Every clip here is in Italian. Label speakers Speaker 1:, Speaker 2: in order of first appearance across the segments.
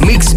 Speaker 1: Mix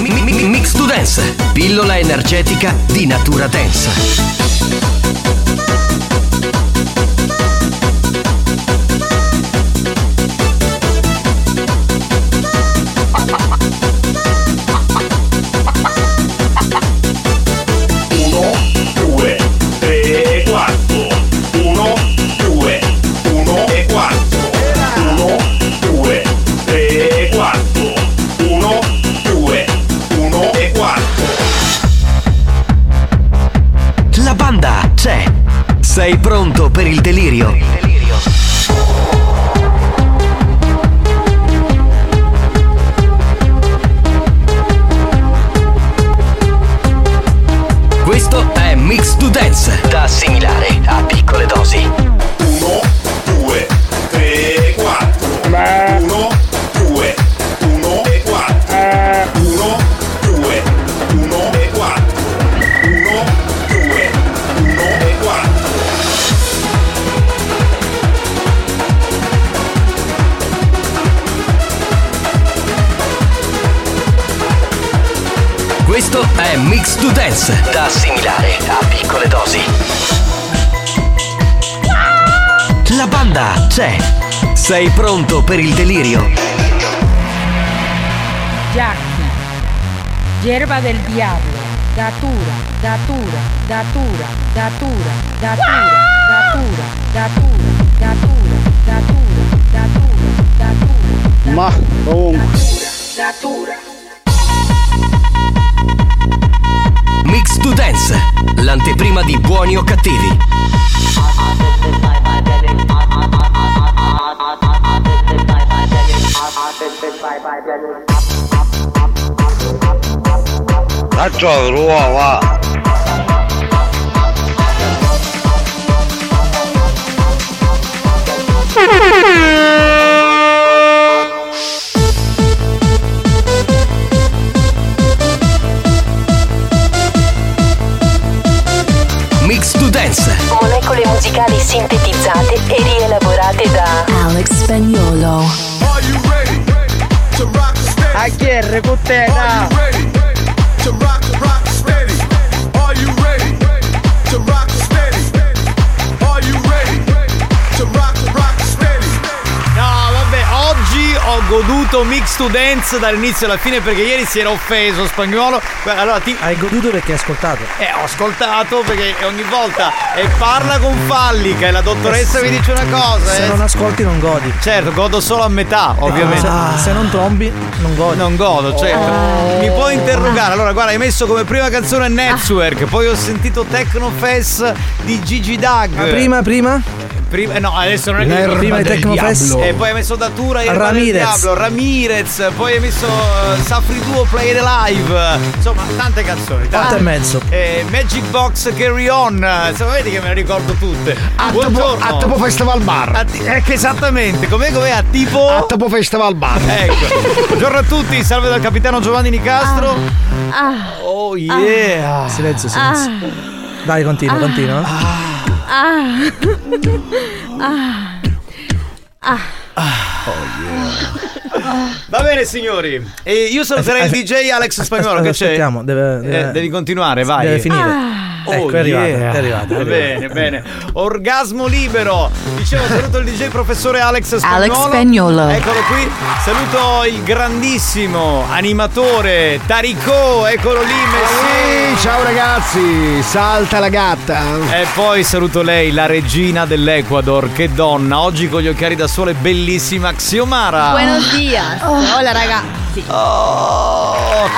Speaker 1: Mi- mi- Mix to Dance, pillola energetica di natura dance.
Speaker 2: Uno, due, tre e quattro. Uno, due, uno e quattro. Uno, due, tre e quattro. Uno, due, uno e quattro.
Speaker 1: La banda c'è. Sei pronto per il delirio? Questo è Mix to Dance, da assimilare a piccole dosi.
Speaker 2: Uno, due, tre e quattro. Uno, due, uno e quattro. Uno, due, uno e quattro. Uno, due, uno e quattro.
Speaker 1: Questo è Mix to Dance, da assimilare a piccole dosi. La banda c'è. Sei pronto per il delirio?
Speaker 3: Jackie, hierba del diablo, datura, datura, datura, datura, datura, datura, datura, datura, datura, datura, datura,
Speaker 4: Ma comunque.
Speaker 3: datura.
Speaker 1: Mix to Dance, l'anteprima di buoni o cattivi.
Speaker 5: Lascialo l'uova!
Speaker 1: Mix to Dance,
Speaker 6: molecole musicali sintetizzate e rielaborate da
Speaker 7: Alex Spagnolo.
Speaker 8: Are you ready to rock the steady?
Speaker 4: A chi è
Speaker 8: Are
Speaker 4: recutena?
Speaker 8: you ready to rock, rock steady? Are you ready to rock steady? Are you ready to rock, rock steady?
Speaker 9: No, vabbè, oggi ho goduto Mix to Dance dall'inizio alla fine perché ieri si era offeso spagnolo. Guarda, Allora ti.
Speaker 10: Hai goduto perché hai ascoltato.
Speaker 9: Eh, ho ascoltato perché ogni volta e parla con Fallica e la dottoressa mi dice una cosa.
Speaker 10: Se
Speaker 9: eh.
Speaker 10: non ascolti non godi. Ah,
Speaker 9: Certo, godo solo a metà, ovviamente.
Speaker 10: Se, se non trombi non godi. Oh.
Speaker 9: Non godo, certo. Mi puoi interrogare? Allora, guarda, hai messo come prima canzone Network, poi ho sentito Tecnofest di Gigi Dag.
Speaker 10: Ma Ah, prima, prima?
Speaker 9: Prima- eh, no, adesso non è che
Speaker 10: Prima, di Tecnofest.
Speaker 9: E poi hai messo Datura Irma
Speaker 10: Ramirez.
Speaker 9: del Diablo, Ramirez, poi hai messo eh, Safri Duo Play It Live, insomma tante canzoni.
Speaker 10: Otto e
Speaker 9: Tante.
Speaker 10: mezzo.
Speaker 9: Eh, Magic Box Carry On, insomma vedi che me le ricordo tutte. Buongiorno.
Speaker 11: A tipo festival bar.
Speaker 9: A ti- ecco esattamente, com'è com'è a tipo...
Speaker 11: A tipo festival bar.
Speaker 9: Ecco. Buongiorno a tutti, salve dal capitano Giovanni Nicastro.
Speaker 12: Ah.
Speaker 9: Oh yeah.
Speaker 10: Silenzio, silenzio. Dai, continua, continua.
Speaker 9: Ah.
Speaker 12: Ah. Ah.
Speaker 9: Va bene, signori.
Speaker 10: Eh,
Speaker 9: E io saluterei il DJ Alex Spagnolo. Che c'è?
Speaker 10: Aspettiamo, deve,
Speaker 9: Eh,
Speaker 10: deve-
Speaker 9: devi continuare, vai.
Speaker 10: deve finire.
Speaker 9: Oh,
Speaker 10: ecco, è arrivato,
Speaker 9: yeah.
Speaker 10: è arrivato, è
Speaker 9: Va
Speaker 10: arrivato.
Speaker 9: Bene, bene. Orgasmo libero. Dicevo, saluto il DJ professore Alex Spagnolo.
Speaker 4: Alex Spagnolo.
Speaker 9: Eccolo qui. Saluto il grandissimo animatore Tarico. Eccolo lì, Messi.
Speaker 11: Ciao ragazzi, salta la gatta.
Speaker 9: E poi saluto lei, la regina dell'Ecuador. Che donna. Oggi con gli occhiali da sole, bellissima Xiomara.
Speaker 12: Buenos días.
Speaker 9: Ah.
Speaker 12: Hola Ah. ragazzi.
Speaker 9: Oh,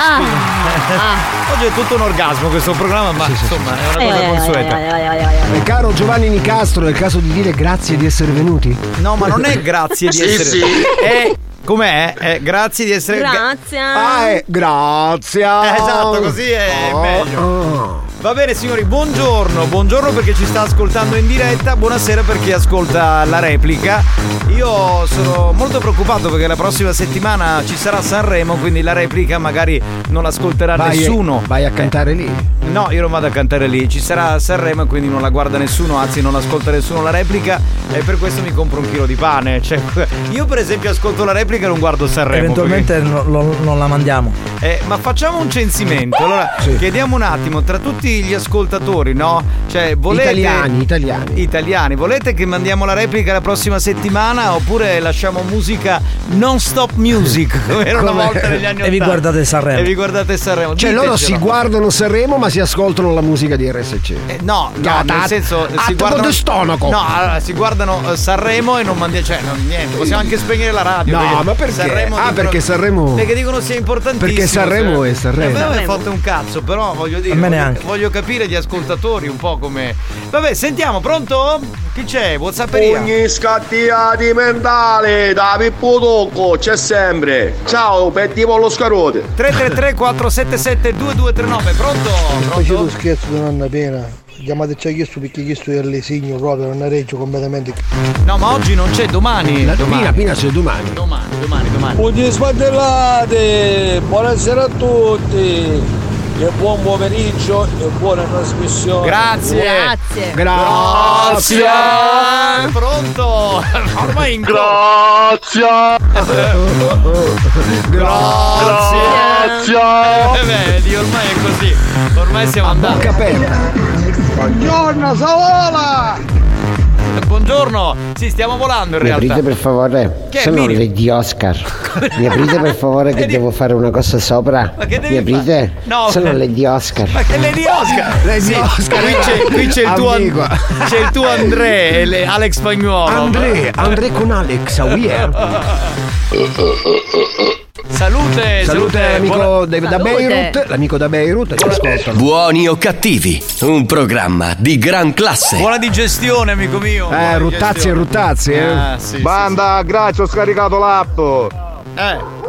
Speaker 9: Oggi è tutto un orgasmo questo programma, ma insomma è una cosa consueta.
Speaker 13: eh,
Speaker 11: E Eh, caro Giovanni Nicastro, è il caso di dire grazie di essere venuti?
Speaker 9: No, ma non è grazie di
Speaker 11: Sì,
Speaker 9: essere.
Speaker 11: sì.
Speaker 9: È- com'è? È grazie di essere.
Speaker 11: Grazie.
Speaker 9: Ah, è-
Speaker 11: grazie.
Speaker 9: Eh, esatto, così è meglio. Va bene signori, buongiorno, buongiorno per chi ci sta ascoltando in diretta, buonasera per chi ascolta la replica. Io sono molto preoccupato perché la prossima settimana ci sarà Sanremo, quindi la replica magari non l'ascolterà
Speaker 11: Vai,
Speaker 9: nessuno.
Speaker 11: Vai a cantare lì.
Speaker 9: No, io non vado a cantare lì, ci sarà Sanremo e quindi non la guarda nessuno, anzi non ascolta nessuno la replica e per questo mi compro un chilo di pane. Cioè, io per esempio ascolto la replica e non guardo Sanremo.
Speaker 10: Eventualmente no- lo- non la mandiamo.
Speaker 9: Eh, ma facciamo un censimento. Allora, chiediamo un attimo tra tutti gli ascoltatori, no? Cioè, volete.
Speaker 11: Italiani, italiani.
Speaker 9: Italiani, volete che mandiamo la replica la prossima settimana oppure lasciamo musica non stop music? Come era una
Speaker 11: Come-
Speaker 9: volta negli anni 80.
Speaker 11: E vi guardate
Speaker 10: Sanremo.
Speaker 9: E vi guardate Sanremo.
Speaker 11: Cioè loro si
Speaker 9: Ditecelo. Eh,
Speaker 11: guardano Sanremo ma si ascoltano la musica di RSC.
Speaker 9: No, no, nel senso eh, si guardano
Speaker 11: stomaco.
Speaker 9: No, allora, si guardano eh, Sanremo e non mandiamo cioè non- niente, possiamo anche spegnere la radio.
Speaker 11: No, ma perché?
Speaker 9: Sanremo
Speaker 11: Ah, perché Sanremo-
Speaker 9: Perché dicono sia importantissimo.
Speaker 11: Perché Sanremo è Sanremo.
Speaker 9: A me non è fatto un cazzo, però voglio dire
Speaker 11: A me
Speaker 9: voglio-
Speaker 11: neanche.
Speaker 9: voglio capire gli ascoltatori un po' come Vabbè, sentiamo, pronto? Chi c'è? Whatsapperia.
Speaker 14: Ogni scattia di mentale da Pippo Tocco c'è sempre. Ciao, pettivo allo scarote.
Speaker 9: 333 477 2239, pronto?
Speaker 13: Facete lo scherzo di nonna Pena, chiamateci a chiesto perché chiesto è lesigno proprio, non è reggio completamente.
Speaker 9: No, ma oggi non c'è, domani.
Speaker 13: La
Speaker 9: domani.
Speaker 13: Pina, Pina c'è domani.
Speaker 9: Domani, domani, domani.
Speaker 15: Buongiorno spadellate, buonasera a tutti e buon pomeriggio e buona trasmissione.
Speaker 9: Grazie.
Speaker 15: Grazie.
Speaker 9: Pronto? Ormai in
Speaker 14: Grazie.
Speaker 9: Grazie. Eh, vedi, ormai è così. Ormai siamo andati. Bocca
Speaker 15: Buongiorno Savola!
Speaker 9: Buongiorno. Sì, stiamo volando in
Speaker 16: Mi
Speaker 9: realtà.
Speaker 16: aprite per favore?
Speaker 9: Che,
Speaker 16: Sono
Speaker 9: Miri?
Speaker 16: re di Oscar. Mi aprite per favore che devo fare una cosa sopra?
Speaker 9: Ma che devi
Speaker 16: Mi aprite?
Speaker 9: fare? No.
Speaker 16: Sono le di Oscar.
Speaker 9: Ma che Lady Oscar?
Speaker 16: Lady
Speaker 9: Sì,
Speaker 16: Oscar.
Speaker 9: Qui c'è, qui c'è il tuo
Speaker 16: Ambigua.
Speaker 9: An- c'è il tuo André, e le- Alex Spagnuolo.
Speaker 11: André, André con Alex, oh yeah.
Speaker 9: Salute, salute,
Speaker 11: Salute l'amico
Speaker 9: buona-
Speaker 11: da- da
Speaker 9: Salute.
Speaker 11: Beirut, l'amico da Beirut ci ascoltano.
Speaker 1: Buoni o cattivi, un programma di gran classe.
Speaker 9: Buona digestione, amico mio.
Speaker 11: Eh, ruttazzi e ruttazzi, eh.
Speaker 9: Ah, sì, sì,
Speaker 14: Banda, grazie, ho scaricato l'app.
Speaker 9: Eh.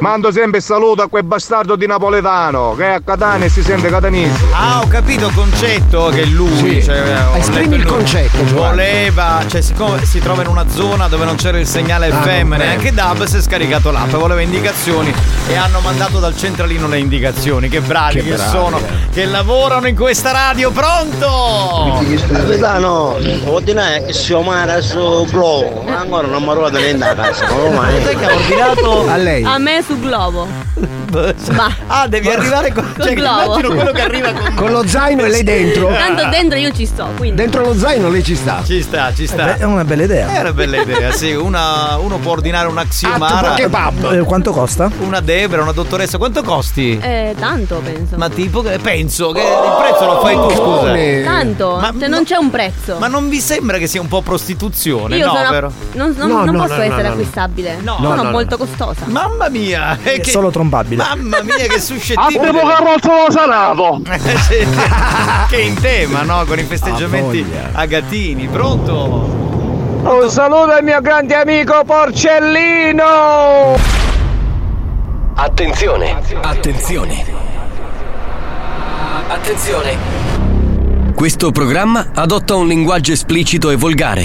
Speaker 14: Mando sempre saluto a quel bastardo di napoletano che è a Catania e si sente catanese.
Speaker 9: Ah, ho capito il concetto che lui.
Speaker 14: Sì.
Speaker 9: Cioè, eh, ho
Speaker 14: Esprimi
Speaker 9: letto
Speaker 14: il
Speaker 9: lui.
Speaker 14: concetto, Giovanni.
Speaker 9: Voleva, cioè, siccome si trova in una zona dove non c'era il segnale
Speaker 14: Ah,
Speaker 9: FM
Speaker 14: non
Speaker 9: neanche DAB, si è scaricato l'app, voleva indicazioni e hanno mandato dal centralino le indicazioni. Che bravi
Speaker 14: Che
Speaker 9: che,
Speaker 14: bravi,
Speaker 9: sono, che lavorano in questa radio. Pronto?
Speaker 17: Capitano, ordinare che si omara su
Speaker 9: Oh,
Speaker 17: Globo, ma ancora non mi ruota niente a casa, come mai?
Speaker 9: Cos'è che ha ordinato? A lei.
Speaker 12: A me su Globo.
Speaker 9: Ah, devi arrivare con,
Speaker 12: Con
Speaker 9: cioè,
Speaker 12: Globo.
Speaker 9: immagino quello che arriva con Ah.
Speaker 11: Con lo zaino e lei dentro.
Speaker 12: Tanto dentro io ci sto, quindi.
Speaker 11: Dentro lo zaino lei ci sta.
Speaker 9: Ci sta, ci sta.
Speaker 10: Beh, è una bella idea.
Speaker 9: È una bella idea, sì. Una- uno può ordinare una Xiomara.
Speaker 10: Eh, quanto costa?
Speaker 9: Una Debra, una dottoressa. Quanto costi?
Speaker 12: Eh, tanto penso.
Speaker 9: Ma tipo, che- penso che il prezzo lo fai tu, scusa.
Speaker 12: Tanto,
Speaker 9: Ma,
Speaker 12: cioè non c'è un prezzo.
Speaker 9: ma non vi sembra che sia un po' prostituzione?
Speaker 12: io
Speaker 9: no,
Speaker 12: sono,
Speaker 9: vero?
Speaker 12: non, non- non posso essere acquistabile.
Speaker 9: No,
Speaker 12: sono
Speaker 9: no, no.
Speaker 12: molto costosa.
Speaker 9: Mamma mia!
Speaker 10: È solo trombabile.
Speaker 9: Mamma mia, che suscettibile!
Speaker 14: Abbiamo carrozzo salato.
Speaker 9: Eh, sì, sì. che è in tema, no? Con i festeggiamenti a gattini. Pronto?
Speaker 15: Un saluto al mio grande amico Porcellino!
Speaker 1: Attenzione. Attenzione. Attenzione. Questo programma adotta un linguaggio esplicito e volgare,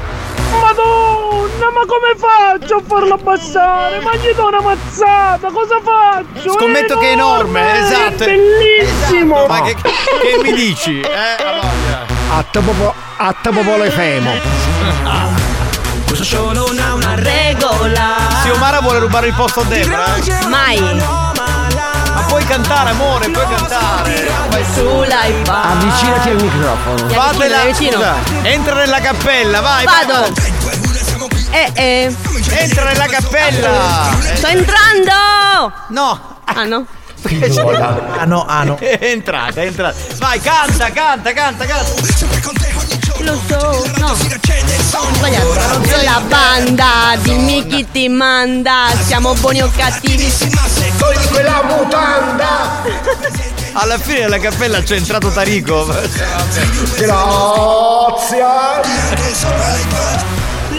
Speaker 13: Madonna, ma come faccio a farlo abbassare? Ma gli do una mazzata, cosa faccio?
Speaker 9: Scommetto che è enorme, esatto.
Speaker 13: È bellissimo!
Speaker 9: Esatto, ma che, che mi dici? Eh, allora.
Speaker 11: Atta popolo e femo.
Speaker 9: Ah. Questo show non ha una regola. Siomara vuole rubare il posto a Debra.
Speaker 18: Mai.
Speaker 9: Ma puoi cantare, amore, puoi cantare. Vai
Speaker 18: Sulla e va.
Speaker 11: Avvicinati al microfono.
Speaker 9: Fatela,
Speaker 18: Dai, vicino.
Speaker 9: scusa, entra nella cappella, vai.
Speaker 18: Vado. Eh, eh.
Speaker 9: Entra nella cappella.
Speaker 18: Sto entrando.
Speaker 9: No.
Speaker 18: Ah, no.
Speaker 9: Ah no, ah no. È entrata, è entrata. Vai, canta, canta, canta, canta.
Speaker 18: Lo so. No. Ho Sbagliato. Sono la banda. Dimmi chi ti manda. Siamo buoni o cattivi.
Speaker 9: Togli quella mutanda. Alla fine della cappella c'è entrato Tarico.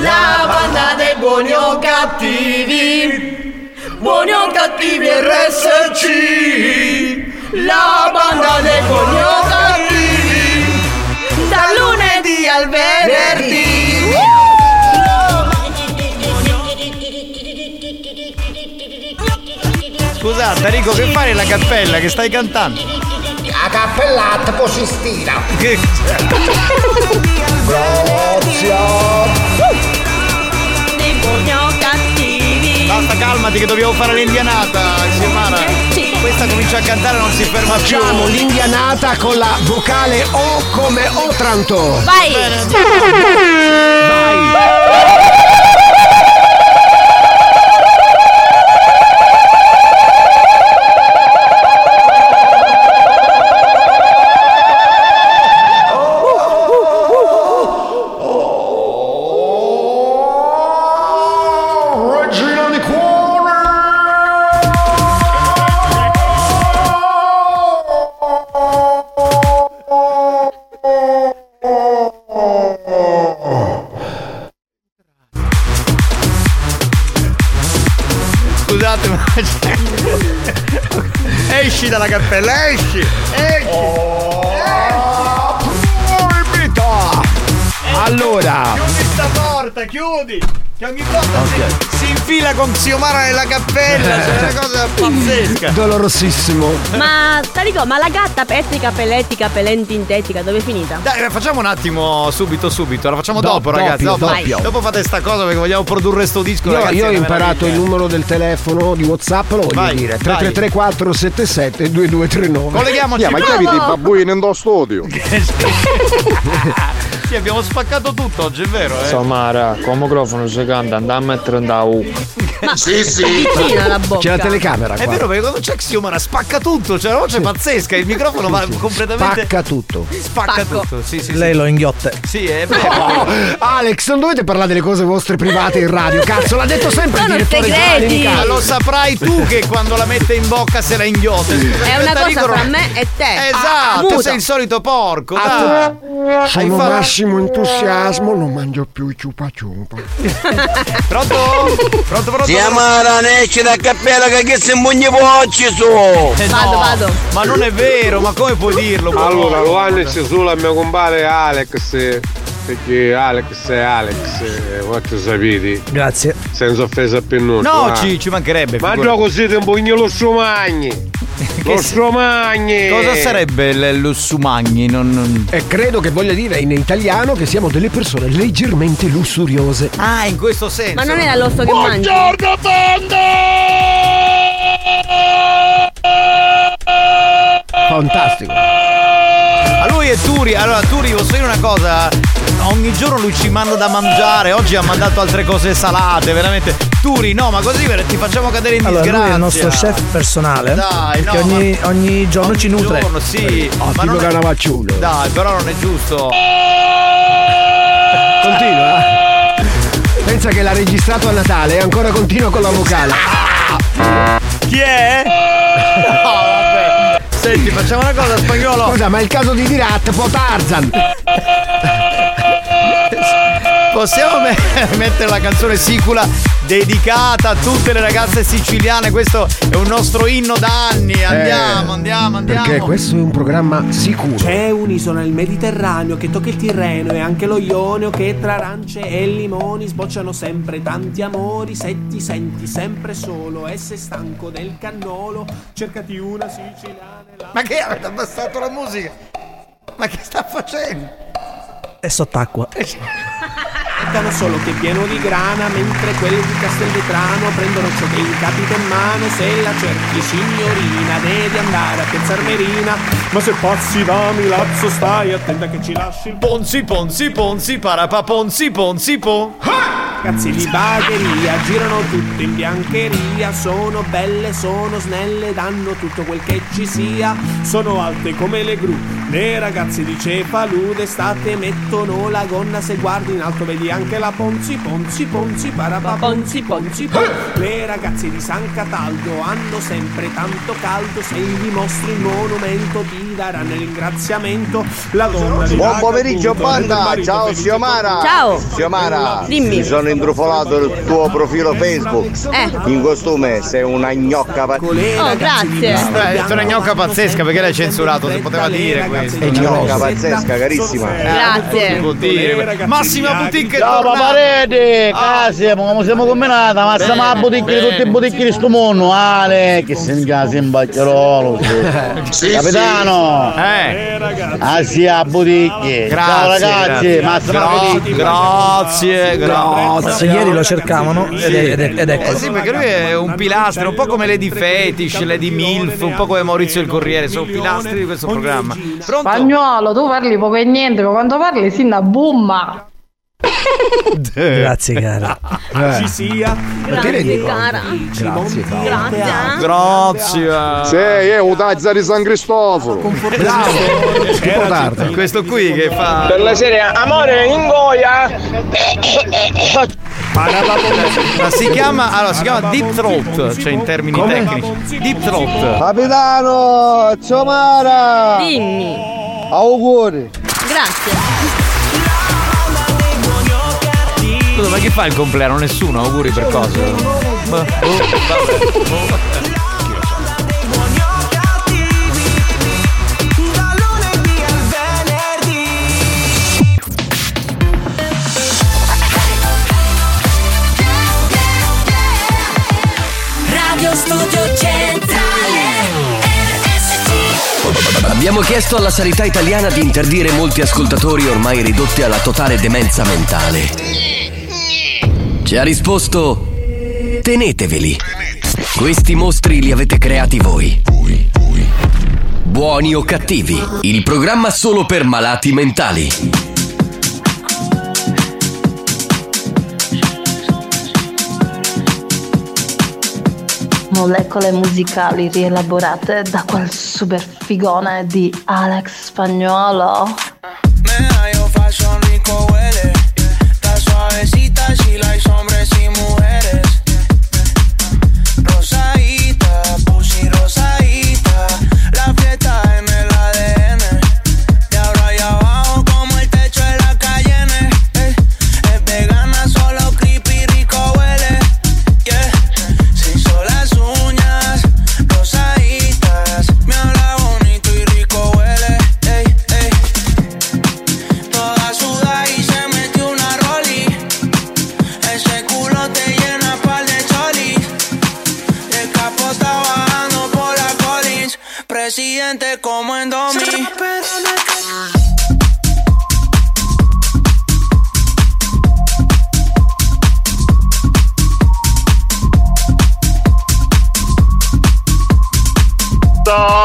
Speaker 13: La banda dei buoni o cattivi Buoni o cattivi RSC La banda dei buoni o cattivi Da lunedì al venerdì
Speaker 9: Scusate, Tarico, che fai nella cappella? Che stai cantando?
Speaker 13: La cappellata poi si stira
Speaker 9: Che...
Speaker 13: Dei buoni o cattivi
Speaker 9: Basta, calmati che dobbiamo fare l'indianata, Siomara. Questa comincia a cantare e non si ferma più.
Speaker 11: Facciamo l'indianata con la vocale O come Otranto.
Speaker 18: Vai.
Speaker 13: Regina di cuore
Speaker 9: Scusate, ma c'è- Esci dalla cappella, esci! Esci!
Speaker 11: Allora.
Speaker 9: Chiudi sta porta, chiudi! Che ogni volta si, si infila con Xiomara nella cappella, Eh, c'è una cosa pazzesca! Ecco,
Speaker 11: Dolorosissimo.
Speaker 18: Ma Tarico, ma la gatta pettica, pelettica, pelentintetica, dove è finita?
Speaker 9: Dai, facciamo un attimo subito subito, la facciamo
Speaker 11: Do-
Speaker 9: dopo, ragazzi.
Speaker 11: doppio,
Speaker 9: Dopo,
Speaker 11: doppio.
Speaker 9: dopo fate sta cosa perché vogliamo produrre sto disco.
Speaker 11: Io,
Speaker 9: ragazzi,
Speaker 11: io ho
Speaker 9: è una
Speaker 11: imparato il
Speaker 9: meraviglia.
Speaker 11: numero del telefono di Whatsapp, lo voglio
Speaker 9: Vai,
Speaker 11: dire.
Speaker 9: vai.
Speaker 11: 333 477 2239.
Speaker 9: Colleghiamoci.
Speaker 11: Andiamo,
Speaker 9: Bravo.
Speaker 11: babbuini in do studio.
Speaker 9: Sì, abbiamo spaccato tutto oggi, è vero, eh?
Speaker 19: Somara, con microfono si canta, andiamo a mettere in da U.
Speaker 9: Ma
Speaker 11: Sì, sì. vicina la bocca. C'è la telecamera
Speaker 9: È
Speaker 11: qua.
Speaker 9: vero, perché quando c'è Xiomara spacca tutto, cioè la voce è pazzesca, il microfono va completamente.
Speaker 11: Spacca tutto.
Speaker 9: Spacca tutto, sì, sì.
Speaker 14: Lei
Speaker 9: sì.
Speaker 14: lo inghiotte.
Speaker 9: Sì, è
Speaker 11: No,
Speaker 9: vero.
Speaker 11: Alex, non dovete parlare delle cose vostre private in radio, cazzo, l'ha detto sempre il
Speaker 9: Sono
Speaker 11: direttore
Speaker 9: segreti.
Speaker 11: Giovanni Nicastro.
Speaker 9: Ma lo saprai tu che quando la mette in bocca se la inghiotte.
Speaker 18: È una cosa fra me e te. Ah,
Speaker 9: Esatto,
Speaker 18: muto.
Speaker 9: sei il solito porco.
Speaker 11: Ah,
Speaker 9: dai. Hai
Speaker 11: Sono
Speaker 9: fatto-
Speaker 11: massimo entusiasmo, non mangio più i ciupa ciupa.
Speaker 9: Pronto? Pronto, pronto?
Speaker 20: Siamara, esci da cappella che che se mugni voci su!
Speaker 9: Eh, no, Ma non è vero, ma come puoi dirlo?
Speaker 21: Allora, lo Alex sulla mio compare Alex. Perché Alex è Alex, eh, quanto sapete.
Speaker 14: Grazie.
Speaker 21: Senza offesa a Pennuccio.
Speaker 9: No,
Speaker 21: ah.
Speaker 9: ci, ci mancherebbe.
Speaker 21: Ma
Speaker 9: figurati.
Speaker 21: gioco così un pugno lo strumagni. Lo
Speaker 11: Eh.
Speaker 21: strumagni.
Speaker 9: Cosa sarebbe il- lo sumagni? Non, non-
Speaker 11: E credo che voglia dire in italiano che siamo delle persone leggermente lussuriose.
Speaker 9: Ah, in questo senso.
Speaker 18: Ma non era l'osso che mangi.
Speaker 13: Buongiorno
Speaker 11: Fantastico.
Speaker 9: A lui è Turi. Allora, Turi, posso dire una cosa? Ogni giorno lui ci manda da mangiare. Oggi ha mandato altre cose salate, veramente. Turi, no, ma così per- ti facciamo cadere in
Speaker 14: Allora,
Speaker 9: disgrazia.
Speaker 14: lui è il nostro chef personale.
Speaker 9: Dai, no,
Speaker 14: che ogni, ogni giorno ci nutre.
Speaker 9: Buongiorno, sì. ma non è...
Speaker 11: Cannavacciulo.
Speaker 9: Dai, però non è giusto.
Speaker 11: Continua. Pensa che l'ha registrato a Natale e ancora continua con la vocale.
Speaker 9: Chi è? No, vabbè. Senti, facciamo una cosa, spagnolo.
Speaker 11: Scusa, ma è il caso di Dirat, po' Tarzan.
Speaker 9: Possiamo me- mettere la canzone sicula dedicata a tutte le ragazze siciliane. Questo è un nostro inno da anni. Andiamo,
Speaker 11: Eh,
Speaker 9: andiamo, andiamo.
Speaker 11: Perché questo è un programma sicuro.
Speaker 20: C'è un'isola nel Mediterraneo che tocca il Tirreno e anche lo Ionio che tra arance e limoni sbocciano sempre tanti amori. Se ti senti sempre solo e sei stanco del cannolo, cercati una siciliana.
Speaker 9: Ma che avete abbassato la musica? Ma che sta facendo?
Speaker 22: É
Speaker 10: È sott'acqua.
Speaker 20: Cantano solo che è pieno di grana, mentre quelli di Castelvetrano prendono ciò che gli capita in mano. Se la cerchi signorina, devi andare a Piazzarmerina. Ma se passi da Milazzo stai attenta che ci lasci il
Speaker 9: Ponzi, ponzi, ponzi, parapa, ponzi, ponzi, po.
Speaker 20: Ragazzi di bagheria girano tutti in biancheria, sono belle, sono snelle, danno tutto quel che ci sia, sono alte come le gru, le ragazze di Cefalù d'estate mettono la gonna, se guardi in alto vedi anche la Ponzi, Ponzi, Ponzi, Parapa, Ponzi, Ponzi, Ponzi, le ragazze di San Cataldo hanno sempre tanto caldo, se gli mostri il monumento ti daranno il ringraziamento, la donna di
Speaker 17: Buon
Speaker 20: Ragazzuto,
Speaker 17: pomeriggio
Speaker 20: del
Speaker 17: banda,
Speaker 20: marito
Speaker 17: ciao
Speaker 20: felice
Speaker 17: Xiomara
Speaker 20: Ciao.
Speaker 17: Xiomara,
Speaker 20: Dimmi.
Speaker 17: mi sono intrufolato il tuo profilo Facebook
Speaker 12: Eh.
Speaker 17: In costume sei una gnocca pa-
Speaker 12: Oh, grazie.
Speaker 9: È una gnocca pazzesca perché l'hai censurato, si poteva dire questo. Eh,
Speaker 17: È gnocca pazzesca, carissima
Speaker 9: Si può dire. Massima boutique è
Speaker 23: Ciao
Speaker 9: tornata. Ah.
Speaker 23: paparete,
Speaker 7: eh,
Speaker 23: siamo, come siamo combinati, ma siamo a boutique di tutti i boutique di sto mondo, Ale, che se ne casa in baccherolo,
Speaker 17: Sì, sì.
Speaker 23: capitano,
Speaker 9: eh,
Speaker 23: ah sì, a boutique, ciao
Speaker 9: Grazie,
Speaker 23: ragazzi,
Speaker 9: grazie.
Speaker 23: massima
Speaker 9: Gra-
Speaker 23: boutique.
Speaker 9: Eh, Grazie,
Speaker 10: Grazie. Ieri lo cercavano ed, è- ed è- ed ecco.
Speaker 9: Eh
Speaker 10: eccolo.
Speaker 9: sì, perché lui è un pilastro, un po' come Lady Fetish, Lady Milf, un po' come Maurizio il Corriere, sono pilastri di questo programma. Pronto?
Speaker 24: Spagnolo, tu parli poco e niente, ma quando parli si una bomba.
Speaker 10: Grazie,
Speaker 17: Eh.
Speaker 10: cara.
Speaker 9: Eh.
Speaker 20: Ci sia.
Speaker 10: Grazie, Paolo.
Speaker 9: Grazie.
Speaker 2: Sì, è un tazza di San Cristoforo.
Speaker 9: Era Questo qui che fa.
Speaker 2: Per la
Speaker 9: serie
Speaker 2: Amore, in goia.
Speaker 9: Ma si chiama, allora, si chiama deep throat, cioè in termini tecnici. Deep throat.
Speaker 23: Capitano, Xiomara,
Speaker 12: Dimmi.
Speaker 23: auguri.
Speaker 12: Grazie.
Speaker 9: Scusa, ma chi fa il compleanno? Nessuno, auguri per cosa? Ma- boh, vabbè, boh.
Speaker 7: Radio Studio Centrale
Speaker 1: Abbiamo chiesto alla sanità italiana di interdire molti ascoltatori ormai ridotti alla totale demenza mentale. Ci ha risposto: teneteveli. Questi mostri li avete creati voi. Buoni o cattivi, il programma solo per malati mentali.
Speaker 25: Molecole musicali rielaborate da quel super figone di Alex Spagnuolo.
Speaker 22: yo fashion rico huele. Está suavecita, si la hay hombres y mujeres. Rosadita, pussy rosadita. La fiesta en el ADN. De ahora y abajo, como el techo de la Cayenne. ey. Es vegana, solo creepy, rico huele. Yeah. Se hizo las uñas rosaditas. Me habla bonito y rico huele. Ey, ey. Toda sudada y se metió una roli. Ese culo te llena par de cholis. El capo está bajando por la Collins. Presidente como en Domi.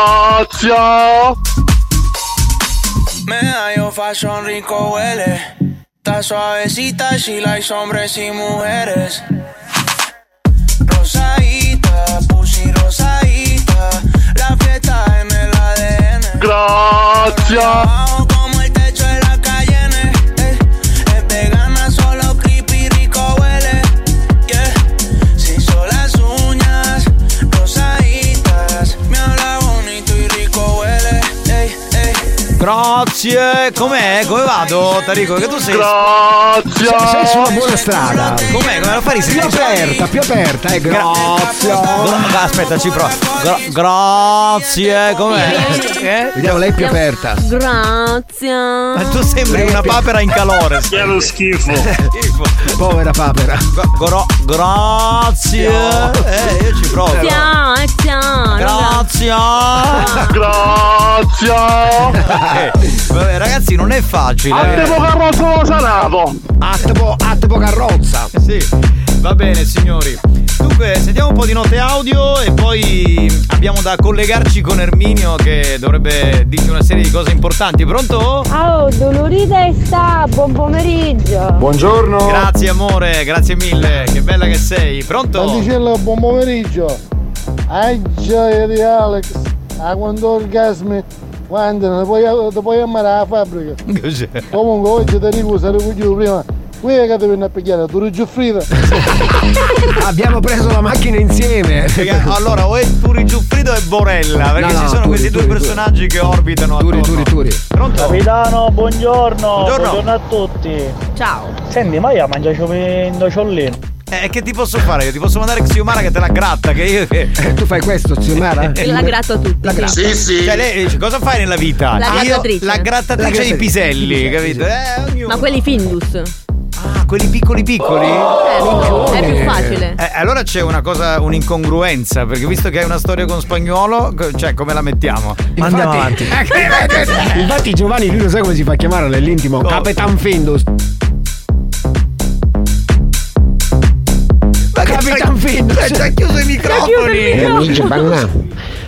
Speaker 22: Grazie. Me hallo fashion rico huele. Está suavecita, she likes hombres y mujeres. Rosadita, pussy rosadita. La fiesta en el ADN. Gracias. Como el techo de la Cayenne. eh. Es vegana, solo creepy, rico huele. Yeah. Se hizo las uñas rosaditas. Me habla bonito y rico huele. Ey, ey.
Speaker 9: Grazie. Com'è? Come vado, Tarico? Che tu sei.
Speaker 11: Grazie. Sei- sei sulla buona strada.
Speaker 9: Com'è? Come la fai?
Speaker 11: Più aperta, più aperta, eh, grazie.
Speaker 9: Gra- aspetta, ci provo. Gra- grazie. Com'è? Eh?
Speaker 11: Vediamo lei più aperta.
Speaker 6: Grazie. Ma
Speaker 9: tu sembri una papera in calore. Che
Speaker 11: lo schifo. Povera papera.
Speaker 9: grazie. Eh, io ci provo.
Speaker 18: eh,
Speaker 9: Ah, Grazie. Ah. Grazie. Eh, Vabbè, ragazzi, non è facile.
Speaker 11: Attimo carrozza lo sanato. Attimo, attimo carrozza.
Speaker 9: Eh, Sì. Va bene, signori. Dunque, sentiamo un po' di note audio e poi abbiamo da collegarci con Erminio che dovrebbe dirci una serie di cose importanti. Pronto?
Speaker 26: Oh, dolorita e sta, buon pomeriggio.
Speaker 9: Buongiorno. Grazie amore, grazie mille. Che bella che sei. Pronto?
Speaker 23: Anticella, buon pomeriggio. Ai gioia di Alex, a quando orgasmi, quando ti puoi, ti puoi amare la fabbrica.
Speaker 9: Cos'è?
Speaker 23: Comunque oggi ti dico, sarò giù prima. Qui è che ti viene a picchiare, tu eri Giuffrida.
Speaker 11: Abbiamo preso la macchina insieme.
Speaker 9: Perché, allora, o è Turi Giuffrido e Borella, perché
Speaker 11: No, no,
Speaker 9: ci sono
Speaker 11: Turi,
Speaker 9: questi due
Speaker 11: Turi,
Speaker 9: personaggi che orbitano attorno. Turi, Turi, Turi. Pronto?
Speaker 15: Capitano, buongiorno.
Speaker 9: Buongiorno.
Speaker 15: a tutti.
Speaker 6: Ciao.
Speaker 15: Senti, ma io mangio ciopendo ciollino.
Speaker 9: Eh, che ti posso fare? Io ti posso mandare Xiomara che te la gratta, che io che...
Speaker 11: Tu fai questo, Xiomara?
Speaker 6: La gratto a tutti. sì.
Speaker 9: Cioè, lei dice, cosa fai nella vita?
Speaker 6: La
Speaker 9: Ah, Io-
Speaker 6: grattatrice.
Speaker 9: la grattatrice di piselli, capito? Eh,
Speaker 6: Ma quelli Findus.
Speaker 9: Ah, quelli piccoli piccoli?
Speaker 6: è più facile.
Speaker 9: Eh, allora c'è una cosa, un'incongruenza, perché visto che hai una storia con spagnolo, co- cioè come la mettiamo? Eh,
Speaker 11: Andiamo avanti. Infatti Giovanni lui lo sai come si fa chiamare nell'intimo? Capitan Findus.
Speaker 9: Ma Capitan Findus! Ci ha chiuso i
Speaker 22: Eh, amici,
Speaker 9: microfoni!
Speaker 22: bannà.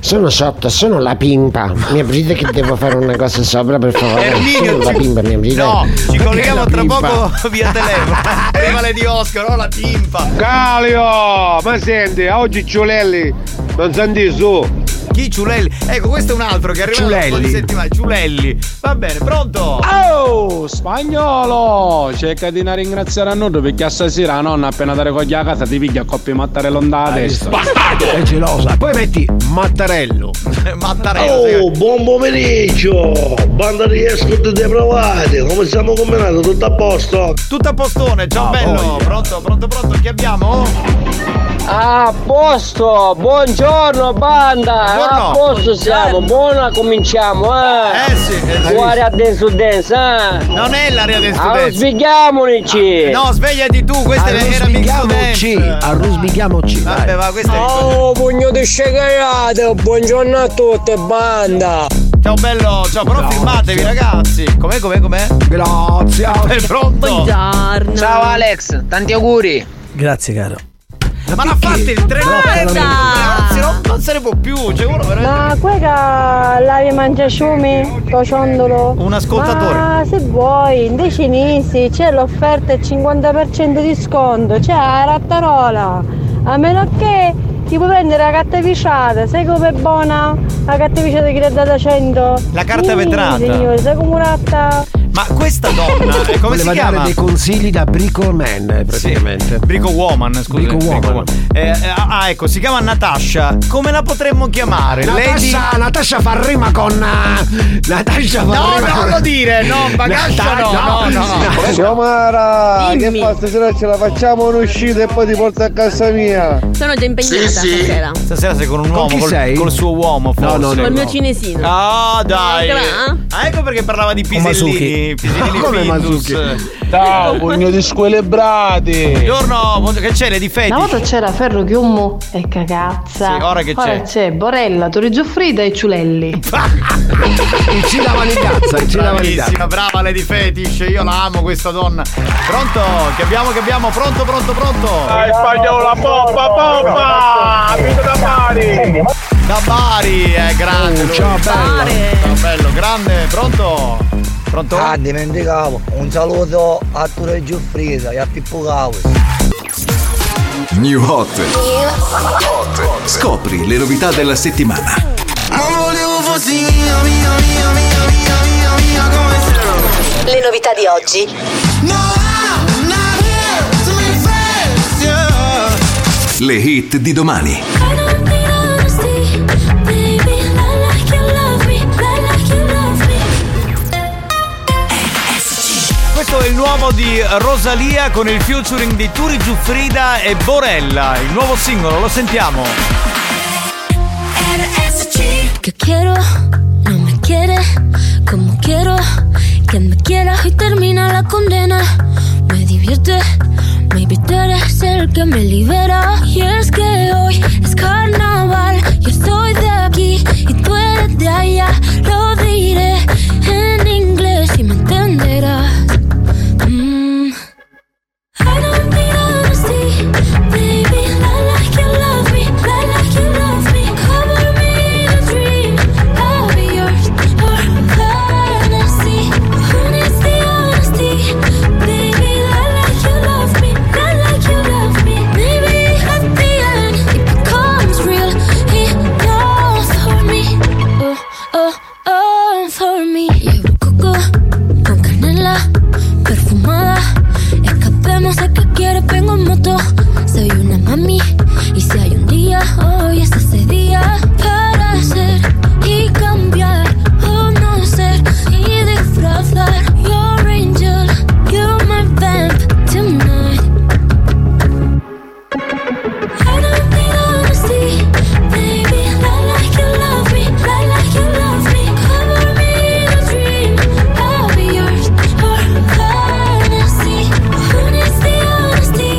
Speaker 22: Sono sotto, sono la pimpa. Mi aprite che devo fare una cosa sopra, per favore.
Speaker 9: Erminio,
Speaker 22: Sono la
Speaker 9: ci-
Speaker 22: pimpa, mi aprite.
Speaker 9: No, ci
Speaker 22: Perché
Speaker 9: colleghiamo
Speaker 22: la
Speaker 9: tra
Speaker 22: pimpa?
Speaker 9: poco via telefono. Prima le di Oscar, ho la timpa.
Speaker 21: Calio, ma senti, oggi Ciulelli non senti su.
Speaker 9: Chi Ciulelli? Ecco, questo è un altro che arriva da un po' di
Speaker 21: Ciulelli.
Speaker 9: settimane. Ciulelli. Va bene, pronto?
Speaker 20: Oh, spagnolo! Cerca di non ringraziare a noi perché stasera la nonna appena ti ricoglie a casa ti piglia a coppie mattarello da testa.
Speaker 11: È gelosa. Poi metti Mattarello.
Speaker 9: Mattarello.
Speaker 3: Oh, buon pomeriggio! Banda di escort depravati, come siamo combinati? Tutto a posto? Ah,
Speaker 9: Tutto a postone, ciao bello. Pronto, pronto, pronto, chi abbiamo?
Speaker 1: A posto, buongiorno banda,
Speaker 9: Buongiorno.
Speaker 1: a posto siamo, buona cominciamo eh!
Speaker 9: Eh sì, eh sì.
Speaker 1: Guarda dance to dance eh!
Speaker 9: Non è l'area
Speaker 11: Ah,
Speaker 9: dance to
Speaker 1: Allora
Speaker 9: dance.
Speaker 1: svegliamonici!
Speaker 9: Ah, No, svegliati tu, questa è era Mix to
Speaker 11: Arrusbichiamoci,
Speaker 9: Dance.
Speaker 11: arrusbichiamoci.
Speaker 9: Vabbè, va, questa è
Speaker 1: Oh, pugno di scegliate, buongiorno a tutte banda!
Speaker 9: Ciao bello, ciao, però firmatevi ragazzi. Com'è, com'è, com'è?
Speaker 11: Grazie.
Speaker 9: È pronto?
Speaker 6: Buongiorno.
Speaker 14: Ciao Alex, tanti auguri.
Speaker 27: Grazie, caro.
Speaker 9: Ma l'ha fatta il treno
Speaker 14: Guarda!
Speaker 9: Ragazzi, non, non se ne può più. C'è uno veramente.
Speaker 18: Ma quella l'aria mangiasciumi, tociondolo.
Speaker 9: Un
Speaker 18: Oh,
Speaker 9: ascoltatore.
Speaker 18: Ma se vuoi, in dei cinesi c'è l'offerta del 50% di sconto, c'è la rattarola. A meno che ti puoi prendere la cattaviciata, sai com'è buona? La cattaviciata che ti è data 100.
Speaker 9: La carta vetrata.
Speaker 18: Signore, sai come una ratta.
Speaker 9: Ma questa donna, eh, come
Speaker 11: Voleva
Speaker 9: si
Speaker 11: dare
Speaker 9: chiama?
Speaker 11: dei consigli da Brico Man, eh, praticamente.
Speaker 9: Brico Woman, scusa.
Speaker 11: Brico Woman.
Speaker 9: Eh, eh, ah, ecco, si chiama Natasha. Come la potremmo chiamare?
Speaker 11: Natasha,
Speaker 9: Lady...
Speaker 11: Natasha fa rima con. eh, Natasha fa
Speaker 9: No,
Speaker 11: rima
Speaker 9: non
Speaker 11: con-
Speaker 9: lo dire, no, Bagascia no,
Speaker 11: Natasha-
Speaker 9: no, no.
Speaker 20: Xiomara, che fa stasera ce la facciamo un'uscita e poi ti porto a casa mia.
Speaker 6: Sono già impegnata stasera.
Speaker 9: Stasera sei con un uomo,
Speaker 11: chi
Speaker 9: col,
Speaker 11: sei?
Speaker 9: col suo uomo forse.
Speaker 11: no,
Speaker 6: Col mio cinesino.
Speaker 9: Ah, dai.
Speaker 6: Ecco,
Speaker 9: Ah, ecco perché parlava di Pisellini.
Speaker 20: Masucchi.
Speaker 9: Pisellini
Speaker 20: Come
Speaker 9: Findus.
Speaker 20: Ciao, pugno di squelebrati!
Speaker 9: Buongiorno, buongiorno, che c'è le difetti?
Speaker 10: Una volta c'era Ferro Chiummu e Cagazza.
Speaker 9: Sì, ora che c'è?
Speaker 10: Borella, Torri Giuffrida e Ciulelli.
Speaker 11: Il Cina Vanigazza, il Cina
Speaker 9: Bravissima,
Speaker 11: Vanigazza.
Speaker 9: brava Lady Fetish, io la amo questa donna. Pronto? Che abbiamo, che abbiamo? Pronto, pronto, pronto? Hai
Speaker 20: sbagliato la pompa, pompa! Vito da Bari!
Speaker 9: Da Bari, è grande.
Speaker 20: Oh,
Speaker 9: lui.
Speaker 20: ciao, bello.
Speaker 9: Ah, Ciao, bello, grande, pronto? Pronto?
Speaker 14: Ah, dimenticavo. Un saluto a Tore Giuffrida e a Pippo Cavus.
Speaker 13: New Hot. Scopri le novità della settimana.
Speaker 3: Non volevo fossi mia, mia, mia, mia, mia, mia, mia, come sono? Le novità di oggi.
Speaker 13: Le hit di domani.
Speaker 9: nuovo di Rosalia con il featuring di Turi Giuffrida e Borella. Il nuovo singolo, lo sentiamo.
Speaker 4: Que quiero, no me quiere, como quiero, que me quiera y termina la condena. Me divierte, maybe tú eres el que me libera. Y es que hoy es carnaval, yo estoy de aquí y tú eres de allá. Lo diré en inglés y me entenderás. Mm. I don't need honesty, baby. Lie like you love me, lie like you love me. Cover me in a dream, I'll be yours. Or honesty, honesty, honesty, baby. Lie like you love me, lie like you love me. Maybe at the end it becomes real. It's all for me, oh oh oh for me. Llevo coco con canela perfumada. Escapemos a que quieres, vengo en moto. Soy una mami. Y si hay un día, hoy es ese día para ser y cambiar. O no ser y disfrazar. You're angel, you're my vamp tonight. I don't need honesty, baby. Lie like you love me, lie like you love me. Cover me in a dream, I'll be yours. Or honesty, honesty, honesty,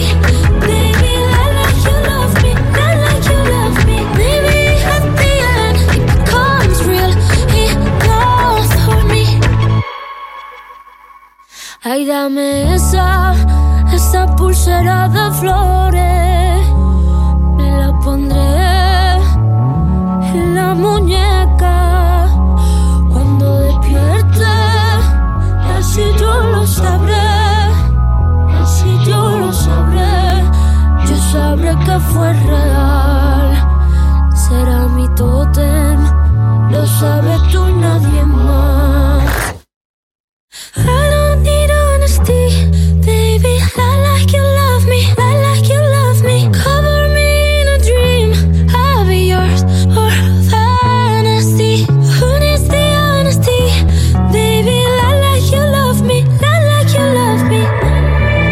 Speaker 4: baby. Lie like you love me, lie like you love me. Maybe at the end it becomes real. It calls for me. Ay, dame esa, esa pulsera de flores. Me la pondré en la muñeca. Cuando despierte, así yo lo sabré. Así yo lo sabré. Yo sabré que fue real. Será mi tótem. Lo sabes tú y nadie más. I don't need honesty, baby. Lie like you love me, lie like you love me. Cover me in a dream, I'll be yours. Or honesty, honesty, honesty, baby. Lie like you love me, lie like you love me.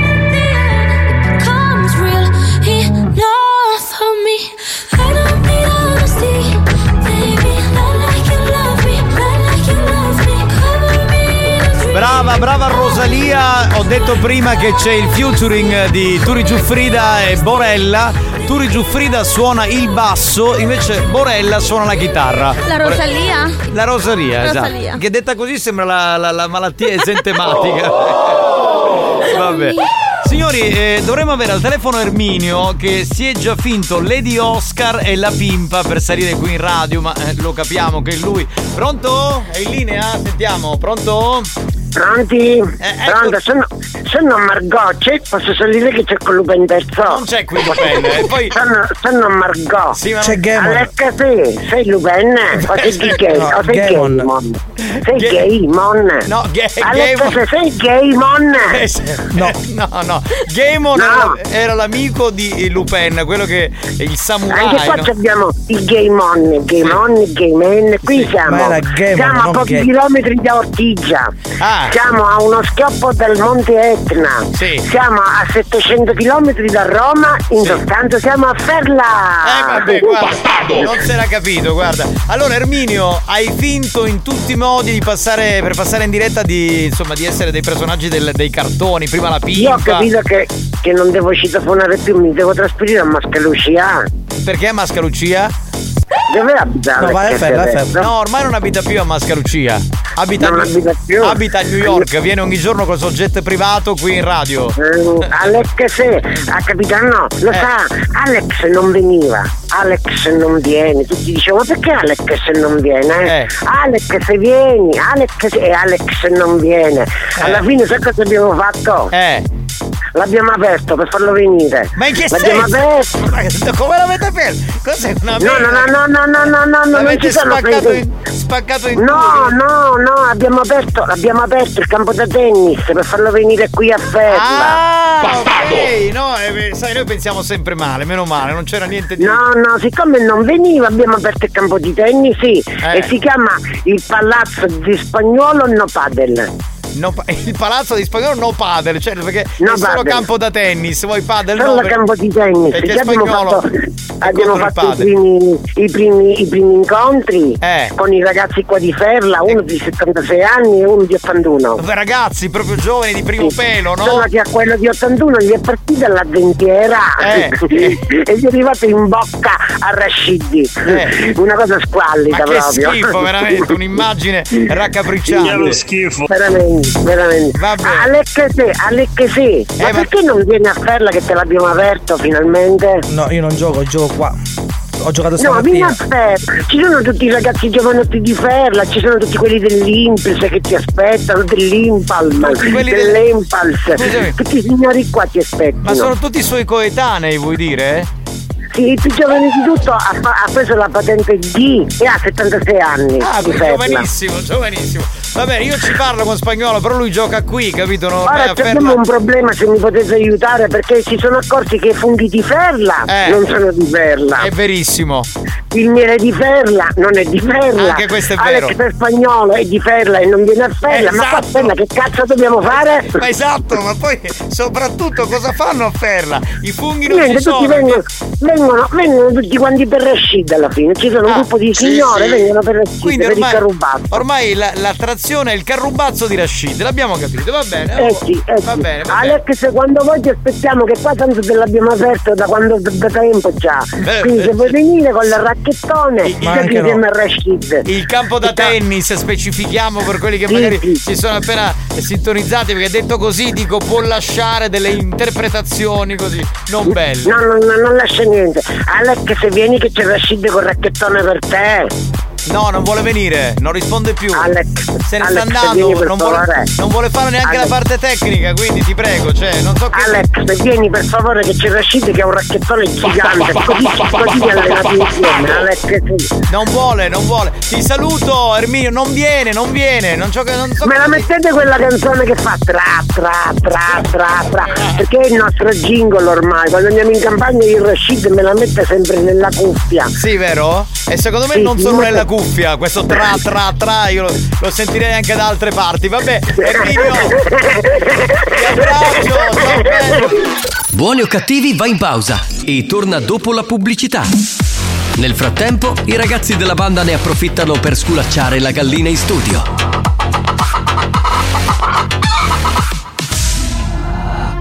Speaker 4: It becomes real, enough for me. I don't need honesty, baby. Lie like you love me, lie like you love me. Cover me in a dream.
Speaker 9: Brava, brava Rosalia. Ho detto prima che c'è il featuring di Turi Giuffrida e Borella. Turi Giuffrida suona il basso, invece Borella suona la chitarra.
Speaker 12: La Rosalia?
Speaker 9: La Rosalia,
Speaker 12: Rosalia.
Speaker 9: esatto. Che detta così sembra la, la- la malattia esentematica.
Speaker 13: Oh.
Speaker 9: Vabbè. Signori, eh, dovremmo avere al telefono Erminio che si è già finto Lady Oscar e la pimpa per salire qui in radio, ma eh, lo capiamo che è lui. Pronto? È in linea? Sentiamo, pronto? Eh, ecco.
Speaker 16: Pronti? Pronto? Sono, sono Margot, c'è- posso salire che c'è con lupo in terzo? Non
Speaker 9: c'è qui
Speaker 16: Lupin,
Speaker 9: e poi...
Speaker 16: Sono, sono Margot.
Speaker 9: ma-
Speaker 16: C'è
Speaker 9: C'è
Speaker 16: Gamon.
Speaker 9: Gaemon.
Speaker 16: Allora, sei, sei Lupin? O sei gay?
Speaker 10: No,
Speaker 16: o sei
Speaker 10: Gaemon.
Speaker 16: Gaemon? Sei Gaemon?
Speaker 9: No, Ga-
Speaker 16: Allora,
Speaker 9: Gaemon.
Speaker 16: se sei Gaemon?
Speaker 9: Eh, sì. No, no, no. Gaemon era, era l'amico di Lupin, quello che è il samurai.
Speaker 16: Anche qua
Speaker 9: no?
Speaker 16: abbiamo i Gaemon, Gaemon, Gaiman, qui
Speaker 9: ma
Speaker 16: siamo,
Speaker 9: era Gaemon,
Speaker 16: siamo a
Speaker 9: non
Speaker 16: pochi
Speaker 9: Gae-
Speaker 16: chilometri da Ortigia,
Speaker 9: Ah.
Speaker 16: siamo a uno schioppo dal monte Etna,
Speaker 9: Sì.
Speaker 16: siamo a 700 chilometri da Roma, in sostanza siamo a Ferla.
Speaker 9: Eh, vabbè, guarda, non se l'ha capito, guarda. Allora, Erminio, hai finto in tutti i modi di passare, per passare in diretta di, insomma, di essere dei personaggi del- dei cartoni, prima la pimpa.
Speaker 16: Io ho capito che, che non devo citofonare più, mi devo trasferire a Mascalucia.
Speaker 9: Perché a Mascalucia?
Speaker 16: Dove abita?
Speaker 9: No, vai a
Speaker 16: Perché
Speaker 9: Ferla, a
Speaker 16: adesso-
Speaker 9: Ferla. No, ormai non abita più a Mascalucia. Abita,
Speaker 16: Non
Speaker 9: a, New-
Speaker 16: abita più.
Speaker 9: abita a New York, viene ogni giorno col suo jet privato qui in radio. Eh.
Speaker 16: Mm, Alex se, a capitano, lo sa, Alex non veniva, Alex non viene, tutti dicevano "Ma perché Alex non viene? eh? Alex se vieni, Alex e Alex non viene.
Speaker 9: Eh.
Speaker 16: Alla fine sai cosa abbiamo fatto? L'abbiamo aperto per farlo venire.
Speaker 9: Ma in che
Speaker 16: L'abbiamo
Speaker 9: senso?
Speaker 16: aperto.
Speaker 9: Ma Come l'avete aperto? Cos'è una
Speaker 16: No, no, no, no, no, no, no, no, no, non
Speaker 9: L'avete
Speaker 16: ci sono
Speaker 9: spaccato
Speaker 16: prese.
Speaker 9: in, spaccato in
Speaker 16: No,
Speaker 9: due.
Speaker 16: no, no, abbiamo aperto, abbiamo aperto il campo da tennis per farlo venire qui a Ferla.
Speaker 9: Ah, ok, no, eh, sai, noi pensiamo sempre male, meno male, non c'era niente di.
Speaker 16: No, no, siccome non veniva abbiamo aperto il campo di tennis sì,
Speaker 9: Eh.
Speaker 16: e si chiama il Palazzo di Spagnolo No Padel.
Speaker 9: No pa- il palazzo di spagnolo no padel, cioè perché
Speaker 16: No
Speaker 9: è solo
Speaker 16: padel.
Speaker 9: campo da tennis, vuoi padel?
Speaker 16: Solo
Speaker 9: no, perché-
Speaker 16: campo di tennis,
Speaker 9: Perché
Speaker 16: già abbiamo
Speaker 9: spagnolo
Speaker 16: fatto-
Speaker 9: è
Speaker 16: Abbiamo
Speaker 9: contro il
Speaker 16: fatto i
Speaker 9: padel. Eh.
Speaker 16: primi, i primi- i primi incontri con i ragazzi qua di Ferla, uno di 76 anni e uno di 81.
Speaker 9: Ragazzi proprio giovani di primo pelo, no?
Speaker 16: Solo che a quello di 81 gli è partita la dentiera
Speaker 9: Eh, eh.
Speaker 16: e gli è arrivato in bocca a Rashidi. Una cosa
Speaker 9: Eh. Ma
Speaker 16: squallida
Speaker 9: che
Speaker 16: proprio.
Speaker 9: schifo, veramente, un'immagine raccapricciante.
Speaker 16: Io lo
Speaker 9: schifo.
Speaker 16: Veramente, veramente. Ah, Alecche sì, Alecche
Speaker 9: Eh,
Speaker 16: sì. Ma perché non vieni a Ferla che te l'abbiamo aperto finalmente?
Speaker 10: No, io non gioco, gioco qua. Ho giocato
Speaker 16: No, vieni
Speaker 10: stamattina.
Speaker 16: a Ferla. Ci sono tutti i ragazzi giovanotti di Ferla, ci sono tutti quelli dell'Impels che ti aspettano, dell'Impalm,
Speaker 9: quelli del-
Speaker 16: dell'Empals.
Speaker 9: Scusami.
Speaker 16: Tutti i signori qua ti aspettano.
Speaker 9: Ma sono tutti i suoi coetanei, vuoi dire? eh?
Speaker 16: Sì, il più giovane di tutto ha, fa- ha preso la patente D e ha 76 anni.
Speaker 9: Ah,
Speaker 16: di Ferla.
Speaker 9: giovanissimo, giovanissimo. Vabbè, io ci parlo con spagnolo, però lui gioca qui, capito? Non vai
Speaker 16: Ora
Speaker 9: a
Speaker 16: c'è
Speaker 9: Ferla.
Speaker 16: un problema se mi potete aiutare perché si sono accorti che i funghi di Ferla
Speaker 9: Eh.
Speaker 16: non sono di Ferla.
Speaker 9: È verissimo.
Speaker 16: Il miele di Ferla non è di Ferla.
Speaker 9: Anche questo è
Speaker 16: Alex
Speaker 9: vero. Esatto.
Speaker 16: per spagnolo è di Ferla e non viene a Ferla. Ma qua a Ferla che cazzo dobbiamo fare?
Speaker 9: Ma esatto, ma poi soprattutto cosa fanno a Ferla? I funghi non
Speaker 16: Niente,
Speaker 9: ci sono.
Speaker 16: tutti vengono, vengono, vengono tutti quanti per Rashid alla fine. Ci sono un gruppo di signore
Speaker 9: Ah, sì.
Speaker 16: vengono per Rashid,
Speaker 9: Quindi
Speaker 16: per
Speaker 9: ormai,
Speaker 16: il carrubato.
Speaker 9: ormai la, l'attrazione è il carrubazzo di Rashid, l'abbiamo capito, va bene.
Speaker 16: Eh
Speaker 9: allora,
Speaker 16: sì, eh
Speaker 9: va
Speaker 16: sì.
Speaker 9: bene, va bene.
Speaker 16: Alex, quando vuoi ti aspettiamo che qua tanto te l'abbiamo aperto da quando da tempo già.
Speaker 9: Beh,
Speaker 16: Quindi se
Speaker 9: eh,
Speaker 16: vuoi venire con il racchettone,
Speaker 9: Ma
Speaker 16: se
Speaker 9: anche
Speaker 16: ti
Speaker 9: no.
Speaker 16: sembra Rashid.
Speaker 9: Il campo da tennis, specifichiamo per quelli che magari si sono appena sintonizzati, perché detto così dico può lasciare delle interpretazioni così non belle.
Speaker 16: No, no, no, non lascia niente. Alex, se vieni che c'è Rashid col racchettone per te.
Speaker 9: No, non vuole venire, non risponde più. Se ne
Speaker 16: Alex,
Speaker 9: sta
Speaker 16: vieni
Speaker 9: andando,
Speaker 16: per
Speaker 9: non vuole,
Speaker 16: favore.
Speaker 9: non vuole fare neanche la
Speaker 16: Alex.
Speaker 9: parte tecnica, quindi ti prego, cioè, non so che.
Speaker 16: Alex, vieni per favore che c'è Rashid che ha un racchettone gigante. Così, così vi allenate insieme. Alex, sì.
Speaker 9: Non vuole, non vuole. Ti saluto, Erminio, non viene, non viene, non so che. Non so
Speaker 16: Me la mettete quella canzone che fa tra tra tra tra tra perché è il nostro jingle ormai, quando andiamo in campagna il Rashid me la mette sempre nella cuffia.
Speaker 9: Sì, vero? E secondo me
Speaker 16: Sì,
Speaker 9: non
Speaker 16: sì,
Speaker 9: solo
Speaker 16: ma-
Speaker 9: nella cuffia, questo tra tra tra, io lo, lo sentirei anche da altre parti. Vabbè, Erminio, ti abbraccio, ciao bello.
Speaker 1: Buoni o cattivi va in pausa e torna dopo la pubblicità. Nel frattempo, i ragazzi della banda ne approfittano per sculacciare la gallina in studio.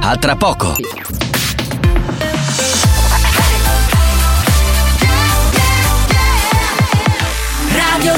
Speaker 1: A tra poco.
Speaker 7: Radio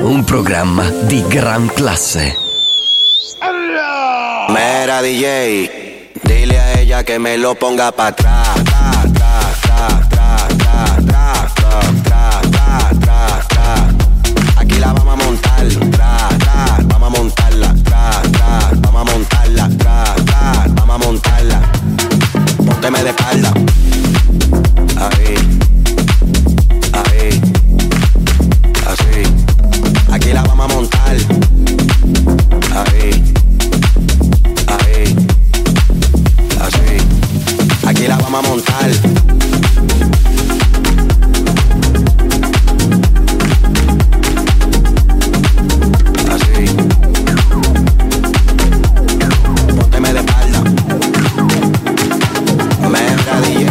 Speaker 1: un programma di gran classe.
Speaker 14: Mera DJ, dile a ella que me lo ponga para atrás. Aquí la vamos a montar, tra, tra, vamos a montarla, tra, tra, vamos a montarla, tra, tra, vamos a montarla. Pónteme de espalda. Ahí, ahí, así. Aquí la vamos a montar. Ahí. Ahí, así. Aquí la vamos Ah, a montar. Así. Pónteme de espalda. Mera DJ.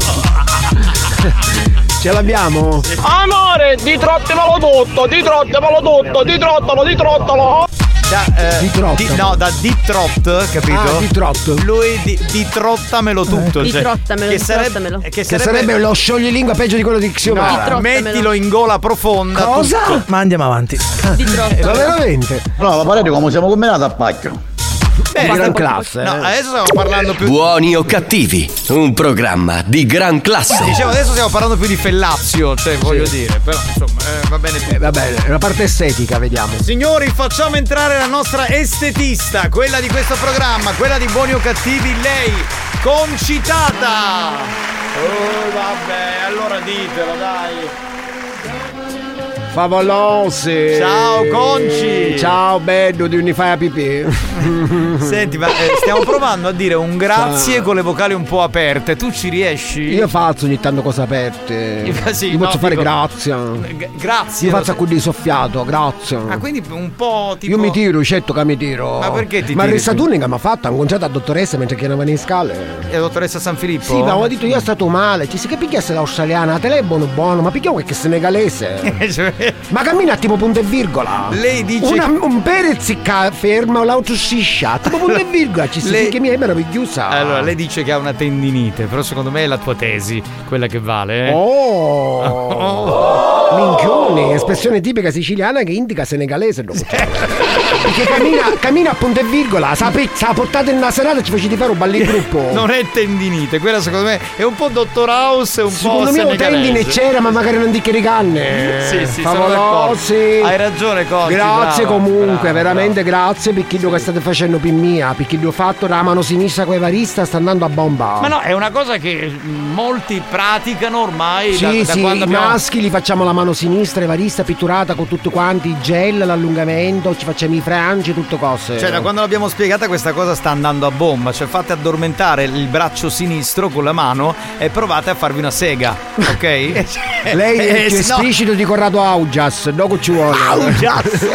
Speaker 11: Ce l'abbiamo?
Speaker 18: Amore, di trottemelo tutto, di trottemelo tutto, di trottalo, di trottalo.
Speaker 9: Da, eh, di- no, da di trot, capito?
Speaker 11: Ah, di trot.
Speaker 9: Lui di, di trottamelo tutto.
Speaker 12: Di
Speaker 9: cioè,
Speaker 12: trottamelo,
Speaker 9: che
Speaker 12: di
Speaker 9: sarebbe,
Speaker 12: trottamelo.
Speaker 9: Che
Speaker 11: Che
Speaker 9: sarebbe,
Speaker 11: sarebbe lo scioglilingua peggio di quello di Xiomara.
Speaker 9: No, mettilo in gola profonda. tutto.
Speaker 10: Ma andiamo avanti.
Speaker 9: Di trottamelo.
Speaker 11: veramente?
Speaker 20: No, la parete come siamo combinati a pacchio.
Speaker 9: Eh,
Speaker 11: gran
Speaker 9: stiamo-
Speaker 11: classe.
Speaker 9: No, adesso stiamo parlando più.
Speaker 1: Buoni o cattivi, un programma di gran classe.
Speaker 9: Diciamo, adesso stiamo parlando più di fellazio, cioè voglio dire, però insomma, eh, va bene. tutto.
Speaker 11: Va bene, la parte estetica, vediamo.
Speaker 9: Signori, facciamo entrare la nostra estetista, quella di questo programma, quella di Buoni o Cattivi, lei, concitata! Oh, vabbè, allora ditelo, dai!
Speaker 11: Favolosi.
Speaker 9: Ciao, Conci.
Speaker 11: Ciao bello di Unify APP.
Speaker 9: Senti, ma eh, stiamo provando a dire un grazie con le vocali un po' aperte, tu ci riesci?
Speaker 11: Io faccio ogni tanto cose aperte.
Speaker 9: Eh, sì,
Speaker 11: Io
Speaker 9: no,
Speaker 11: faccio fare
Speaker 9: dico-
Speaker 11: grazia.
Speaker 9: G- grazie.
Speaker 11: Io
Speaker 9: lo
Speaker 11: faccio a
Speaker 9: so.
Speaker 11: quelli soffiato, grazie.
Speaker 9: Ah, quindi un po' tipo...
Speaker 11: Io mi tiro, certo che mi tiro.
Speaker 9: Ma perché ti
Speaker 11: Ma
Speaker 9: tiri?
Speaker 11: Rissa Tunica mi ha fatto, ha conciato la dottoressa mentre chiamava in scale.
Speaker 9: E la Eh, dottoressa San Filippo?
Speaker 11: Sì, ma ho detto io è stato male. Ci si che pigliasse l'australiana, te lei è buono buono, ma perché qualche senegalese?
Speaker 9: Cioè,
Speaker 11: Ma cammina tipo punto e virgola.
Speaker 9: Lei dice-
Speaker 11: Una- un perezzica ferma o l'auto sciscia. Tipo punto e virgola, ci si
Speaker 9: Lei-
Speaker 11: che mi è meravigliosa.
Speaker 9: Allora, lei dice che ha una tendinite, però secondo me è la tua tesi, quella che vale. eh.
Speaker 11: Oh! Minchione, espressione tipica siciliana che indica senegalese. dopo. Perché cammina, cammina a punto e virgola, sa pizza, portate in una serata e ci facete fare un balli in gruppo.
Speaker 9: Non è tendinite, quella secondo me è un po' Dottor House e un
Speaker 11: Secondo
Speaker 9: po'
Speaker 11: me lo
Speaker 9: senegalese.
Speaker 11: tendine c'era, ma magari non di che ricanne.
Speaker 9: Sì, sì, sono
Speaker 11: Favolosi.
Speaker 9: d'accordo. Hai ragione, Conci,
Speaker 11: Grazie
Speaker 9: bravo,
Speaker 11: comunque,
Speaker 9: bravo,
Speaker 11: veramente grazie per chi lo che state facendo per mia, per chi lo ho fatto la mano sinistra con Evarista sta andando a bomba.
Speaker 9: Ma no, è una cosa che molti praticano ormai da,
Speaker 11: Sì,
Speaker 9: da
Speaker 11: sì, i
Speaker 9: quando abbiamo...
Speaker 11: maschi li facciamo la mano sinistra, Evarista pitturata con tutti quanti, il gel, l'allungamento, ci facciamo i frangi, tutto cose.
Speaker 9: Cioè, da quando l'abbiamo spiegata questa cosa sta andando a bomba, cioè fate addormentare il braccio sinistro con la mano e provate a farvi una sega, ok?
Speaker 11: Lei è
Speaker 9: Eh,
Speaker 11: più
Speaker 9: se no-
Speaker 11: esplicito di Corrado Augias, dopo ci vuole.
Speaker 9: Augias.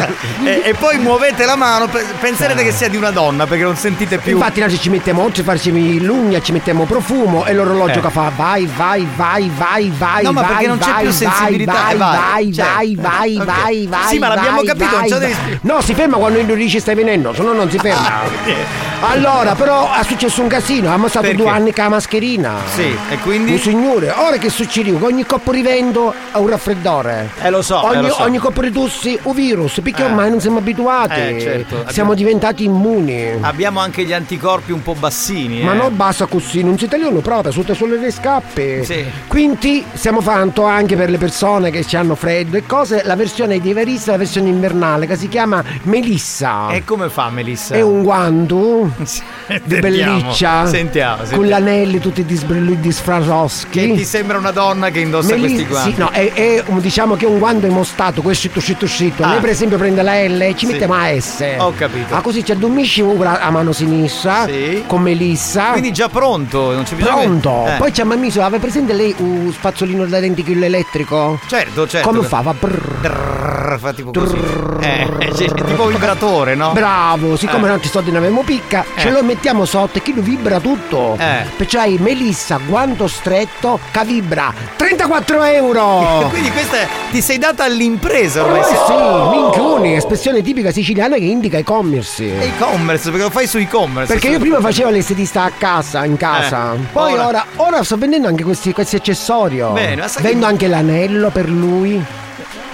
Speaker 9: e, e poi muovete la mano, pe- penserete che sia di una donna perché non sentite più.
Speaker 11: Infatti noi ci mettiamo oggi, farci l'ugna, ci mettiamo profumo e l'orologio
Speaker 9: Eh.
Speaker 11: che fa vai, vai, vai, vai, vai,
Speaker 9: No, ma
Speaker 11: vai,
Speaker 9: perché non c'è
Speaker 11: vai,
Speaker 9: più
Speaker 11: vai,
Speaker 9: sensibilità,
Speaker 11: vai,
Speaker 9: eh, vai,
Speaker 11: vai,
Speaker 9: cioè.
Speaker 11: vai, vai,
Speaker 9: Ok.
Speaker 11: vai, vai.
Speaker 9: Sì, ma l'abbiamo
Speaker 11: vai,
Speaker 9: capito, non
Speaker 11: vai,
Speaker 9: ce lo devi
Speaker 11: vai.
Speaker 9: spiegare.
Speaker 11: No, si ferma quando il dice stai venendo, se no non si ferma.
Speaker 9: Ah.
Speaker 11: Allora, però è successo un casino, abbiamo stato
Speaker 9: Perché?
Speaker 11: due anni con la mascherina.
Speaker 9: Sì, e quindi?
Speaker 11: Un signore, ora che succede? Che ogni coppo rivendo ha un raffreddore.
Speaker 9: Eh, lo so, eh,
Speaker 11: Ogni,
Speaker 9: lo so.
Speaker 11: ogni coppo ritussi un virus, perché ormai non siamo abituati.
Speaker 9: Eh, certo,
Speaker 11: Siamo
Speaker 9: abbiamo- Ah,
Speaker 11: diventati immuni.
Speaker 9: Abbiamo anche gli anticorpi un po' bassini.
Speaker 11: Ma
Speaker 9: eh.
Speaker 11: non basta così, non si tagliano proprio, tutte solo le scappe.
Speaker 9: Sì.
Speaker 11: Quindi stiamo fanto anche per le persone che ci hanno freddo e cose, la versione di Evarista, la versione invernale, che si chiama Melissa.
Speaker 9: E come fa Melissa?
Speaker 11: Ah. È un guanto di
Speaker 9: Sentiamo,
Speaker 11: belliccia
Speaker 9: sentiamo,
Speaker 11: con
Speaker 9: sentiamo.
Speaker 11: gli anelli tutti disbrelli disfrasoschi.
Speaker 9: Che ti sembra una donna che indossa questi
Speaker 11: Melissa,
Speaker 9: guanti?
Speaker 11: sì, no, è, è un- diciamo che è un guanto impostato, questo scritto, scritto, scritto.
Speaker 9: Ah.
Speaker 11: Lei per esempio prende la L e ci
Speaker 9: Sì.
Speaker 11: mette la S.
Speaker 9: Ho capito.
Speaker 11: Ma così ci addormisci ora a mano sinistra, con Melissa.
Speaker 9: Quindi già pronto, non c'è bisogno.
Speaker 11: Ah. Pronto!
Speaker 9: Eh.
Speaker 11: Poi c'è Mammiso, aveva presente lei un spazzolino da denticchio elettrico?
Speaker 9: Certo, certo.
Speaker 11: Come fa? Va brrr.
Speaker 9: Brrr, fa tipo così. Eh, sì, tipo vibratore, no?
Speaker 11: Bravo, siccome
Speaker 9: Eh.
Speaker 11: non ci sto di avevamo picca,
Speaker 9: Eh.
Speaker 11: ce lo mettiamo sotto e chi lo vibra tutto.
Speaker 9: Eh.
Speaker 11: Perciò hai Melissa, guanto stretto, che vibra 34 euro!
Speaker 9: Quindi questa è- ti sei data all'impresa ormai.
Speaker 11: Eh
Speaker 9: sei-
Speaker 11: sì, minchioni, espressione tipica siciliana che indica i
Speaker 9: È
Speaker 11: commerci.
Speaker 9: e-commerce, perché lo fai su e-commerce.
Speaker 11: Perché io prima facevo l'estetista a casa, in casa.
Speaker 9: Eh,
Speaker 11: Poi
Speaker 9: ora-
Speaker 11: ora... Ora, sto vendendo anche questi, questi accessori. oh.
Speaker 9: Bene, ma sai che-
Speaker 11: Vendo anche l'anello per lui.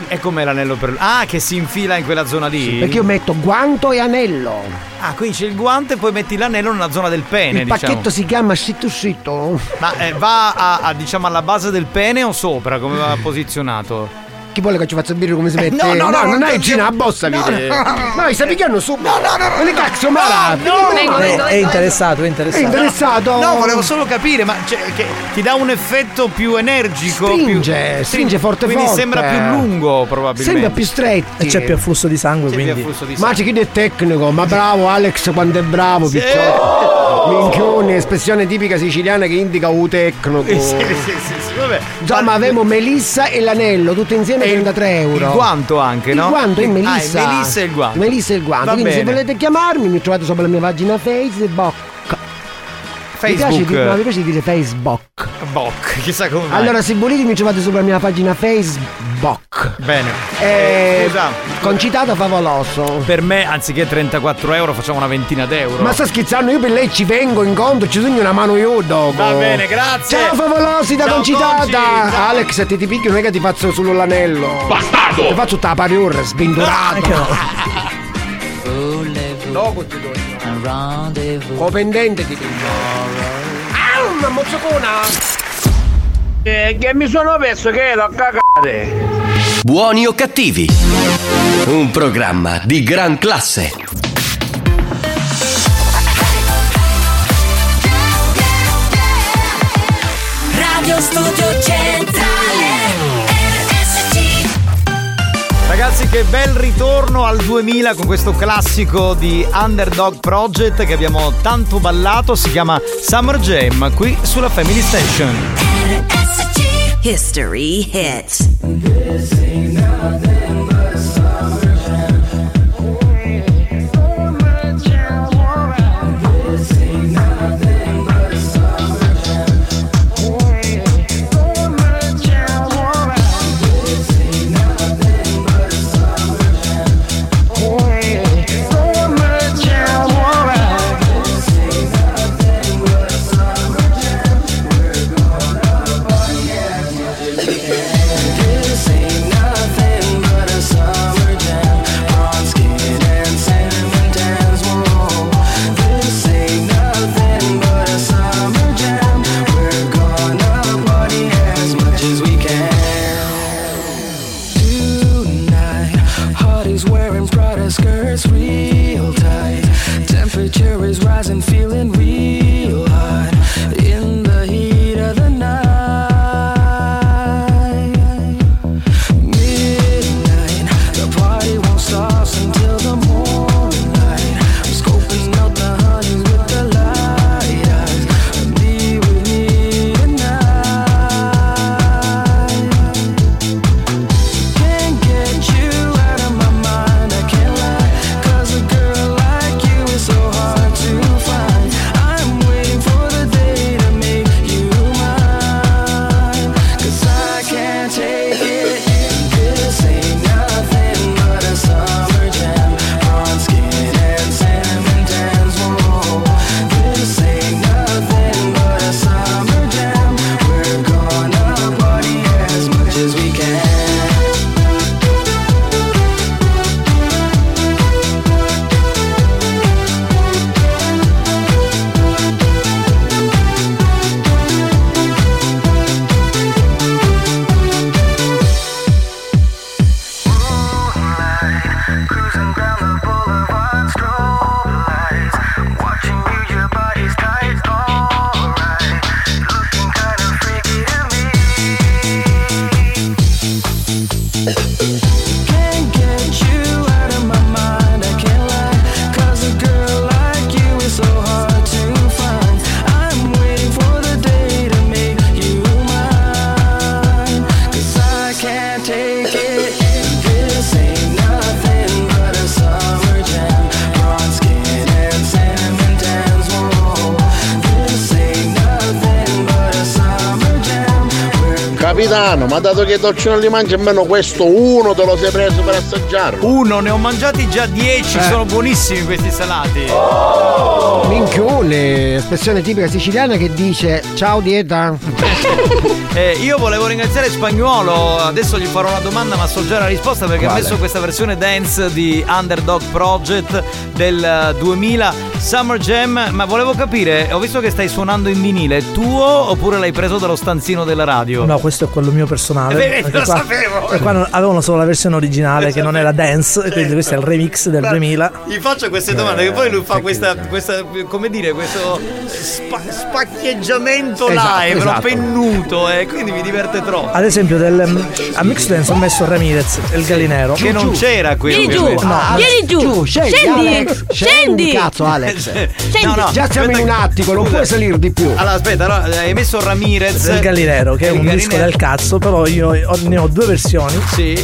Speaker 9: E com'è l'anello per. Ah, che si infila in quella zona lì.
Speaker 11: Perché io metto guanto e anello.
Speaker 9: Ah, quindi c'è il guante e poi metti l'anello nella zona del pene,
Speaker 11: Il
Speaker 9: diciamo.
Speaker 11: pacchetto si chiama Shitto Shitto.
Speaker 9: Ma eh, va a, a, diciamo alla base del pene o sopra? Come va posizionato?
Speaker 11: Chi vuole che ci faccia vedere come si mette?
Speaker 9: Eh, no, no, no,
Speaker 11: non
Speaker 9: non
Speaker 11: hai
Speaker 9: ti-
Speaker 11: cina a bossa,
Speaker 9: no,
Speaker 11: vedi?
Speaker 9: no, no.
Speaker 11: No, stai pigliando subito. No, no, no. Non è cazzo, ma
Speaker 10: È interessato, è interessato.
Speaker 11: È interessato.
Speaker 9: Esatto. No, volevo solo capire, ma cioè, che ti dà un effetto più energico. più-
Speaker 11: Stringe, stringe forte
Speaker 9: Quindi
Speaker 11: forte.
Speaker 9: sembra più lungo, probabilmente.
Speaker 11: Sembra più stretto.
Speaker 10: E c'è più afflusso di sangue,
Speaker 9: Più
Speaker 10: quindi.
Speaker 9: afflusso di
Speaker 11: Ma c'è chi è tecnico, ma bravo Alex quanto è bravo,
Speaker 9: Sì.
Speaker 11: picciotto. Minchione, espressione tipica siciliana che indica u tecnico.
Speaker 9: Eh, sì, sì, sì, sì, vabbè.
Speaker 11: Già, ma avevamo Melissa e l'anello, tutti insieme 33 euro.
Speaker 9: Il guanto anche, no?
Speaker 11: Il guanto è
Speaker 9: Ah,
Speaker 11: Melissa.
Speaker 9: Melissa e il guanto.
Speaker 11: Melissa e il guanto.
Speaker 9: Va
Speaker 11: Quindi se
Speaker 9: bene.
Speaker 11: volete chiamarmi mi trovate sopra la mia pagina Facebook.
Speaker 9: Facebook.
Speaker 11: Mi piace, dire- no, mi piace dire Facebook.
Speaker 9: Boc, chissà come mai.
Speaker 11: Allora se volete mi trovate sopra la mia pagina Facebook.
Speaker 9: Bene.
Speaker 11: Eh,
Speaker 9: Scusa.
Speaker 11: concitato favoloso.
Speaker 9: Per me, anziché 34 euro, facciamo una ventina d'euro.
Speaker 11: Ma sta scherzando, io per lei ci vengo in conto, ci sogno una mano io dopo.
Speaker 9: Va bene, grazie.
Speaker 11: Ciao favolosi da
Speaker 9: Ciao,
Speaker 11: concitata.
Speaker 9: Conci, ciao.
Speaker 11: Alex, se ti ti picchio non è che ti faccio solo l'anello. Bastardo! Ti faccio tutta la pariur, sbindurato.
Speaker 5: Volevo
Speaker 9: No, questi dolci.
Speaker 11: Copendente di Ah, una mozzocona!
Speaker 28: Eh, che mi sono perso che ero a cagare.
Speaker 1: Buoni o cattivi? Un programma di gran classe.
Speaker 29: Radio Studio Centrale RSC
Speaker 9: Ragazzi, che bel ritorno al 2000 con questo classico di Underdog Project che abbiamo tanto ballato. Si chiama Summer Jam qui sulla Family Station.
Speaker 30: History hits.
Speaker 13: Heart wearing Prada skirts real tight. Temperature is rising, feeling real hot. In the heat of the night. Midnight, the party won't stop until the morning light. I'm scoping out the honeys with the light eyes. Be with me tonight. Can't get you out of my mind, I can't lie. 'Cause a girl like you is so hard to find. I'm waiting for the day to make you mine. 'Cause I can't take it. This ain't nothing but a summer jam. Bronze skin and sand and dance, whoa. This ain't nothing but a summer jam. We're gonna party as much as we can. Can't get you out of my mind, I can't lie. 'Cause a girl like you is so hard to find. I'm waiting for the day to make you mine. 'Cause I can't take it. This ain't nothing but a summer jam. Bronze skin and sand and dance, whoa. This ain't nothing but a summer jam.
Speaker 2: Capitano, ma dato che i dolci non li mangi, almeno questo uno te lo sei preso per assaggiarlo.
Speaker 9: Uno, ne ho mangiati già 10, sono buonissimi questi salati.
Speaker 11: Minchione, espressione tipica siciliana che dice ciao dieta.
Speaker 9: Eh, io volevo ringraziare Spagnuolo, adesso gli farò una domanda ma so già la risposta perché
Speaker 11: Quale?
Speaker 9: ha messo questa versione dance di Underdog Project del eh, 2000 Summer Jam, ma volevo capire, ho visto che stai suonando in vinile, è tuo oppure l'hai preso dallo stanzino della radio?
Speaker 20: No, questo è quello mio personale.
Speaker 9: Eh, vedi,
Speaker 20: Perché
Speaker 9: lo
Speaker 20: qua-
Speaker 9: sapevo.
Speaker 20: e qua non- avevano solo la versione originale che non era dance, quindi questo è il remix del 2000.
Speaker 9: Gli faccio queste domande che poi lui fa questa, questa come dire, questo spa- spaccheggiamento
Speaker 20: Esatto,
Speaker 9: live,
Speaker 20: esatto.
Speaker 9: l'ho pennuto e quindi mi diverte troppo.
Speaker 20: Ad esempio, del, mm, a Mix Dance ho messo Ramirez e il gallinero.
Speaker 9: Che non c'era qui.
Speaker 20: Vieni giù,
Speaker 9: ovviamente.
Speaker 20: no.
Speaker 31: Vieni giù,
Speaker 20: scendi, Alex,
Speaker 31: scendi.
Speaker 11: Cazzo Alex.
Speaker 31: Scendi.
Speaker 11: Già siamo
Speaker 9: aspetta
Speaker 11: in un
Speaker 9: che-
Speaker 11: attico, non
Speaker 9: scusa.
Speaker 11: puoi salire di più.
Speaker 9: Allora, aspetta, allora, hai messo Ramirez.
Speaker 20: Il gallinero, che è
Speaker 9: Il
Speaker 20: un disco
Speaker 9: gallinero.
Speaker 20: del cazzo, però io ho- ne ho due versioni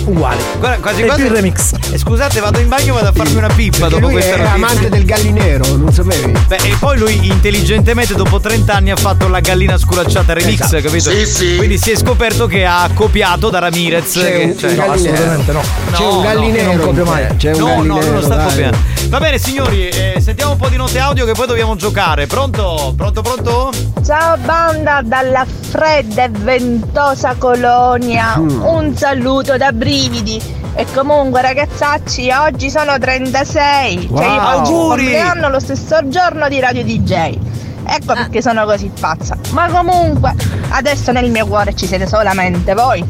Speaker 20: uguali.
Speaker 9: Guarda, quasi
Speaker 20: E
Speaker 9: quasi.
Speaker 20: più il remix.
Speaker 9: Eh, Scusate, vado in bagno e vado a farmi una pippa dopo
Speaker 11: Lui
Speaker 9: questa
Speaker 11: era
Speaker 9: notizia.
Speaker 11: amante del gallinero, non sapevi?
Speaker 9: Beh, e poi lui intelligentemente dopo 30 anni ha fatto la gallina sculacciata remix,
Speaker 11: Esatto.
Speaker 9: capito?
Speaker 11: Sì, sì.
Speaker 9: Quindi si è scoperto che ha copiato da Ramirez.
Speaker 11: C'è
Speaker 9: Cioè che-
Speaker 11: un- un gallinero. C'è un gallinero
Speaker 9: no, non copio
Speaker 11: in te.
Speaker 9: mai.
Speaker 11: C'è un
Speaker 9: no, no, non
Speaker 11: gallinero,
Speaker 9: lo sta
Speaker 11: dai.
Speaker 9: copiando. Va bene, signori, eh, sentiamo un po' di note audio che poi dobbiamo giocare. Pronto? Pronto, pronto?
Speaker 18: Ciao banda dalla fredda e ventosa colonia,
Speaker 9: Mm.
Speaker 18: un saluto da brividi E comunque ragazzacci, oggi sono 36. Cioè io
Speaker 9: Wow.
Speaker 18: faccio il
Speaker 9: Auguri!
Speaker 18: compleanno lo stesso giorno di Radio DJ. Ecco
Speaker 12: Ah.
Speaker 18: perché sono così pazza. Ma comunque, adesso nel mio cuore ci siete solamente voi.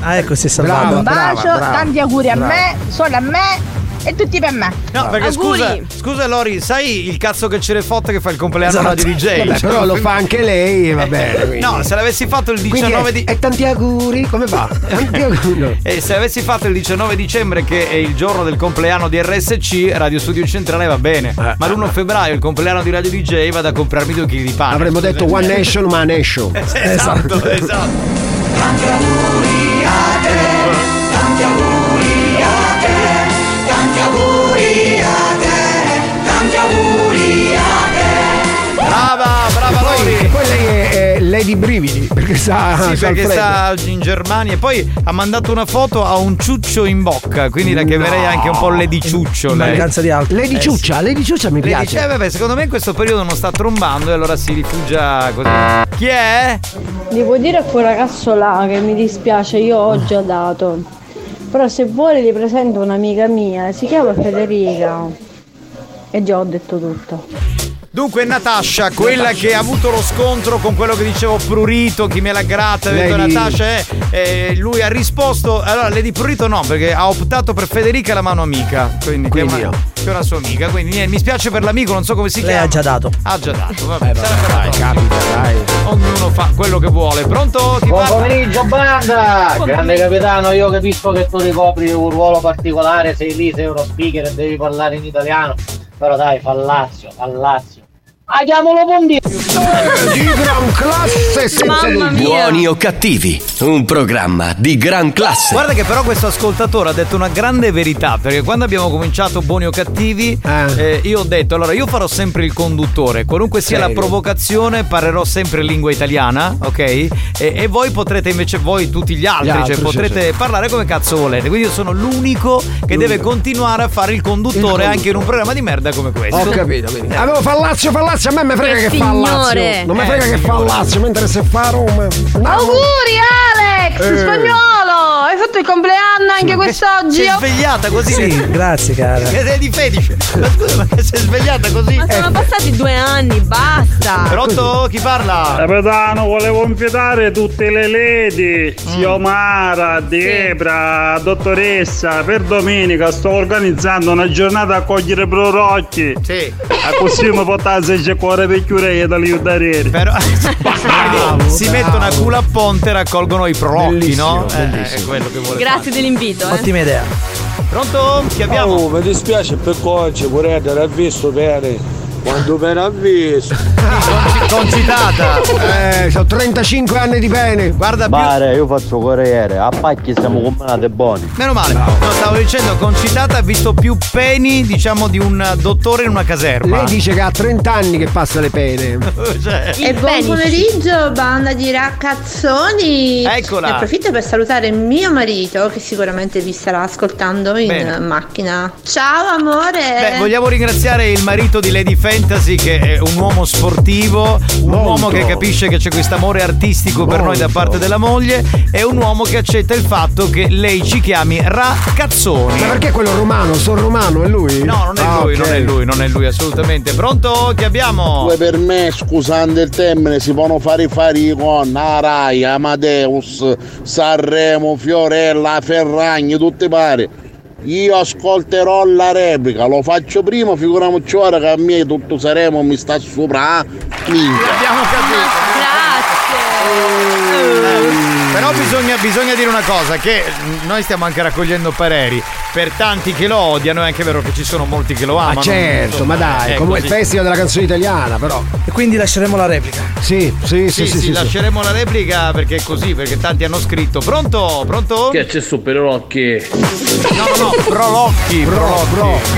Speaker 22: Ah, ecco, si è salvato.
Speaker 18: Un bacio, tanti auguri a me, solo a me e tutti per me.
Speaker 9: No, perché scusa, scusa Lori, sai il cazzo che ce ne fotte che fa il compleanno alla
Speaker 11: Esatto.
Speaker 9: DJ?
Speaker 11: Vabbè,
Speaker 9: Cioè,
Speaker 11: però lo fa anche lei e va
Speaker 9: Eh,
Speaker 11: bene. quindi.
Speaker 9: No, se l'avessi fatto il
Speaker 11: Quindi
Speaker 9: 19
Speaker 11: è-
Speaker 9: di...
Speaker 11: E tanti auguri, come va? Tanti auguri. No.
Speaker 9: E se avessi fatto il 19 dicembre, che è il giorno del compleanno di RSC, Radio Studio Centrale va bene.
Speaker 11: Eh,
Speaker 9: Ma l'1 febbraio, il compleanno di Radio DJ, vado a comprarmi due chili di pane.
Speaker 11: Avremmo detto One Nation, ma Nation.
Speaker 9: Esatto, esatto.
Speaker 13: Tanti auguri a te, tanti auguri a te, tanti auguri a te.
Speaker 11: Ah,
Speaker 9: Brava, brava
Speaker 11: Lori! Poi lei è, è Lady Brividi, perché sa.
Speaker 9: Sì,
Speaker 11: sa il
Speaker 9: perché
Speaker 11: freddo.
Speaker 9: sta in Germania e poi ha mandato una foto a un ciuccio in bocca, quindi la chiamerei anche un po' Lady Ciuccio. Lei.
Speaker 11: Lady
Speaker 9: Eh, sì.
Speaker 11: Ciuccia, Lady Ciuccia mi
Speaker 9: Lei
Speaker 11: piace.
Speaker 9: dice, eh, vabbè, secondo me in questo periodo non sta trombando e allora si rifugia così. Chi è?
Speaker 10: Devo dire a quel ragazzo là che mi dispiace, io ho già dato. Però se vuole gli presento un'amica mia, si chiama Federica. E già ho detto tutto.
Speaker 9: Dunque Natascia, quella che ha avuto lo scontro con quello che dicevo Prurito, chi me l'ha gratta, ha detto
Speaker 11: Lady-
Speaker 9: Natascia, eh, eh, lui ha risposto, allora lei di Prurito no, perché ha optato per Federica la mano amica, quindi,
Speaker 22: Quindi
Speaker 9: che, è una,
Speaker 22: io.
Speaker 9: che è una sua amica, quindi niente, mi spiace per l'amico, non so come si chiama.
Speaker 22: Lei ha già Eh, dato.
Speaker 9: Ha già dato, vabbè. sarà per la prossima. Ognuno fa quello che vuole. Pronto? Ti
Speaker 14: Buon
Speaker 9: parla?
Speaker 14: pomeriggio banda!
Speaker 9: Buon
Speaker 14: Grande
Speaker 9: pomeriggio.
Speaker 14: capitano, io capisco che tu ricopri un ruolo particolare, sei lì, sei uno speaker e devi parlare in italiano, però dai, fallazio, fallazio. Andiamolo Bondino!
Speaker 11: Di gran classe senza dubbio.
Speaker 1: Buoni o cattivi, un programma di gran classe.
Speaker 9: Guarda che però questo ascoltatore ha detto una grande verità, perché quando abbiamo cominciato Buoni o Cattivi, eh, io ho detto, allora io farò sempre il conduttore, qualunque sia la
Speaker 20: Serio?
Speaker 9: provocazione parlerò sempre in lingua italiana, ok? E, e voi potrete invece, voi tutti gli altri,
Speaker 20: Gli altri,
Speaker 9: cioè,
Speaker 20: sì,
Speaker 9: potrete
Speaker 20: sì.
Speaker 9: parlare come cazzo volete. Quindi io sono l'unico che deve continuare a fare il conduttore, anche in un programma di merda come questo. Eh,
Speaker 11: Ho capito, quindi. Avevo fallazio, fallazio, a me mi frega
Speaker 9: Che
Speaker 11: che
Speaker 9: signore.
Speaker 11: fallazio. Non mi
Speaker 9: Eh,
Speaker 11: frega che
Speaker 9: signore.
Speaker 11: fallazio, mentre se fa a Roma.
Speaker 10: Auguri Alex,
Speaker 11: Eh.
Speaker 10: spagnolo! Hai fatto il compleanno anche quest'oggi?
Speaker 9: Si è svegliata così.
Speaker 22: Sì, grazie cara.
Speaker 9: È di fetice. Ma scusa, ma si è svegliata così. Eh.
Speaker 32: Ma sono passati due anni,
Speaker 18: Ah,
Speaker 32: basta.
Speaker 9: Pronto? Chi parla?
Speaker 15: Capitano, volevo invitare tutte le lady,
Speaker 9: Mm.
Speaker 15: Siomara, Debra, dottoressa, per domenica sto organizzando una giornata a cogliere prorocchi.
Speaker 9: Sì.
Speaker 15: A così mi portate se c'è cuore per chiudere da lì darere.
Speaker 9: Però si mettono a culo a ponte e raccolgono i prolocchi, no? Eh, è quello che vuole.
Speaker 32: Grazie dell'invito. eh.
Speaker 22: idea.
Speaker 9: Pronto? Chi abbiamo?
Speaker 2: Oh, mi dispiace per oggi, vorrei l'ha visto bene. Quando me l'ha visto.
Speaker 9: Concitata.
Speaker 11: Eh, ho 35 anni di pene.
Speaker 9: Guarda
Speaker 2: Pare, io faccio corriere, a pacchi siamo combinati buoni.
Speaker 9: Meno male. No, stavo dicendo, concitata ha visto più peni, diciamo, di un dottore in una caserma.
Speaker 11: Lei dice che ha 30 anni che passa le pene.
Speaker 9: Cioè-
Speaker 10: E buon pomeriggio, banda di raccazzoni!
Speaker 9: Eccola.
Speaker 10: Ne approfitto per salutare mio marito, che sicuramente vi starà ascoltando in
Speaker 9: Bene.
Speaker 10: macchina. Ciao
Speaker 17: Eh?
Speaker 10: amore!
Speaker 9: Beh, vogliamo ringraziare il marito di Lady Fantasy che è un uomo sportivo, un uomo che capisce che c'è questo amore artistico per noi da parte della moglie e un uomo che accetta il fatto che lei ci chiami Raccazzoni.
Speaker 11: Ma perché quello romano? Sono romano, è lui? Ah,
Speaker 9: No, non è lui, non è lui, non è lui assolutamente. Pronto? Che abbiamo?
Speaker 2: Pure per me, scusando il termine, si possono fare i fari con Arai, Amadeus, Sanremo, Fiorella, Ferragni, tutti pari. Io ascolterò la replica, lo faccio prima, figuriamoci ora che a me tutto Sanremo mi sta sopra. ah, Minchia.
Speaker 9: Abbiamo capito.
Speaker 11: Eh.
Speaker 9: Però bisogna, bisogna dire una cosa, che noi stiamo anche raccogliendo pareri per tanti che lo odiano, è anche vero che ci sono molti che lo amano.
Speaker 11: Ma
Speaker 9: eh,
Speaker 11: certo, ma dai,
Speaker 9: È
Speaker 11: come il
Speaker 9: così.
Speaker 11: festival della canzone italiana, però.
Speaker 22: E quindi lasceremo la replica.
Speaker 11: Sì, sì, sì, sì.
Speaker 9: Sì, sì,
Speaker 11: sì, sì.
Speaker 9: lasceremo la replica perché è così, perché tanti hanno scritto. Pronto? Pronto?
Speaker 33: Che c'è su Perolocchi?
Speaker 9: No, no, no, prolocchi, prolocchi.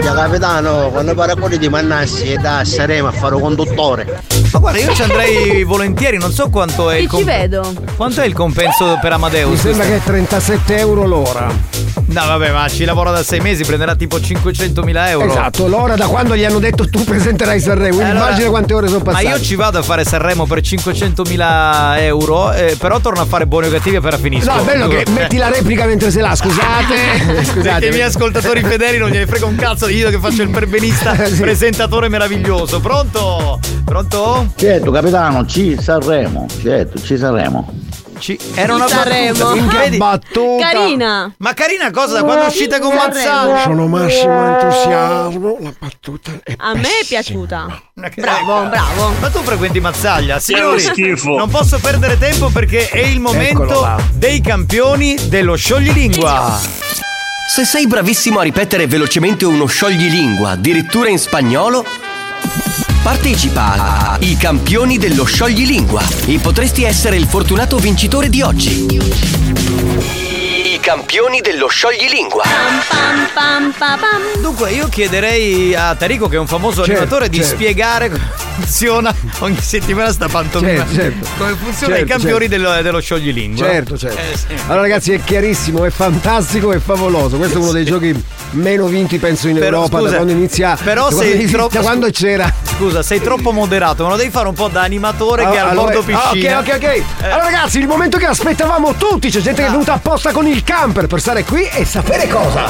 Speaker 2: Via capitano, quando parla quelli di Mannassi e da Sarema a fare conduttore.
Speaker 9: Ma guarda, io ci andrei volentieri, non so quanto è. il
Speaker 32: Ti ci
Speaker 9: comp-
Speaker 32: vedo.
Speaker 9: Quanto è il compenso per Amadeus?
Speaker 11: Mi sembra che è 37 euro l'ora.
Speaker 9: No, vabbè, ma ci lavora da sei mesi, prenderà tipo 500.000 euro. Eh,
Speaker 11: Esatto, l'ora da quando gli hanno detto tu presenterai Sanremo, quindi
Speaker 9: Allora,
Speaker 11: immagina quante ore sono
Speaker 9: Ma
Speaker 11: passate.
Speaker 9: io ci vado a fare Sanremo per 500.000 euro, eh, però torno a fare buoni o cattivi appena finisco.
Speaker 11: No, è bello che
Speaker 9: Eh.
Speaker 11: metti la replica mentre se l'ha, scusate.
Speaker 9: Perché
Speaker 11: scusate.
Speaker 9: i miei ascoltatori fedeli non gliene frega un cazzo io che faccio il perbenista presentatore meraviglioso. Pronto? Pronto?
Speaker 21: Certo, capitano, ci saremo. Certo, ci saremo.
Speaker 9: Ci... Era una
Speaker 18: Sanremo.
Speaker 9: battuta. incredibile.
Speaker 18: Carina.
Speaker 9: Ma carina cosa? Quando è uscita con Mazzano?
Speaker 11: Sono massimo entusiasmo. La battuta è.
Speaker 18: A me è piaciuta. Bravo, bravo.
Speaker 9: Ma tu frequenti Mazzaglia,
Speaker 18: È
Speaker 9: signori?
Speaker 18: uno schifo.
Speaker 9: Non posso perdere tempo perché è il
Speaker 1: Eccolo
Speaker 9: momento
Speaker 1: là.
Speaker 9: dei campioni dello scioglilingua.
Speaker 1: Se sei bravissimo a ripetere velocemente uno scioglilingua, addirittura in spagnolo, partecipa a I campioni dello scioglilingua e potresti essere il fortunato vincitore di oggi. I campioni dello scioglilingua.
Speaker 18: Pam, pam, pa, pam.
Speaker 9: Dunque, io chiederei a Tarico, che è un famoso
Speaker 1: Certo,
Speaker 9: animatore, di
Speaker 1: certo.
Speaker 9: spiegare come funziona ogni settimana sta pantomima.
Speaker 11: Certo, certo.
Speaker 9: Come funziona i
Speaker 11: Certo,
Speaker 9: campioni
Speaker 11: certo.
Speaker 9: dello, dello scioglilingua.
Speaker 11: Certo, certo.
Speaker 9: Eh, sì.
Speaker 11: Allora, ragazzi, è chiarissimo, è fantastico, è favoloso. Questo è uno dei giochi meno vinti, penso, in
Speaker 9: Però,
Speaker 11: Europa
Speaker 9: scusa,
Speaker 11: da quando inizia.
Speaker 9: però
Speaker 11: da quando
Speaker 9: sei
Speaker 11: inizia-
Speaker 9: troppo-
Speaker 11: da quando c'era.
Speaker 9: Scusa, sei troppo moderato, ma lo devi fare un po' da animatore che è
Speaker 11: Ah,
Speaker 9: al
Speaker 11: allora-
Speaker 9: bordo
Speaker 11: ah,
Speaker 9: piscina. Eh,
Speaker 11: ok, ok, ok. Allora, ragazzi, il momento che aspettavamo tutti, c'è
Speaker 9: Ah.
Speaker 11: gente che è venuta apposta con il camper per stare qui e sapere cosa.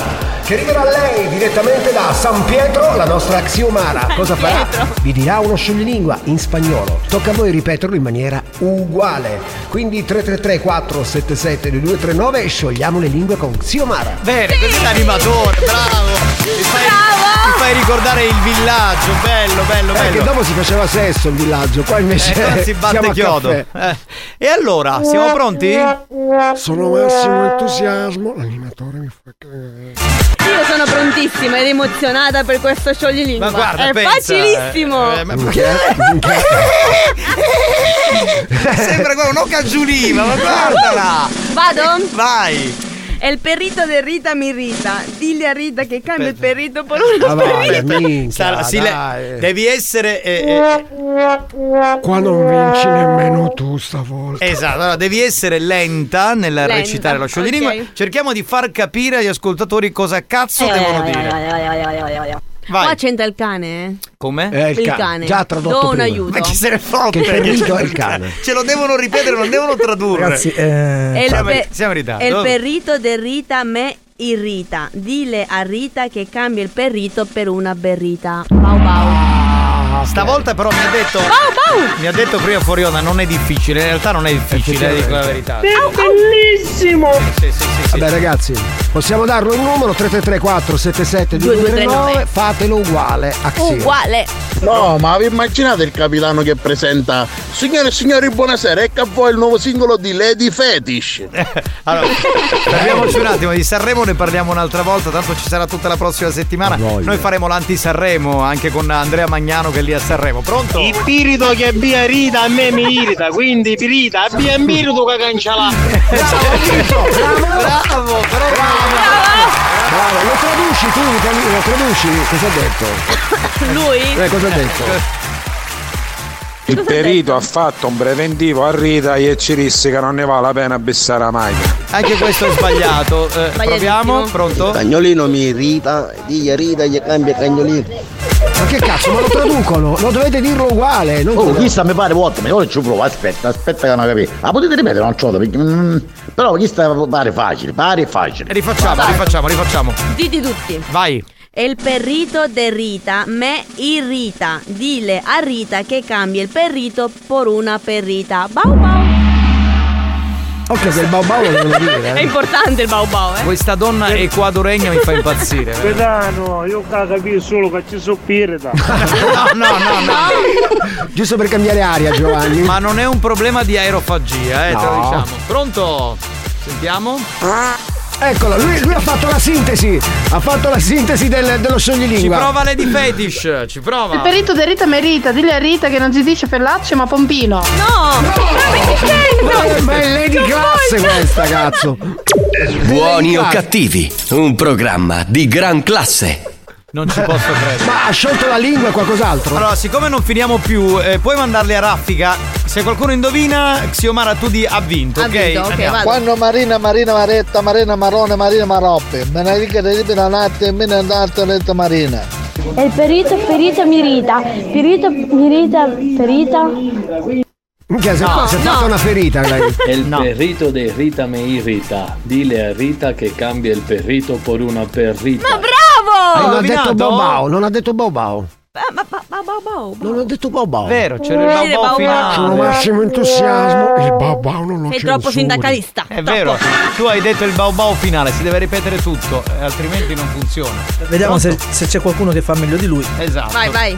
Speaker 11: Che arriverà lei direttamente da San Pietro, la nostra Axiomara. Cosa farà? Vi dirà uno scioglilingua in spagnolo. Tocca a voi ripeterlo in maniera uguale. Quindi 333 477 2239 sciogliamo le lingue con Xiomara.
Speaker 9: Bene, così l'animatore, bravo. Mi fai, mi fai ricordare il villaggio, bello, bello,
Speaker 11: Eh,
Speaker 9: bello.
Speaker 11: che dopo si faceva sesso il villaggio, qua invece
Speaker 9: Eh, qua si batte
Speaker 11: siamo a
Speaker 9: chiodo.
Speaker 11: caffè.
Speaker 9: Eh, E allora, siamo pronti?
Speaker 11: Sono massimo entusiasmo. L'animatore mi fa
Speaker 18: Io sono prontissima ed emozionata per questo scioglilingua.
Speaker 11: Ma guarda,
Speaker 18: è
Speaker 11: pensa,
Speaker 18: facilissimo.
Speaker 11: eh, eh, ma- Minchia, minchia.
Speaker 9: Sembra guarda, un'oca giuliva, ma guardala.
Speaker 18: Uh, Vado?
Speaker 9: Vai.
Speaker 18: El perrito de Rita mi Rita. Dile a Rita che cambia il perrito per uno
Speaker 11: Ah,
Speaker 18: perrito.
Speaker 11: vabbè, minchia,
Speaker 9: Sara, si le-
Speaker 11: dai.
Speaker 9: devi essere. eh,
Speaker 11: Qua non vinci nemmeno tu stavolta.
Speaker 9: eh, esatto, allora devi essere lenta nel
Speaker 11: Lenta,
Speaker 9: recitare lo scioglilingua.
Speaker 11: ok.
Speaker 9: Cerchiamo di far capire agli ascoltatori cosa
Speaker 18: Eh,
Speaker 9: cazzo devono dire.
Speaker 18: Qua c'entra il cane, eh?
Speaker 9: Come?
Speaker 18: Eh, il Il cane. cane. Già tradotto Do un prima. aiuto.
Speaker 9: Ma chi se ne Cioè, fotte?
Speaker 11: Che perrito è il
Speaker 9: cane. Ce lo devono ripetere, non devono tradurre.
Speaker 20: Ragazzi, eh,
Speaker 18: El
Speaker 9: siamo,
Speaker 18: pe-
Speaker 9: siamo in
Speaker 18: El
Speaker 9: ritardo.
Speaker 18: perrito de Rita me irrita. Dile a Rita che cambia il perrito per una berrita. Wow wow.
Speaker 9: Ah, Stavolta però mi ha detto Mi ha detto prima Foriona non è difficile, in realtà non è difficile, eh, dico la verità.
Speaker 11: bellissimo! Vabbè ragazzi, possiamo darlo il numero 334 77 239 fatelo uguale a Xio.
Speaker 18: Uguale.
Speaker 2: No, ma vi immaginate il capitano che presenta Signore e signori, buonasera, ecco a voi il nuovo singolo di Lady Fetish
Speaker 9: Allora, fermiamoci un attimo, di Sanremo ne parliamo un'altra volta, tanto ci sarà tutta la prossima settimana. Noi faremo l'anti Sanremo anche con Andrea Magnano che è lì a Sanremo. Pronto?
Speaker 2: Il
Speaker 9: spirito che abbia rita a me mi irrita, quindi pirita, abbia spirito che cancella. Bravo, però
Speaker 11: Bravo, lo traduci tu, Nicolino, lo traduci? Cosa ha detto?
Speaker 18: Lui?
Speaker 11: Eh, cosa ha detto?
Speaker 21: Il perito ha fatto un preventivo a Rita e ci disse che non ne vale la pena bessare mai.
Speaker 9: Anche questo è sbagliato. Eh, proviamo, pronto?
Speaker 21: Cagnolino mi irrita, digli a Rita gli cambia cagnolino.
Speaker 11: Ma che cazzo, ma lo traducono, lo dovete dirlo uguale. Non
Speaker 21: Oh, chissà mi pare vuoto, ma io ci provo, aspetta, aspetta che non capito. La potete ripetere, non c'ho da- perché, mm, però chissà pare facile, pare facile.
Speaker 9: Rifacciamo, rifacciamo, rifacciamo.
Speaker 18: Diti tutti.
Speaker 9: Vai.
Speaker 18: El perrito de Rita me irrita. Dile a Rita che cambia il perrito per una perrita. Wow wow.
Speaker 11: Occhio che il baobao lo devono dire. eh.
Speaker 18: È importante il bau bau, eh.
Speaker 9: Questa donna equadoregna mi fa impazzire. veramente.
Speaker 15: Capitano, io qua capisco solo che ci sono pirata.
Speaker 9: no, no,
Speaker 11: no. Giusto per cambiare aria, Giovanni.
Speaker 9: Ma non è un problema di aerofagia, eh, te lo
Speaker 11: No.
Speaker 9: diciamo. Pronto? Sentiamo?
Speaker 11: Eccola, lui, lui ha fatto la sintesi. Ha fatto la sintesi del- dello
Speaker 9: Ci
Speaker 11: scioglilingua.
Speaker 9: prova Lady Fetish, ci prova.
Speaker 10: Il perito di Rita Merita, dille a Rita che non si dice Pellaccio ma Pompino.
Speaker 18: No!
Speaker 11: Ma è- ma è Lady Classe questa, cazzo.
Speaker 1: Buoni o cattivi, un programma di gran classe.
Speaker 9: Non ci posso credere.
Speaker 11: Ma ha sciolto la lingua e qualcos'altro?
Speaker 9: Allora, siccome non finiamo più, eh, puoi mandarli a raffica? se qualcuno indovina, Xiomara Tudi ha vinto, ok? Andiamo.
Speaker 23: Quando Marina, Marina, Maretta, Marina, Marone, Marina, Maroppe, me ne dica di libera notte e me ne andate a letto Marina.
Speaker 34: E perito, perito, mirita. Perito, mirita, perita.
Speaker 11: Minchia, se
Speaker 34: No,
Speaker 11: si è
Speaker 34: no.
Speaker 11: fatta una ferita lei.
Speaker 14: El perrito de Rita me irrita. Dile a Rita che cambia il perrito por una perrita.
Speaker 18: Ma bravo!
Speaker 11: Ah, non ha detto
Speaker 14: Indovinato?
Speaker 11: Bobao, non ha detto Bobao.
Speaker 18: Non
Speaker 11: ho detto Bobao.
Speaker 9: Vero, c'era
Speaker 18: il Vedi, Bobao Bobao. finale.
Speaker 11: Sono massimo entusiasmo. Il Bobao non lo
Speaker 18: Sei troppo sindacalista.
Speaker 9: È vero, tu hai detto il bau bau finale, si deve ripetere tutto, eh, altrimenti non funziona.
Speaker 35: Vediamo se,
Speaker 9: Pronto?
Speaker 35: se c'è qualcuno che fa meglio di lui.
Speaker 9: Esatto.
Speaker 18: Vai, vai.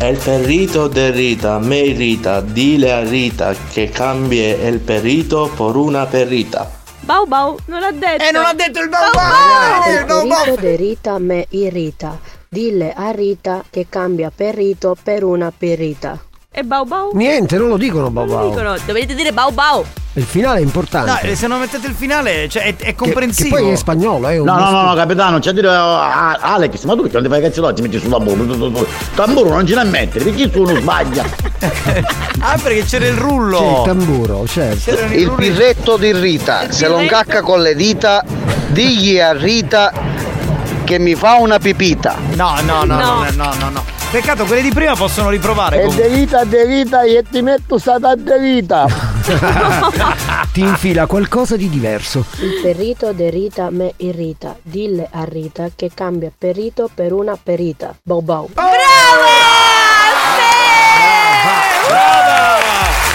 Speaker 14: El perrito de Rita me irrita. Dile a Rita che cambia il perrito por una perrita.
Speaker 18: Bau Bau, Eh, non l'ha detto.
Speaker 9: E non ha detto il
Speaker 18: Bau Eh,
Speaker 6: Il perrito de Rita me irrita. Dille a Rita che cambia perrito per una perrita.
Speaker 18: E Bau Bau?
Speaker 11: Niente, non lo dicono Bobao.
Speaker 18: Dicono, dovete dire Bau Bau.
Speaker 11: Il finale è importante.
Speaker 9: No, eh, se non mettete il finale, cioè, è, è comprensivo.
Speaker 11: poi è spagnolo, eh.
Speaker 7: No, no, no, no, capitano, c'è da dire a- a- Alex, ma tu che non ti fai i cazzotti, metti sul tamburo. Tamburo non ce l'ha a mettere, perché tu non sbaglia?
Speaker 9: Ah, perché c'era il rullo.
Speaker 11: C'è il tamburo, certo.
Speaker 36: Il birretto di Rita, se lo incacca con le dita, digli a Rita che mi fa una pipita.
Speaker 9: No, no, no, no, no, no, no, no. Peccato, quelle di prima possono riprovare.
Speaker 23: E
Speaker 9: comunque.
Speaker 23: de vita, de vita, e ti metto stata de vita.
Speaker 18: Ah.
Speaker 11: Ti infila qualcosa di diverso.
Speaker 6: Il perrito de Rita me irrita. Dille a Rita che cambia perrito per una perita. Bow bow.
Speaker 9: Oh,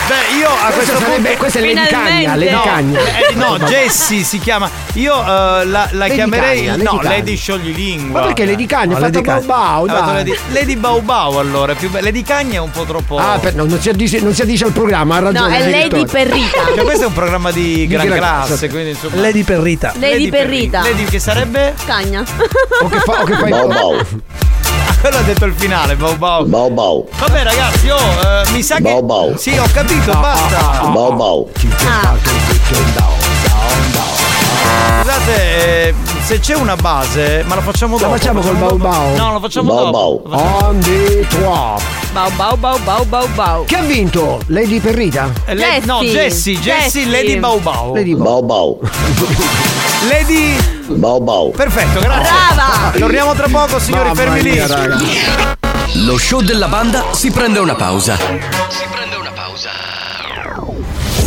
Speaker 9: Beh, io a
Speaker 11: Questo
Speaker 9: questo
Speaker 11: sarebbe-
Speaker 9: punto.
Speaker 11: questa è Lady Finalmente. Cagna, Lady
Speaker 9: no,
Speaker 11: Cagna.
Speaker 9: eh, no, Jessie si chiama. Io eh, la, la
Speaker 11: Lady
Speaker 9: chiamerei.
Speaker 11: Cagna, Lady
Speaker 9: no,
Speaker 11: Cagna.
Speaker 9: Lady Scioglilingua.
Speaker 11: Ma perché Lady Cagna? Ha fatto Bau Bau,
Speaker 9: Ha fatto
Speaker 11: dai.
Speaker 9: Lady, Lady Bau Bau allora. è Più be- Lady Cagna è un po' troppo.
Speaker 11: Ah, per- no, non si addice, non si addice al programma, ha ragione.
Speaker 18: No, è
Speaker 11: Lady
Speaker 18: Lady Perrita.
Speaker 9: Cioè, questo è un programma di, gran
Speaker 11: gran certo.
Speaker 9: classe,
Speaker 11: classe.
Speaker 9: quindi insomma.
Speaker 35: Lady Perrita.
Speaker 18: Lady Perrita.
Speaker 9: Lady che sarebbe?
Speaker 18: Cagna.
Speaker 9: O che
Speaker 11: oh,
Speaker 9: fa o che
Speaker 18: fai-
Speaker 9: Bau Bau. Quello ha detto il finale, Bau Bau. Bau Bau. Vabbè ragazzi, oh, eh, mi sa che. Sì, ho capito, basta.
Speaker 36: Bau bau.
Speaker 9: Scusate, eh, se c'è una base, ma la facciamo dopo.
Speaker 11: La facciamo col Bau
Speaker 9: dopo.
Speaker 11: Bau.
Speaker 9: No, la facciamo dopo. La facciamo-
Speaker 11: On the top.
Speaker 18: Bau Bau Bau Bau Bau Bau.
Speaker 11: Chi ha vinto? Lady Perrita?
Speaker 9: Eh, le- no, Jessie, Jessie, Lady Bau Bau.
Speaker 11: Lady Bau Bau.
Speaker 9: Lady.
Speaker 36: Bau bau.
Speaker 9: Perfetto, grazie.
Speaker 18: Brava.
Speaker 9: Torniamo tra poco, signori,
Speaker 1: Mamma
Speaker 9: fermi lì.
Speaker 1: mia, raga. Lo show della banda si prende una pausa. Si prende una pausa.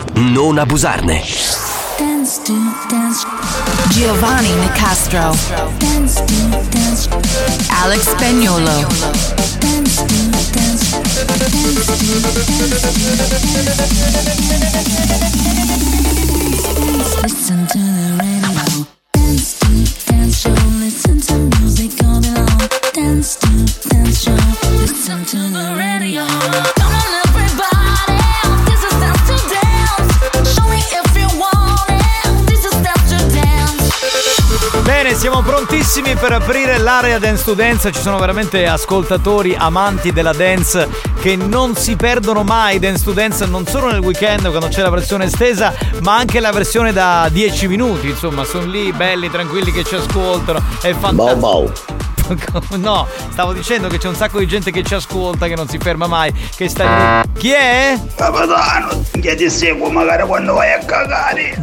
Speaker 1: non abusarne.
Speaker 13: Dance to Dance Giovanni Nicastro Dance to Dance Alex Spagnolo Dance to Dance Listen to the radio Dance to Dance Show Listen to music all day long Dance to Dance Show Listen to the radio Come on everybody This is Dance to Dance Show me if you want it This is Dance to Dance
Speaker 9: Bene, siamo prontissimi per aprire l'area Dance to Dance. Ci sono veramente ascoltatori, amanti della dance che non si perdono mai Dance to Dance, non solo nel weekend quando c'è la versione estesa, ma anche la versione da 10 minuti. Insomma, sono lì belli, tranquilli che ci ascoltano. È fantastico. No, stavo dicendo che c'è un sacco di gente che ci ascolta, che non si ferma mai, che sta lì. Chi è?
Speaker 20: Capitano, che ti seguo magari quando vai a cagare.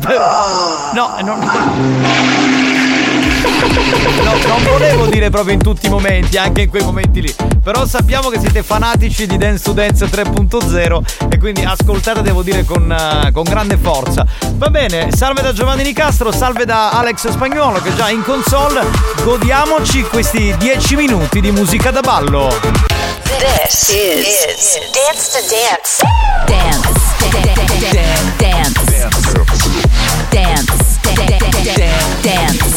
Speaker 9: No, non. No, non volevo dire proprio in tutti i momenti, anche in quei momenti lì. Però sappiamo che siete fanatici di Dance to Dance 3.0 e quindi ascoltate, devo dire, con, eh, con grande forza. Va bene, salve da Giovanni Nicastro, salve da Alex Spagnuolo che è già in console. Godiamoci questi 10 minuti di musica da ballo.
Speaker 10: This is, Dance to Dance. Dance. Dance. Dance. Dance. Dance.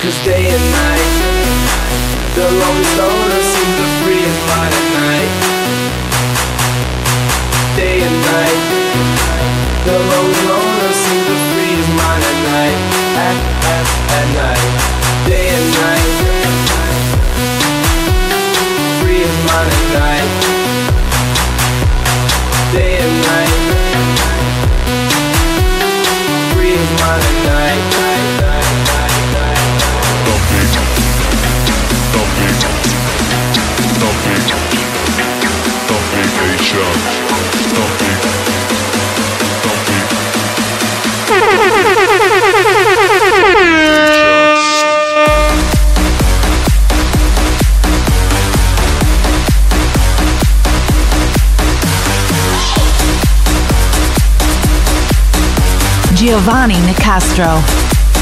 Speaker 20: Cause day and night, the lonely loner seems to free and fly at night. Day and night, the lonely loner seems to free his mind at night. At, at, at night, day and night, free his mind at night. Day and night, free his mind at night.
Speaker 10: Giovanni Nicastro,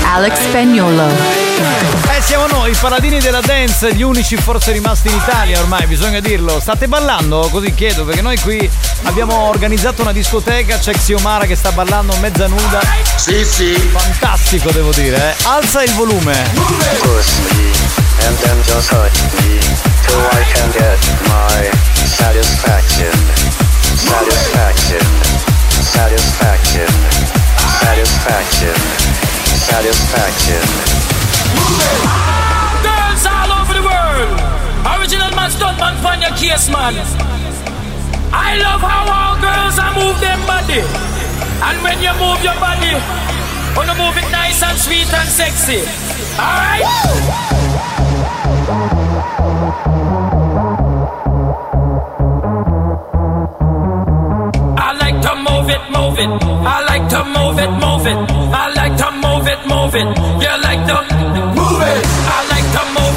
Speaker 10: Alex Spagnolo.
Speaker 9: Eh, siamo noi, i paladini della dance, gli unici forse rimasti in Italia ormai, bisogna dirlo. State ballando? Così chiedo, perché noi qui abbiamo organizzato una discoteca, c'è Xiomara che sta ballando mezza nuda.
Speaker 6: Sì, sì.
Speaker 9: Fantastico, devo dire. eh. Alza il volume.
Speaker 37: push me and then just hurt me till I can get my satisfaction. Satisfaction. Satisfaction. Satisfaction. Satisfaction.
Speaker 13: Girls all over the world. Original man, stuntman, find your case, man. I love how all girls are move their body. And when you move your body, wanna move it nice and sweet and sexy. Alright? I like to move it, move it. I like to move it, move it. I like to move it, move it. You like to move it. I like to move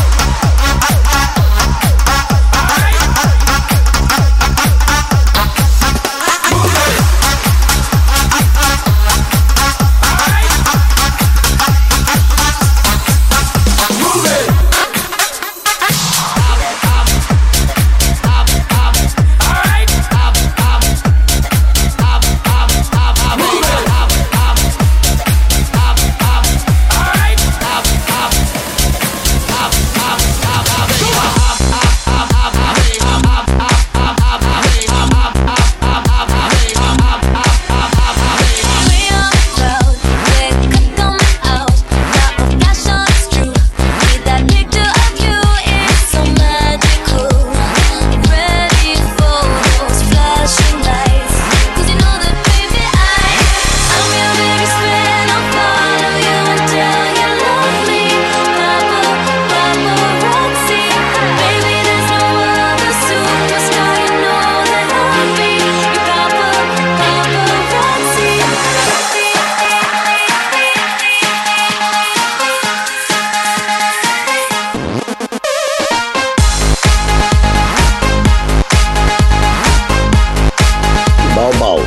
Speaker 6: Bau bau.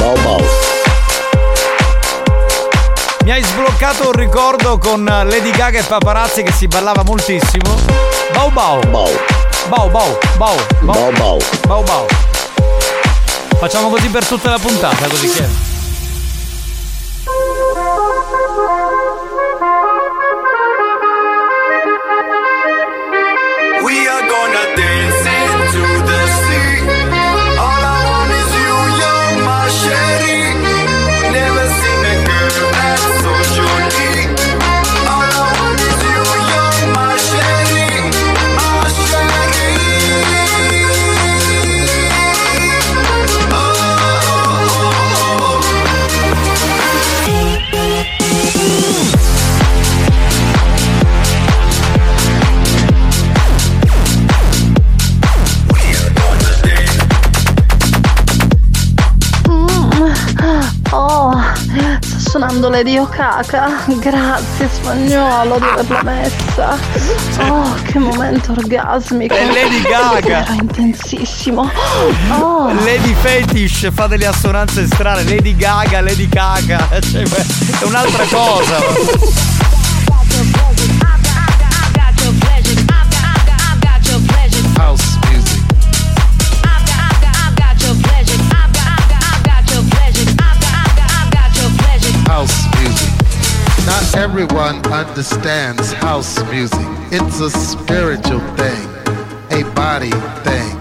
Speaker 6: Bau bau.
Speaker 9: Mi hai sbloccato un ricordo con Lady Gaga e Paparazzi che si ballava moltissimo. Bau bau.
Speaker 6: Bau.
Speaker 9: Bau bau. Bau bau. Bau bau. Facciamo così per tutta la puntata, così che.
Speaker 13: We are gonna dance into the sea. All I want is you, you're my sherry. Never seen a girl that's so jolie. All I want is you, you're my sherry, my sherry. Oh,
Speaker 10: Mm. Oh, sta suonando Lady Okaka. Grazie spagnolo di averla messa. Oh, che momento orgasmico.
Speaker 9: È Lady Gaga.
Speaker 10: Era intensissimo. Oh.
Speaker 9: Lady Fetish fa delle assonanze strane, Lady Gaga, Lady Caca, cioè, beh, è un'altra cosa.
Speaker 23: House music. House music. Not everyone understands house music. It's a spiritual thing, a body thing.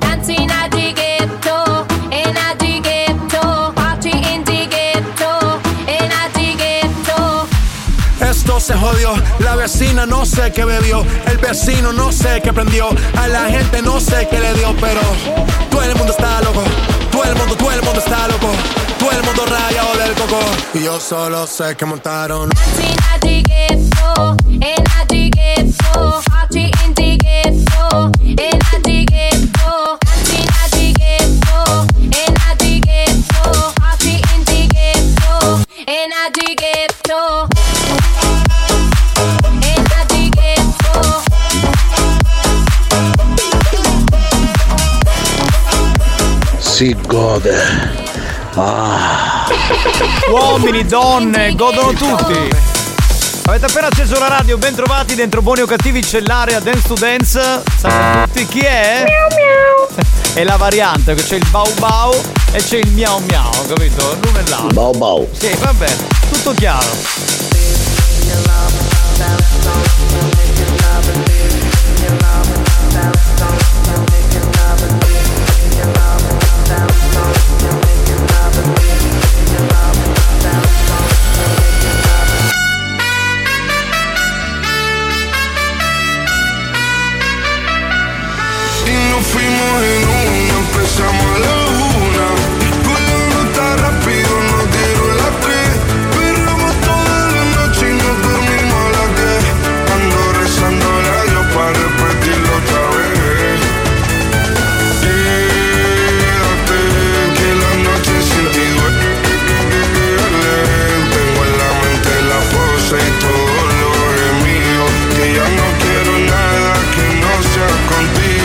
Speaker 6: Dancing at the ghetto, in at the ghetto, party in the ghetto, in at the ghetto.
Speaker 25: Esto se jodió, la vecina no sé qué bebió, el vecino no sé qué prendió, a la gente no sé qué le dio, pero todo el mundo está loco, todo el mundo, todo el mundo está loco, todo el mundo rayado del coco. Y yo solo sé que montaron.
Speaker 6: In at the ghetto, in at the ghetto, party in the ghetto, in at the ghetto. Dancing at the ghetto, in at the ghetto, party in the ghetto, in at the ghetto. In at the ghetto.
Speaker 2: Si gode. Ah.
Speaker 9: Uomini, donne, godono tutti. Avete appena acceso la radio, bentrovati dentro Buoni o Cattivi, c'è l'area Dance to Dance. Salve a tutti, chi è? È la variante, c'è il Bau Bau e c'è il Miau Miau, capito? L'uno e l'altro.
Speaker 38: Bau bau.
Speaker 9: Sì, va bene, tutto chiaro.
Speaker 13: Y nos fuimos en una, empezamos a la una. Con la nota rápido nos dieron las tres. Perramos toda la noche y nos dormimos a las diez. Ando rezando a Dios para repetirlo otra vez. Quédate, que la noche sin ti duele. Tengo en la mente la fosa y todo lo que es mío. Que ya no quiero nada que no sea contigo.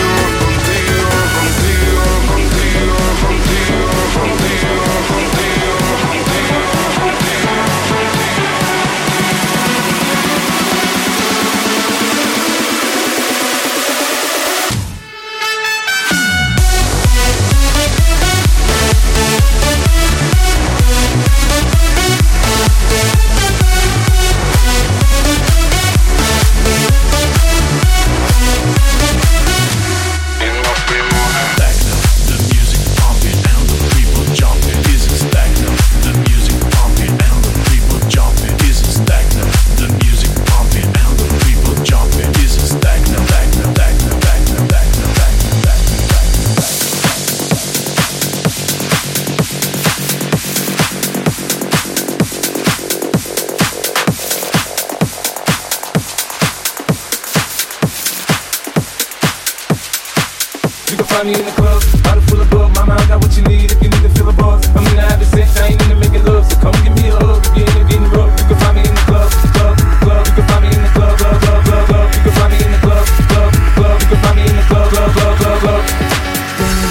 Speaker 16: You can find me in the club, bottle full of bug. Mama, I got what you need if you need to fill a buzz. I mean, I have the sex, I ain't into making love. So come give me a hug if you ain't getting rough. You can find me in the club, club, club. You can find me in the club, club, club, club, club. You can find me in the club, club, club. You can find me in the club, club, club, club, club.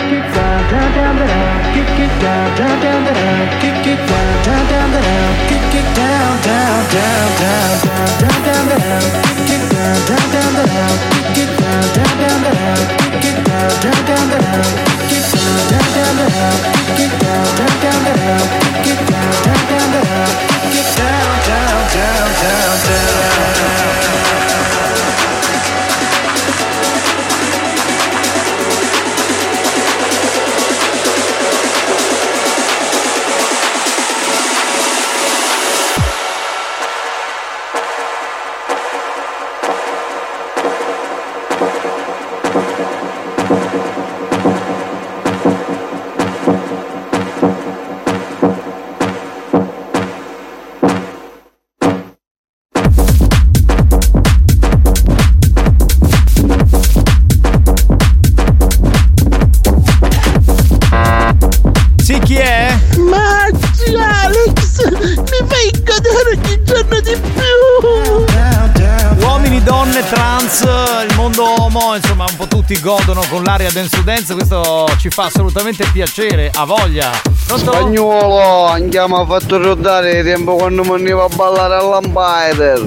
Speaker 13: Kick it down, down, down, down.
Speaker 9: Sì, chi è?
Speaker 13: Maggi Alex, mi fai godere ogni giorno di più.
Speaker 9: Uomini, donne, trans, il mondo omo, insomma un po' tutti godono con l'aria dance to dance, questo ci fa assolutamente piacere, ha voglia. Pronto?
Speaker 14: Spagnolo, andiamo a fatto rotare il tempo quando mi andavo a ballare all'Ambider.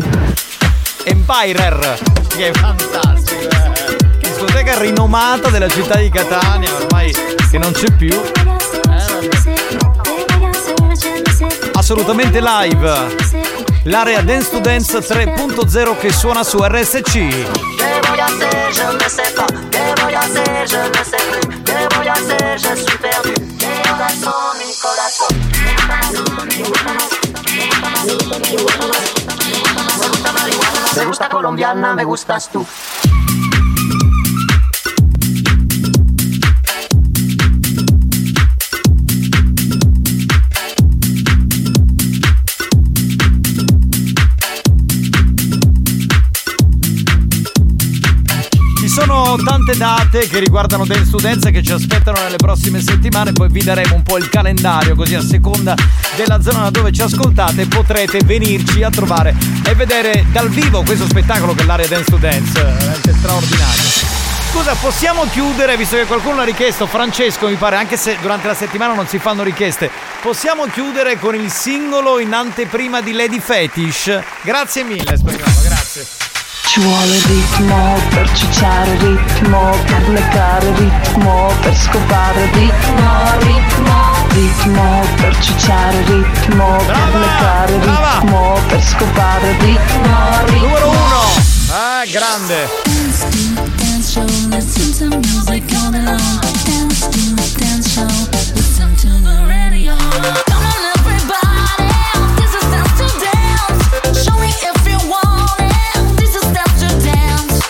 Speaker 9: Empirer, che è fantastico. eh. Discoteca rinomata della città di Catania, ormai che non c'è più. Assolutamente live. L'area Dance to Dance 3.0 che suona su RSC.
Speaker 13: Que voy a hacer, je ne sais pas. Que voy a hacer, je ne sais plus. Que voy a hacer, je suis perdu. Mi corazón, mi corazón. Me gusta colombiana, me gustas tú.
Speaker 9: Ci sono tante date che riguardano delle studenze che ci aspettano nelle prossime settimane, poi vi daremo un po' il calendario così a seconda della zona dove ci ascoltate potrete venirci a trovare e vedere dal vivo questo spettacolo che è l'area Dance to Dance, eh, è veramente straordinario. Scusa, possiamo chiudere, visto che qualcuno l'ha richiesto, Francesco mi pare, anche se durante la settimana non si fanno richieste, possiamo chiudere con il singolo in anteprima di Lady Fetish? Grazie mille, spagnolo, grazie.
Speaker 10: Ci vuole ritmo per cicciare ritmo, per leccare ritmo, per scopare ritmo, ritmo, ritmo per cicciare ritmo, per leccare ritmo, per scopare ritmo, ritmo.
Speaker 9: Numero uno! Ah, grande!
Speaker 5: Dance show, listen to music all day long. Dance to dance show, listen to the radio. Come on, everybody, this is dance to dance. Show me if you want it. This is dance to dance.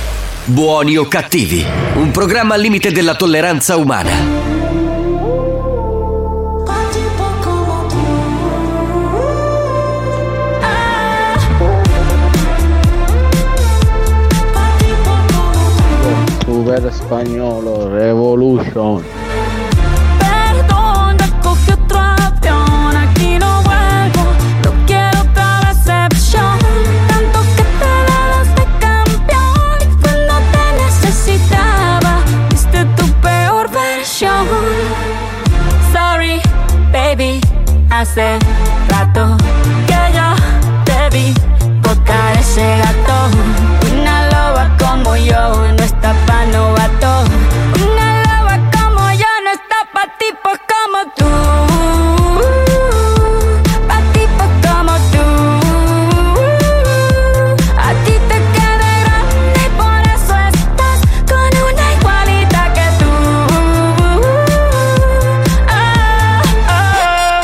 Speaker 1: Buoni o cattivi, un programma al limite della tolleranza umana.
Speaker 25: Super spagnolo, revolution.
Speaker 5: Perdona, cogí otro avión, aquí no vuelvo, no quiero otra decepción. Tanto que te dadas de campeón y cuando te necesitaba, viste tu peor versión. Sorry, baby, hace rato que yo te vi tocar ese gato. Una loba como yo no está pa' novato. Una loba como yo no está pa' tipos como tú. Pa' tipos como tú. A ti te queda grande y por eso estás con una igualita que tú. Ah, ah.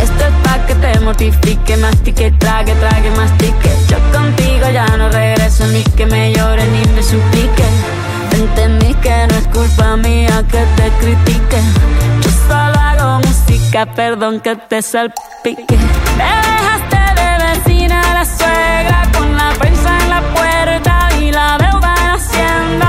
Speaker 5: Esto es pa' que te mortifique, mastique, trague, trague, mastique. Yo contigo ya no regreso ni que me llore ni me suplique. Entendí que no es culpa mía que te critique. Yo solo hago música, perdón que te salpique. Me dejaste de vecina a la suegra con la prensa en la puerta y la deuda en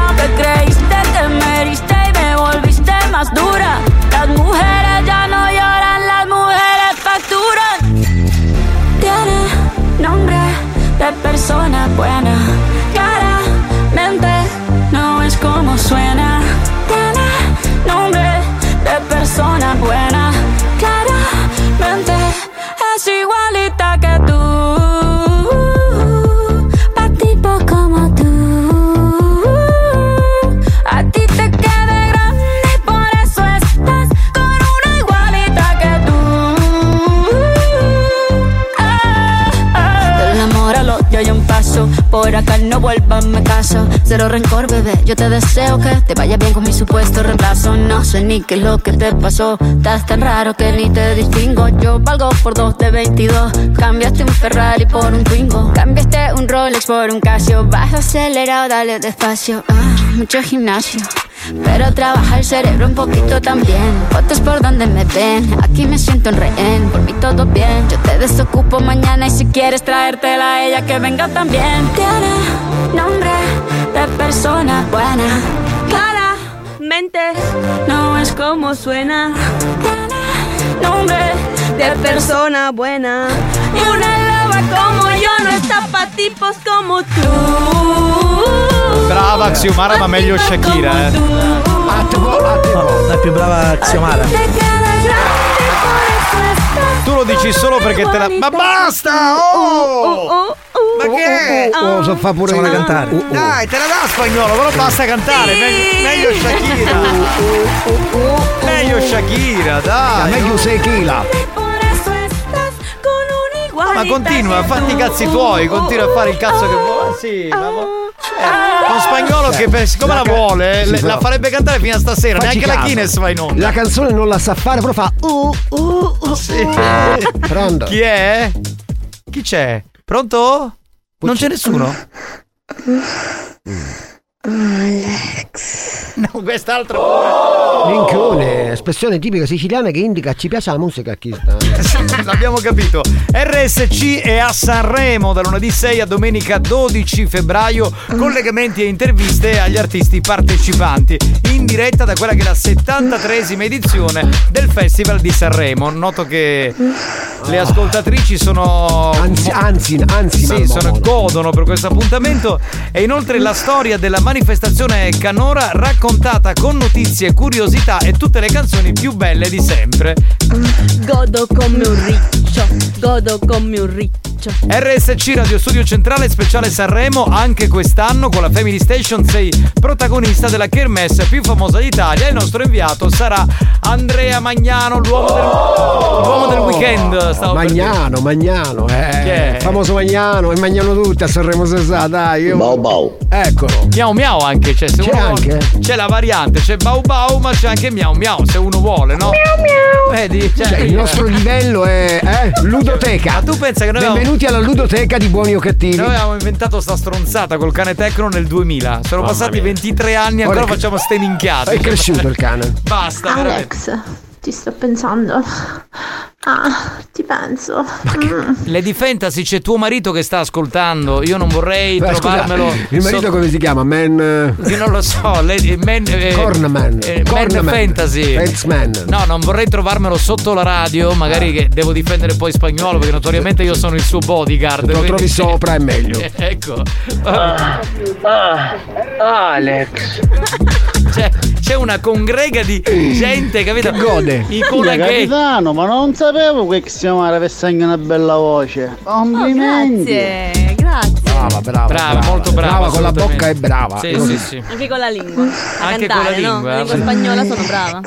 Speaker 8: Ahora que no vuelvan, me caso. Cero rencor, bebé. Yo te deseo que te vaya bien con mi supuesto reemplazo. No sé ni qué es lo que te pasó. Estás tan raro que ni te distingo. Yo valgo por dos de 22. Cambiaste un Ferrari por un Twingo. Cambiaste un Rolex por un Casio. Vas acelerado, dale despacio. Ah, mucho gimnasio. Pero trabaja el cerebro un poquito también. Fotos por donde me ven, aquí me siento en rehén. Por mí todo bien, yo te desocupo mañana. Y si quieres traértela a ella, que venga también. Tiene nombre de persona buena. Cara, mente, no es como suena. Tiene nombre de persona buena. Una loba como yo no está pa' tipos como tú.
Speaker 9: Brava Axiomara, ma meglio Shakira. Eh.
Speaker 10: La più brava Xiomara.
Speaker 9: Tu lo dici solo perché te la. Ma basta!
Speaker 11: Uh,
Speaker 9: Oh! Ma che?
Speaker 10: Oh, so fa pure una
Speaker 9: Ah,
Speaker 11: Uh,
Speaker 10: cantare.
Speaker 9: Uh. Dai, te la dà spagnolo, però basta cantare. Me- meglio Shakira. meglio Shakira, dai. Meglio Shakira. Ma continua, fatti i cazzi tuoi, continua a fare il cazzo che vuoi. Sì, ma vo- eh, con spagnolo che per- siccome la, vuole,
Speaker 11: Sì,
Speaker 9: le-
Speaker 11: però-
Speaker 9: la farebbe cantare fino a stasera,
Speaker 11: Facci
Speaker 9: neanche la
Speaker 11: caso.
Speaker 9: Guinness va in onda.
Speaker 11: La canzone non la sa fare, però fa. Uh, uh, uh, uh. Pronto?
Speaker 9: Chi è? Chi c'è? Pronto? Non c'è nessuno? No, quest'altro.
Speaker 11: Minchione, espressione tipica siciliana che indica ci piace la musica a chi sta.
Speaker 9: L'abbiamo capito. RSC è a Sanremo da lunedì 6 a domenica 12 febbraio. Collegamenti e interviste agli artisti partecipanti. In diretta da quella che è la 73esima edizione del Festival di Sanremo. Noto che le ascoltatrici sono. Anzi,
Speaker 11: anzi, anzi.
Speaker 9: Sì, sono, godono per questo appuntamento. E inoltre la storia della manifestazione canora raccontata con notizie, curiosità e tutte le canzoni più belle di sempre.
Speaker 8: Godo come un riccio, godo come un riccio.
Speaker 9: RSC Radio Studio Centrale Speciale Sanremo anche quest'anno con la Family Station sei protagonista della kermesse più famosa d'Italia il nostro inviato sarà Andrea Magnano l'uomo del, l'uomo del weekend stavo per dire.
Speaker 11: Magnano, Magnano,
Speaker 9: Oh, Chi
Speaker 11: eh.
Speaker 9: è?
Speaker 11: Famoso Magnano, e Magnano tutti a Sanremo se sa, dai. Io... Bau bau. Eccolo.
Speaker 9: Miau miau anche c'è, se
Speaker 11: C'è
Speaker 9: uno
Speaker 11: anche?
Speaker 9: vuole- c'è la variante, c'è Bau Bau ma c'è anche Miau Miau se uno vuole, no? Miau miau. Vedi?
Speaker 11: Cioè, il nostro livello è eh, ludoteca.
Speaker 9: Ma tu pensa che noi avevamo-
Speaker 11: Benvenuti alla ludoteca di buoni o cattivi.
Speaker 9: Noi avevamo inventato sta stronzata col cane Tecno nel 2000. Sono
Speaker 11: Mamma
Speaker 9: passati
Speaker 11: mia.
Speaker 9: 23 anni
Speaker 11: Ora
Speaker 9: e ancora
Speaker 11: è cre-
Speaker 9: facciamo ste minchiate.
Speaker 11: È cresciuto il cane.
Speaker 9: Basta, veramente.
Speaker 4: Alex, ti sto pensando. Ah, ti penso. Mm.
Speaker 9: Lady Fantasy, c'è tuo marito che sta ascoltando. Io non vorrei
Speaker 11: Beh, Eh, scusa,
Speaker 9: trovarmelo.
Speaker 11: il marito come si chiama? Man. eh,
Speaker 9: Io non lo so, Lady Man. eh,
Speaker 11: Cornman.
Speaker 9: eh, Man
Speaker 11: Cornman.
Speaker 9: Fantasy.
Speaker 11: Fantsman.
Speaker 9: No, non vorrei trovarmelo sotto la radio. Magari
Speaker 11: Ah.
Speaker 9: che devo difendere poi spagnolo, perché notoriamente io sono il suo bodyguard.
Speaker 11: Lo
Speaker 9: quindi-
Speaker 11: trovi sopra è meglio.
Speaker 9: Eh, ecco.
Speaker 16: Alex.
Speaker 9: C'è, c'è una congrega di gente, capito? I
Speaker 16: Scusa,
Speaker 9: colaghetti.
Speaker 16: capitano, ma non sapevo che Xiomara avesse anche una bella voce.
Speaker 4: Oh,
Speaker 16: Complimenti.
Speaker 8: Grazie, grazie.
Speaker 11: Brava, brava.
Speaker 9: Brava, molto brava,
Speaker 11: con la
Speaker 9: assolutamente.
Speaker 11: bocca è brava.
Speaker 9: Sì,
Speaker 11: Così.
Speaker 9: sì, sì.
Speaker 8: Anche con la
Speaker 4: Mm.
Speaker 8: lingua. A
Speaker 9: Anche con la
Speaker 8: cantare, no?
Speaker 9: lingua, Eh,
Speaker 8: La lingua
Speaker 9: sì.
Speaker 8: spagnola sono brava.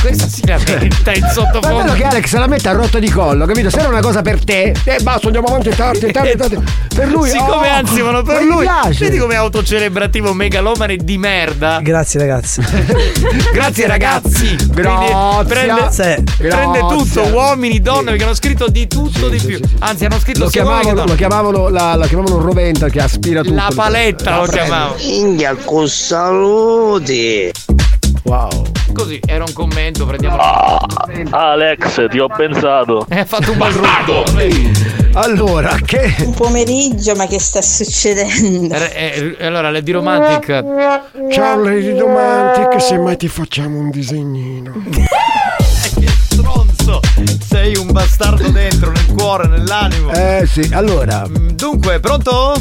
Speaker 9: Questa si lamenta in
Speaker 11: Ma è bello
Speaker 9: sottofondo.
Speaker 11: che Alex la mette a rotta di collo, capito? Se era una cosa per te, eh basta, andiamo avanti, tardi, tardi, tardi. Per lui.
Speaker 9: Eh, Siccome
Speaker 11: oh,
Speaker 9: anzi, ma per
Speaker 11: ma gli
Speaker 9: lui.
Speaker 11: piace.
Speaker 9: Vedi come è autocelebrativo megalomane di merda.
Speaker 10: Grazie ragazzi.
Speaker 9: Grazie ragazzi. Quindi
Speaker 10: Grazie.
Speaker 9: Prende,
Speaker 10: Grazie.
Speaker 9: prende
Speaker 10: Grazie.
Speaker 9: tutto, uomini, donne, perché hanno scritto di tutto di più. Anzi, hanno scritto
Speaker 11: Lo
Speaker 9: sia uomini che
Speaker 11: chiamavano, lo
Speaker 9: donne.
Speaker 11: chiamavano, la, la chiamavano Roventa che aspira tutto.
Speaker 9: La paletta lo
Speaker 11: prende.
Speaker 9: chiamavano.
Speaker 16: India con saluti.
Speaker 11: Wow.
Speaker 9: Così era un commento, prendiamo.
Speaker 15: Alex, ti ho pensato.
Speaker 9: Eh, ha fatto un bel rotto. Eh,
Speaker 11: Allora, che.
Speaker 39: Buon pomeriggio, ma che sta succedendo?
Speaker 9: eh, Allora, le di Romantic.
Speaker 39: Ciao,
Speaker 11: Lady
Speaker 39: Romantic,
Speaker 11: semmai ti facciamo un disegnino.
Speaker 9: Stronzo, sei un bastardo dentro, nel cuore, nell'animo.
Speaker 11: Eh sì, allora.
Speaker 9: Dunque, pronto?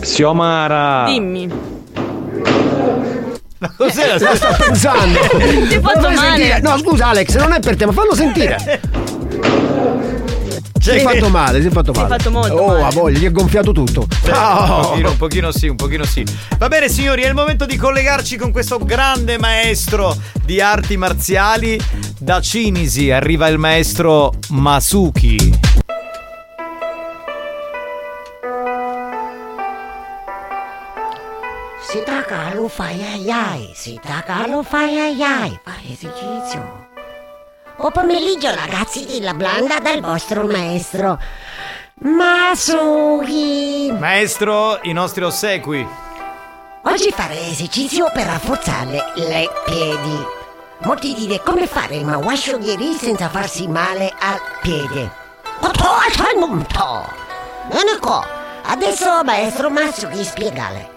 Speaker 39: Xiomara.
Speaker 8: Dimmi.
Speaker 9: Cos'era?
Speaker 11: Lo sto pensando.
Speaker 39: Ti
Speaker 11: Lo
Speaker 39: faccio
Speaker 11: fai
Speaker 39: male.
Speaker 11: sentire? No, scusa Alex, non è per te, ma fallo sentire. Si è fatto male, si è fatto male.
Speaker 9: fatto molto
Speaker 11: oh,
Speaker 9: male.
Speaker 11: a voglia, gli è gonfiato tutto. Ah.
Speaker 9: Beh, Un,
Speaker 11: Ciao.
Speaker 9: pochino, un pochino sì, un pochino sì. Va bene signori, è il momento di collegarci con questo grande maestro di arti marziali. Da Cinisi arriva il maestro Masuki.
Speaker 12: Si taca lo fai ai ai, si taca lo fai ai ai, fai esercizio. Buon pomeriggio ragazzi della blanda dal vostro maestro Masugi.
Speaker 9: Maestro, i nostri ossequi.
Speaker 12: Oggi farei esercizio per rafforzare le piedi. Molti dite come fare ma washogheri senza farsi male al piede. Otto al momento. Bene qua. Adesso maestro Masugi spiegare.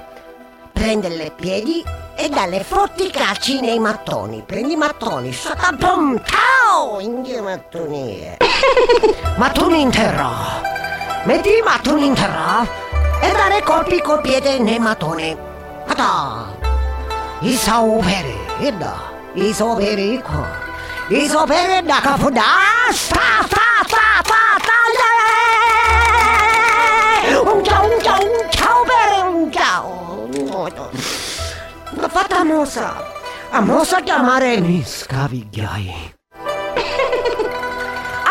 Speaker 12: Prende le piedi e dalle forti calci nei mattoni. Prendi i mattoni, sotto pom, tau, in giro mattoni. mattoni in terra. Metti i mattoni in terra e dare colpi col piede nei mattoni. Ada. I sauveri, ida. I sauveri qua. I sauveri da capoda. Sta, sta, sta, sta, sta. Un ciao, un ciao, un ciao per un ciao. L'ho fatta a mossa. A mossa chiamare mi scavigliai.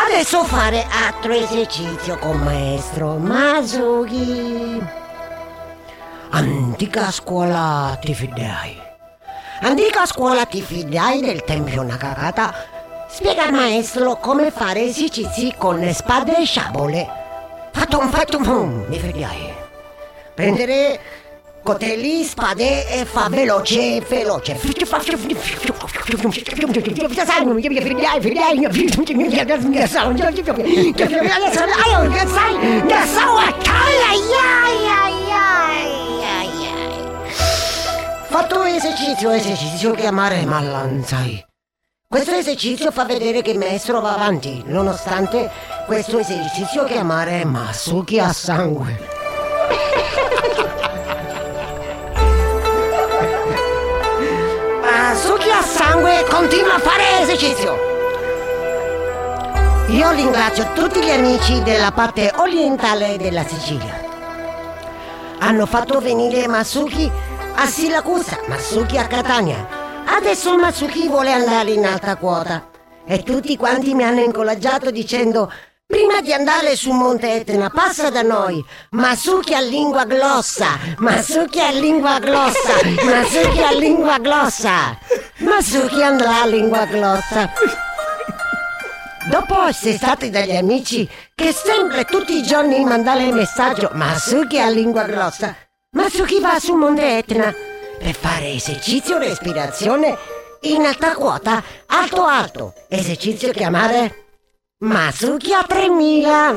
Speaker 12: Adesso fare altro esercizio con maestro Masugi. Antica scuola ti fidai. Antica scuola ti fidai del tempio Nakagata. Spiega al maestro come fare esercizi con le spade e sciabole. Fatum fatum fum, mi fidai. Prendere Cotelli, spade e fa veloce, veloce. Fatto esercizio, esercizio chiamare Mallanzai. Questo esercizio fa vedere che il maestro va avanti, nonostante questo esercizio chiamare Masuki a sangue. Masuki a sangue e continua a fare esercizio. Io ringrazio tutti gli amici della parte orientale della Sicilia. Hanno fatto venire Masuki a Siracusa, Masuki a Catania. Adesso Masuki vuole andare in alta quota. E tutti quanti mi hanno incoraggiato dicendo Prima di andare su Monte Etna, passa da noi. Masuki a lingua glossa. Masuki a lingua glossa. Masuki a lingua glossa. Masuki andrà a lingua glossa. Dopo essere stati dagli amici che sempre tutti i giorni mandare il messaggio Masuki a lingua glossa, Masuki va su Monte Etna per fare esercizio respirazione in alta quota, alto alto, esercizio chiamare Masuki a 3000.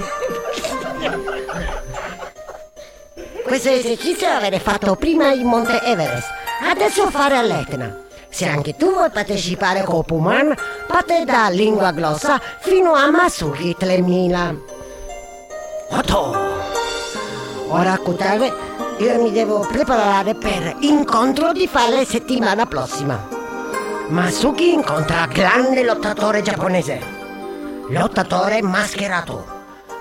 Speaker 12: Questo esercizio l'avrei fatto prima in Monte Everest, adesso fare all'Etna. Se anche tu vuoi partecipare con Puman, parte da Lingua Glossa fino a Masuki 3000. Otto! Ora, Kutare, io mi devo preparare per incontro di fare settimana prossima. Masuki incontra grande lottatore giapponese, lottatore mascherato.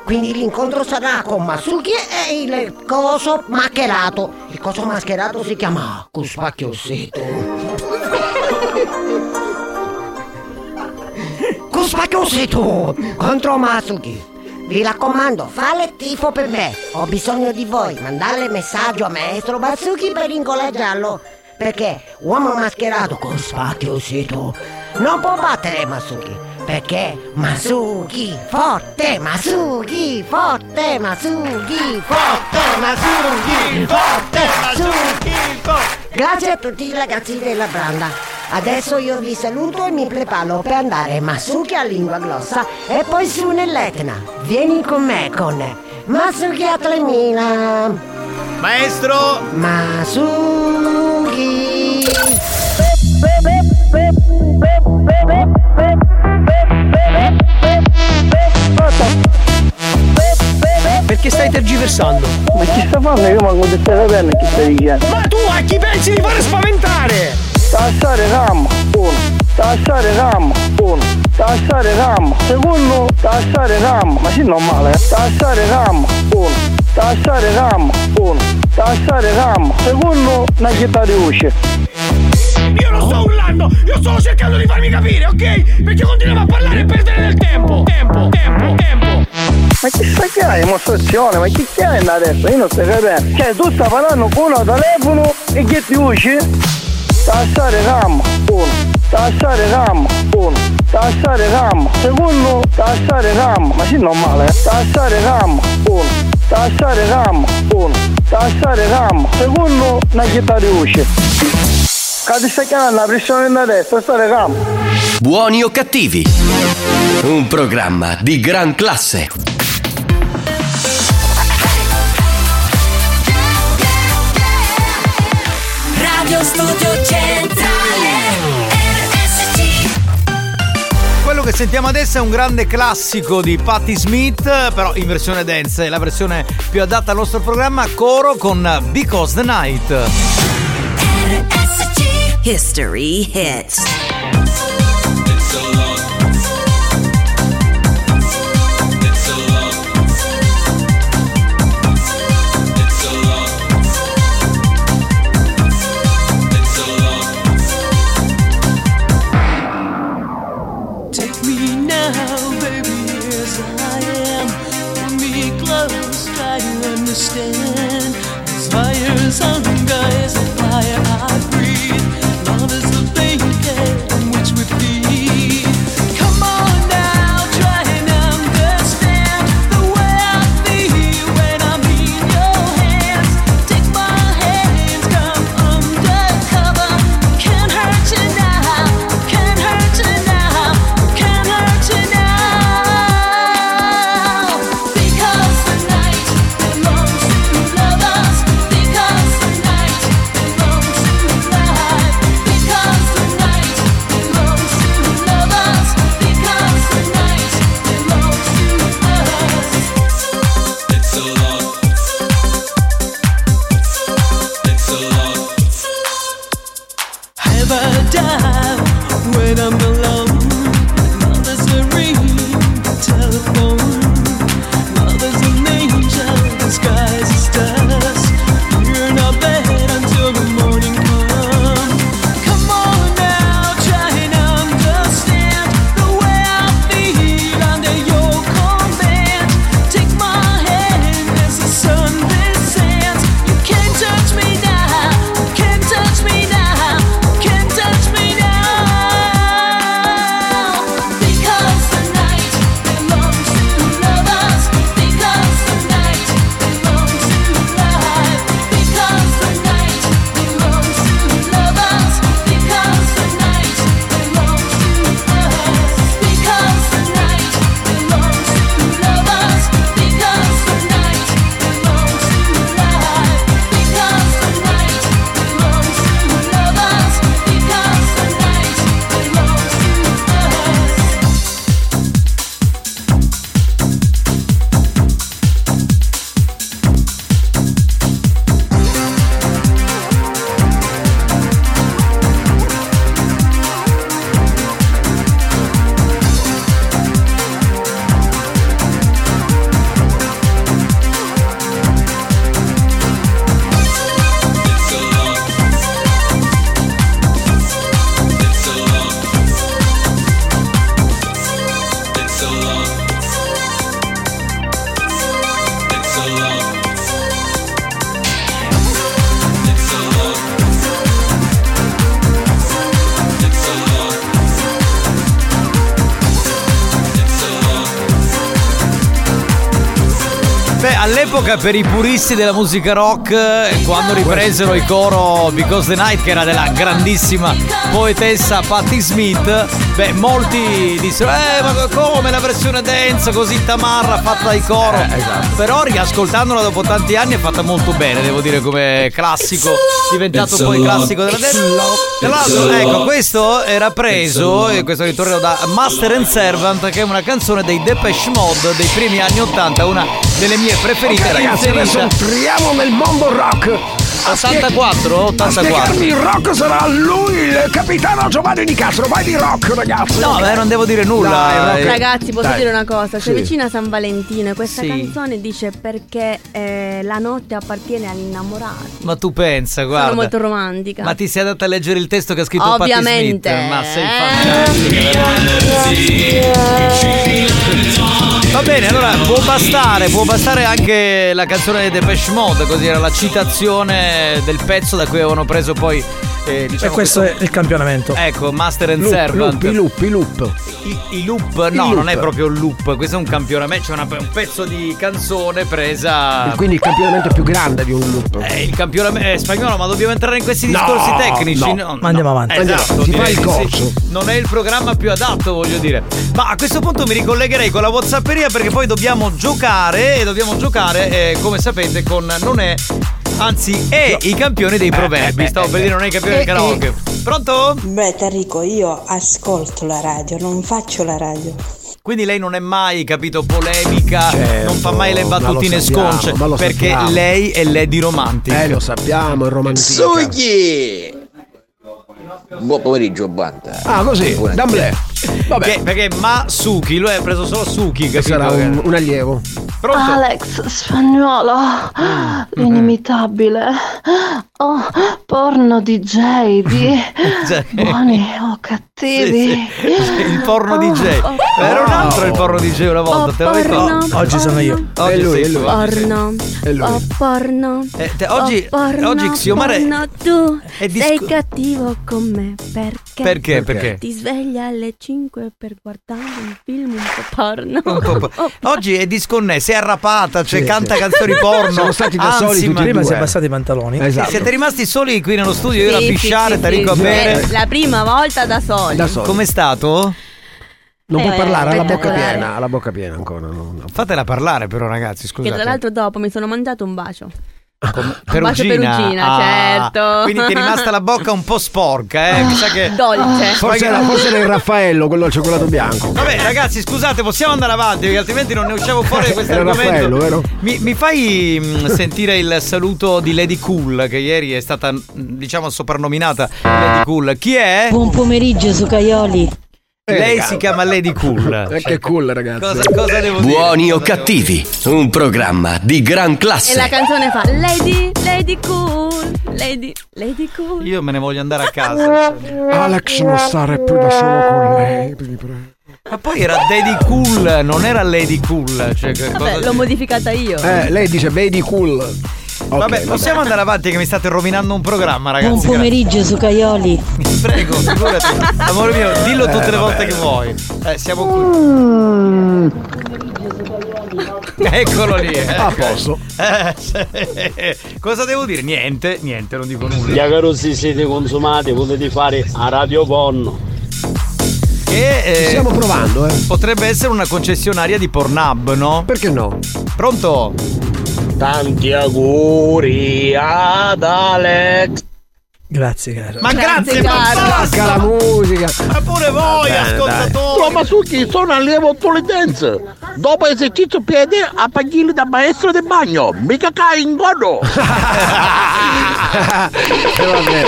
Speaker 12: Quindi l'incontro sarà con Masuki e il coso mascherato. Il coso mascherato si chiama Cuspacchiosito. Cuspacchiosito contro Masuki. Vi raccomando, fate tifo per me. Ho bisogno di voi. Mandate messaggio a maestro Masuki per incoraggiarlo. Perché uomo mascherato con Cuspacchiosito non può battere Masuki. Perché Masuki forte, Masuki forte, Masuki forte, Masuki forte, Masuki forte. Grazie a tutti i ragazzi della Branda. Adesso io vi saluto e mi preparo per andare Masuki a lingua glossa e poi su nell'Etna. Vieni con me con Masuki a 3000.
Speaker 9: Maestro!
Speaker 12: Masuki!
Speaker 10: Perché stai tergiversando?
Speaker 14: Ma chi sta facendo? Io manco di stare bene chi sta dicendo.
Speaker 10: Ma tu a chi
Speaker 13: Eh,
Speaker 10: pensi di fare spaventare?
Speaker 14: Tassare RAM, uno. Tassare RAM, uno. Tassare RAM, secondo. Tassare RAM, ma sì normale. eh. Tassare RAM, uno. Tassare RAM, uno. Tassare RAM, secondo. Una città di usce.
Speaker 21: Io non sto urlando, io sto cercando di farmi capire, ok? Perché continuiamo a parlare e perdere del tempo. Tempo, tempo, tempo.
Speaker 14: Ma chissà che hai emozione, ma chi che hai adesso? Io non sto capendo. Cioè tu stai parlando con uno al telefono e che ti usci? Tassare RAM, uno, tassare RAM, uno, tassare RAM, secondo, tassare RAM, ma sì normale, eh? tassare RAM, uno, tassare RAM, uno, tassare RAM, secondo, una chietà di usci. Cadi stai chiamando la pressione da destra, tassare RAM.
Speaker 1: Buoni o cattivi? Un programma di gran classe.
Speaker 5: Radio Studio Centrale RSC
Speaker 9: Quello che sentiamo adesso è un grande classico di Patti Smith, però in versione dance, è la versione più adatta al nostro programma, coro con Because the Night.
Speaker 3: History hits.
Speaker 13: Take me now, baby, as I am. Pull me close, try to understand. As fire's hunger is the fire I breathe. Love is the thinking in which we feed. Come on now, try and understand the way I feel when I'm in your hands. Take my hands, come undercover. Can't hurt you now, can't hurt you now. Can't hurt you now because the night belongs to lovers. Because the night belongs to life. Because the night belongs to lovers. Because the night belongs to us. It's a lot. It's a lot. Ever die when I'm alone? Love is a ring, a telephone. Love is an angel disguised as dust. Here in our bed until the morning comes. Come on now, try and understand the way I feel under your command. Take my hand as the sun descends. You can't touch me now, can't touch me now, can't touch me now. Because the night belongs to lovers. Because the night belongs to life. Because the night belongs to lovers. Because the night belongs to us. Because the night belongs to lovers. Because the night belongs to life. Because the night belongs to lovers. Because the night belongs to us.
Speaker 9: Beh, all'epoca per i puristi della musica rock, eh, quando ripresero il coro Because the Night, che era della grandissima poetessa Patti Smith, beh, molti dissero, eh, ma come la versione dance così tamarra fatta dai coro? Però riascoltandola dopo tanti anni è fatta molto bene, devo dire, come classico, diventato
Speaker 18: It's a
Speaker 9: poi
Speaker 18: lot.
Speaker 9: classico della dance.
Speaker 18: It's a lot.
Speaker 9: Tra
Speaker 18: It's
Speaker 9: l'altro,
Speaker 18: a
Speaker 9: ecco,
Speaker 18: lot.
Speaker 9: questo era preso,
Speaker 18: It's a lot.
Speaker 9: e questo ritorno da Master and Servant, che è una canzone dei Depeche Mode dei primi anni 80, una delle mie preferite.
Speaker 11: Ok, ragazzi, adesso
Speaker 9: inserita-
Speaker 11: entriamo nel mondo rock. A spie-
Speaker 9: 84, 84.
Speaker 11: A spiegarmi il rock sarà lui, il capitano Giovanni Di Castro. Vai di rock, ragazzi.
Speaker 9: No, beh, non devo dire nulla. eh.
Speaker 11: Dai, rock.
Speaker 4: Ragazzi, posso
Speaker 11: Dai.
Speaker 4: dire una cosa? Si
Speaker 11: Sì.
Speaker 4: avvicina San Valentino e questa
Speaker 9: Sì.
Speaker 4: canzone dice perché eh, la notte appartiene agli innamorati.
Speaker 9: Ma tu pensa, guarda.
Speaker 4: Sono molto romantica.
Speaker 9: Ma ti sei adatta a leggere il testo che ha scritto
Speaker 4: Ovviamente.
Speaker 13: Eh.
Speaker 9: Patti Smith? Ma sei fantastica. veramente. Va bene, allora può bastare, può bastare anche la canzone dei Depeche Mode, così era la citazione del pezzo da cui avevano preso poi eh, diciamo
Speaker 13: e questo è il campionamento.
Speaker 9: Ecco, Master and
Speaker 13: Loop,
Speaker 9: Servant.
Speaker 13: loop, i
Speaker 11: loop, loop.
Speaker 9: I, i loop,
Speaker 11: I
Speaker 9: no,
Speaker 11: loop.
Speaker 9: non è proprio il loop, questo è un campionamento, c'è una- un pezzo di canzone presa...
Speaker 11: Quindi il campionamento più grande di un loop.
Speaker 9: Ah. Eh, il campionamento è spagnolo, ma dobbiamo entrare in questi
Speaker 11: No,
Speaker 9: discorsi tecnici. Esatto,
Speaker 11: no. Ma andiamo avanti. Andiamo, si fa
Speaker 9: direi
Speaker 11: il
Speaker 9: di sì.
Speaker 11: corso.
Speaker 9: Non è il programma più adatto, voglio dire. Ma a questo punto mi ricollegherei con la Whatsapperia perché poi dobbiamo giocare e dobbiamo giocare, eh, come sapete, con non è. Anzi, è i campioni
Speaker 11: Eh,
Speaker 9: dei proverbi. Stavo per dire non è i campioni
Speaker 4: Eh,
Speaker 9: del karaoke. Pronto?
Speaker 40: Beh, Tarico, io ascolto la radio, non faccio la radio.
Speaker 9: Quindi lei non è mai, capito, polemica,
Speaker 11: Certo,
Speaker 9: non fa mai le
Speaker 11: ma lo
Speaker 9: battutine
Speaker 11: sappiamo,
Speaker 9: sconce.
Speaker 11: ma lo
Speaker 9: Perché
Speaker 11: sappiamo.
Speaker 9: lei è Lady Romantic.
Speaker 11: Eh, lo sappiamo, il romantico.
Speaker 41: Sugli! Buon pomeriggio, banda.
Speaker 11: Ah, così, Damblè. Vabbè.
Speaker 9: Che- perché Masuki, lui ha preso solo Suki, capito?
Speaker 11: Sarà un, un allievo.
Speaker 10: Alex, spagnolo,
Speaker 11: Mm, mm-hmm.
Speaker 10: inimitabile. Oh, porno DJ di
Speaker 9: Cioè-
Speaker 10: buoni o cattivi.
Speaker 9: Il porno DJ.
Speaker 10: Oh,
Speaker 9: Era un altro il porno DJ una volta, te lo ricordo.
Speaker 10: porno, Oggi
Speaker 13: sono io.
Speaker 9: Oggi
Speaker 13: È lui,
Speaker 9: sei
Speaker 13: è lui.
Speaker 9: tu, oggi sei tu.
Speaker 18: Porno, oh porno,
Speaker 9: Eh, te- oggi-
Speaker 18: oh porno,
Speaker 9: oggi Xiomara è-
Speaker 18: porno, tu
Speaker 9: è disco-
Speaker 18: sei cattivo con me perché?
Speaker 9: Perché, perché?
Speaker 18: Ti svegli alle 5 per guardare un film un po' porno.
Speaker 9: Un po' po- Oh, Oggi è disconnessa, è arrapata, cioè
Speaker 13: Sì,
Speaker 9: canta
Speaker 13: sì.
Speaker 9: canzoni porno. Anzi, ma-
Speaker 13: Prima si è abbassato i pantaloni. Esatto.
Speaker 9: Sì, Siete rimasti soli qui nello studio, io ero a
Speaker 18: Sì, sì,
Speaker 9: pisciare,
Speaker 18: sì,
Speaker 9: Tarico a
Speaker 18: sì.
Speaker 9: bere.
Speaker 18: Eh, La prima volta da soli.
Speaker 9: Com'è stato?
Speaker 18: Non Eh, puoi parlare, ha la bocca spettacolare.
Speaker 11: piena, alla bocca piena ancora.
Speaker 9: Fatela parlare però ragazzi,
Speaker 18: Che tra
Speaker 9: scusate.
Speaker 18: l'altro dopo mi sono mangiato un bacio. bacio
Speaker 9: Perugina,
Speaker 18: Perugina,
Speaker 9: Ah,
Speaker 18: certo.
Speaker 9: Quindi ti è rimasta la bocca un po' sporca, eh? Mi sa che...
Speaker 18: Dolce.
Speaker 11: Ah. Forse era, forse era il Raffaello, quello al cioccolato bianco.
Speaker 9: Vabbè, ragazzi, scusate, possiamo andare avanti, perché altrimenti non ne usciamo fuori da questo
Speaker 11: Era Raffaello,
Speaker 9: argomento.
Speaker 11: vero?
Speaker 9: Mi, mi fai mm, sentire il saluto di Lady Cool, che ieri è stata, mm, diciamo, soprannominata Lady Cool. Chi è?
Speaker 6: Buon pomeriggio, Sucaioli.
Speaker 9: Lei si chiama Lady Cool. Cioè,
Speaker 11: Eh, che cool, ragazzi.
Speaker 9: Cosa, cosa devo dire?
Speaker 1: Buoni o cattivi, un programma di
Speaker 18: E
Speaker 1: gran
Speaker 18: la
Speaker 1: classe.
Speaker 18: canzone fa Lady, Lady Cool, Lady, Lady Cool.
Speaker 9: Io me ne voglio andare a casa.
Speaker 11: Alex non stare più da solo con lei. vi prego.
Speaker 9: Ma poi era Daddy Cool, non era Lady Cool. Cioè, che cosa-
Speaker 18: Vabbè, l'ho modificata io.
Speaker 11: Eh, lei dice baby cool. Ok,
Speaker 9: Vabbè, possiamo andare avanti che mi state rovinando un programma,
Speaker 6: Buon
Speaker 9: ragazzi.
Speaker 6: pomeriggio, Sucaioli.
Speaker 9: Prego, figurati. Amore mio, dillo tutte le volte che vuoi. Eh, siamo qui.
Speaker 21: Mm.
Speaker 9: Eccolo lì. eh.
Speaker 11: A posto.
Speaker 9: Eh, sì. Cosa devo dire? Niente, niente, non dico nulla.
Speaker 20: carossi siete consumati, potete fare a radio porno.
Speaker 9: Che, eh,
Speaker 20: stiamo provando, eh.
Speaker 9: Potrebbe essere una concessionaria di Pornhub, no?
Speaker 11: Perché no?
Speaker 9: Pronto?
Speaker 20: Tanti auguri ad Alex.
Speaker 13: Grazie, caro.
Speaker 9: Ma grazie,
Speaker 20: caro.
Speaker 9: ma basta!
Speaker 11: la musica.
Speaker 9: Ma pure voi, ascoltatori!
Speaker 2: No, ma Succhi, sono allievo pole dance. Dopo esercizio piede, a pagine da maestro del bagno. Mica cai in godo.
Speaker 11: Eh, vabbè.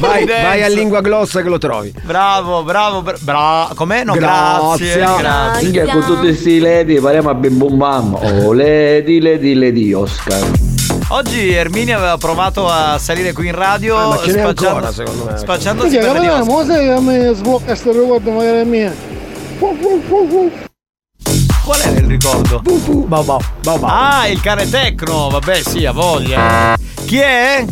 Speaker 11: Vai, vai a lingua glossa che lo trovi.
Speaker 9: Bravo, bravo, bra- bra- com'è? No, grazie. grazie.
Speaker 19: Minchia, con tutti questi ledi parliamo a bim bum bam. Oh, ledi, ledi, ledi, Oscar.
Speaker 9: Oggi Erminia aveva provato a salire qui in radio
Speaker 19: Eh, ma ce n'è
Speaker 9: spacciando-
Speaker 19: ancora, secondo me.
Speaker 9: spacciandosi per Lady Oscar.
Speaker 19: sai che mi sblocca sto ricordo magari mia?
Speaker 9: Qual era il ricordo?
Speaker 13: Boh,
Speaker 9: Ah, il cane tecno, vabbè, sì, ha voglia. Chi è?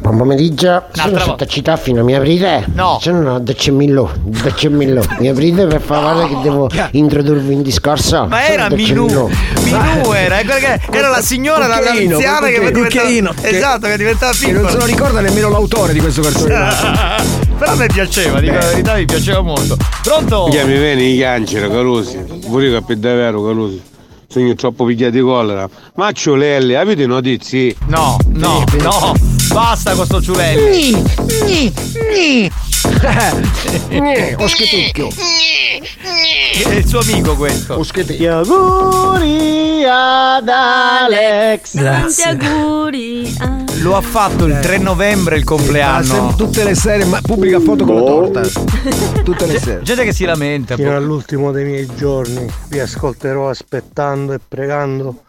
Speaker 16: Buon pomeriggio, sono
Speaker 9: Un'altra
Speaker 16: sotto città fino a mi aprite?
Speaker 9: No.
Speaker 16: Se no, no, decemmillo, decemmillo. Mi aprite per favore che devo introdurvi in discorso?
Speaker 9: Ma era Minù,
Speaker 16: Decemmillo.
Speaker 9: Minù era, è quella che- era la signora, la, la
Speaker 16: Cucchiaino,
Speaker 9: anziana che
Speaker 16: Cucchiaino.
Speaker 9: diventava,
Speaker 16: Cucchiaino.
Speaker 9: esatto, che diventava
Speaker 11: Che non
Speaker 9: piccola.
Speaker 11: se lo ricorda nemmeno l'autore di questo cartone.
Speaker 9: Però a me piaceva, dico la verità, mi piaceva molto. Pronto?
Speaker 21: Che mi viene di cancere, Carusi. Vorrei capire davvero, Carusi. Sogno troppo pigliati di collera. Macciolelli, avete notizie?
Speaker 9: No, no, no, basta con sto ciulelli.
Speaker 11: Ho schetucchio.
Speaker 9: È il suo amico questo.
Speaker 11: Gli
Speaker 20: auguri ad Alex.
Speaker 18: Tanti auguri. Ah.
Speaker 9: Lo ha fatto il 3 novembre il compleanno.
Speaker 11: Tutte le sere, ma pubblica foto con la torta. Tutte le sere.
Speaker 9: Gente che si lamenta.
Speaker 19: Fino all'ultimo dei miei giorni vi ascolterò aspettando e pregando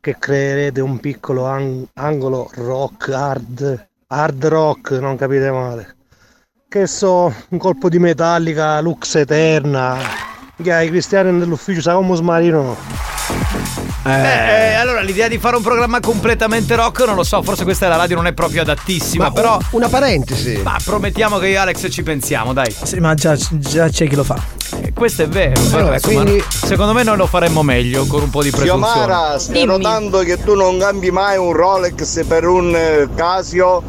Speaker 19: che creerete un piccolo ang- angolo rock hard, hard rock, non capite male. Che so, un colpo di metallica, lux eterna. Che i cristiani dell'ufficio sa come smarino.
Speaker 9: Eh, eh, allora l'idea di fare un programma completamente rock non lo so, forse questa è la radio non è proprio adattissima, però
Speaker 11: Una parentesi.
Speaker 9: ma promettiamo che io e Alex ci pensiamo, dai.
Speaker 10: Sì, ma già, già c'è chi lo fa.
Speaker 9: Eh, Questo è vero, però,
Speaker 10: Allora,
Speaker 9: ecco, ma
Speaker 10: quindi-
Speaker 9: secondo me noi lo faremmo meglio con un po' di presunzione.
Speaker 6: Chiamara, stai notando che tu non cambi mai un Rolex per un eh, Casio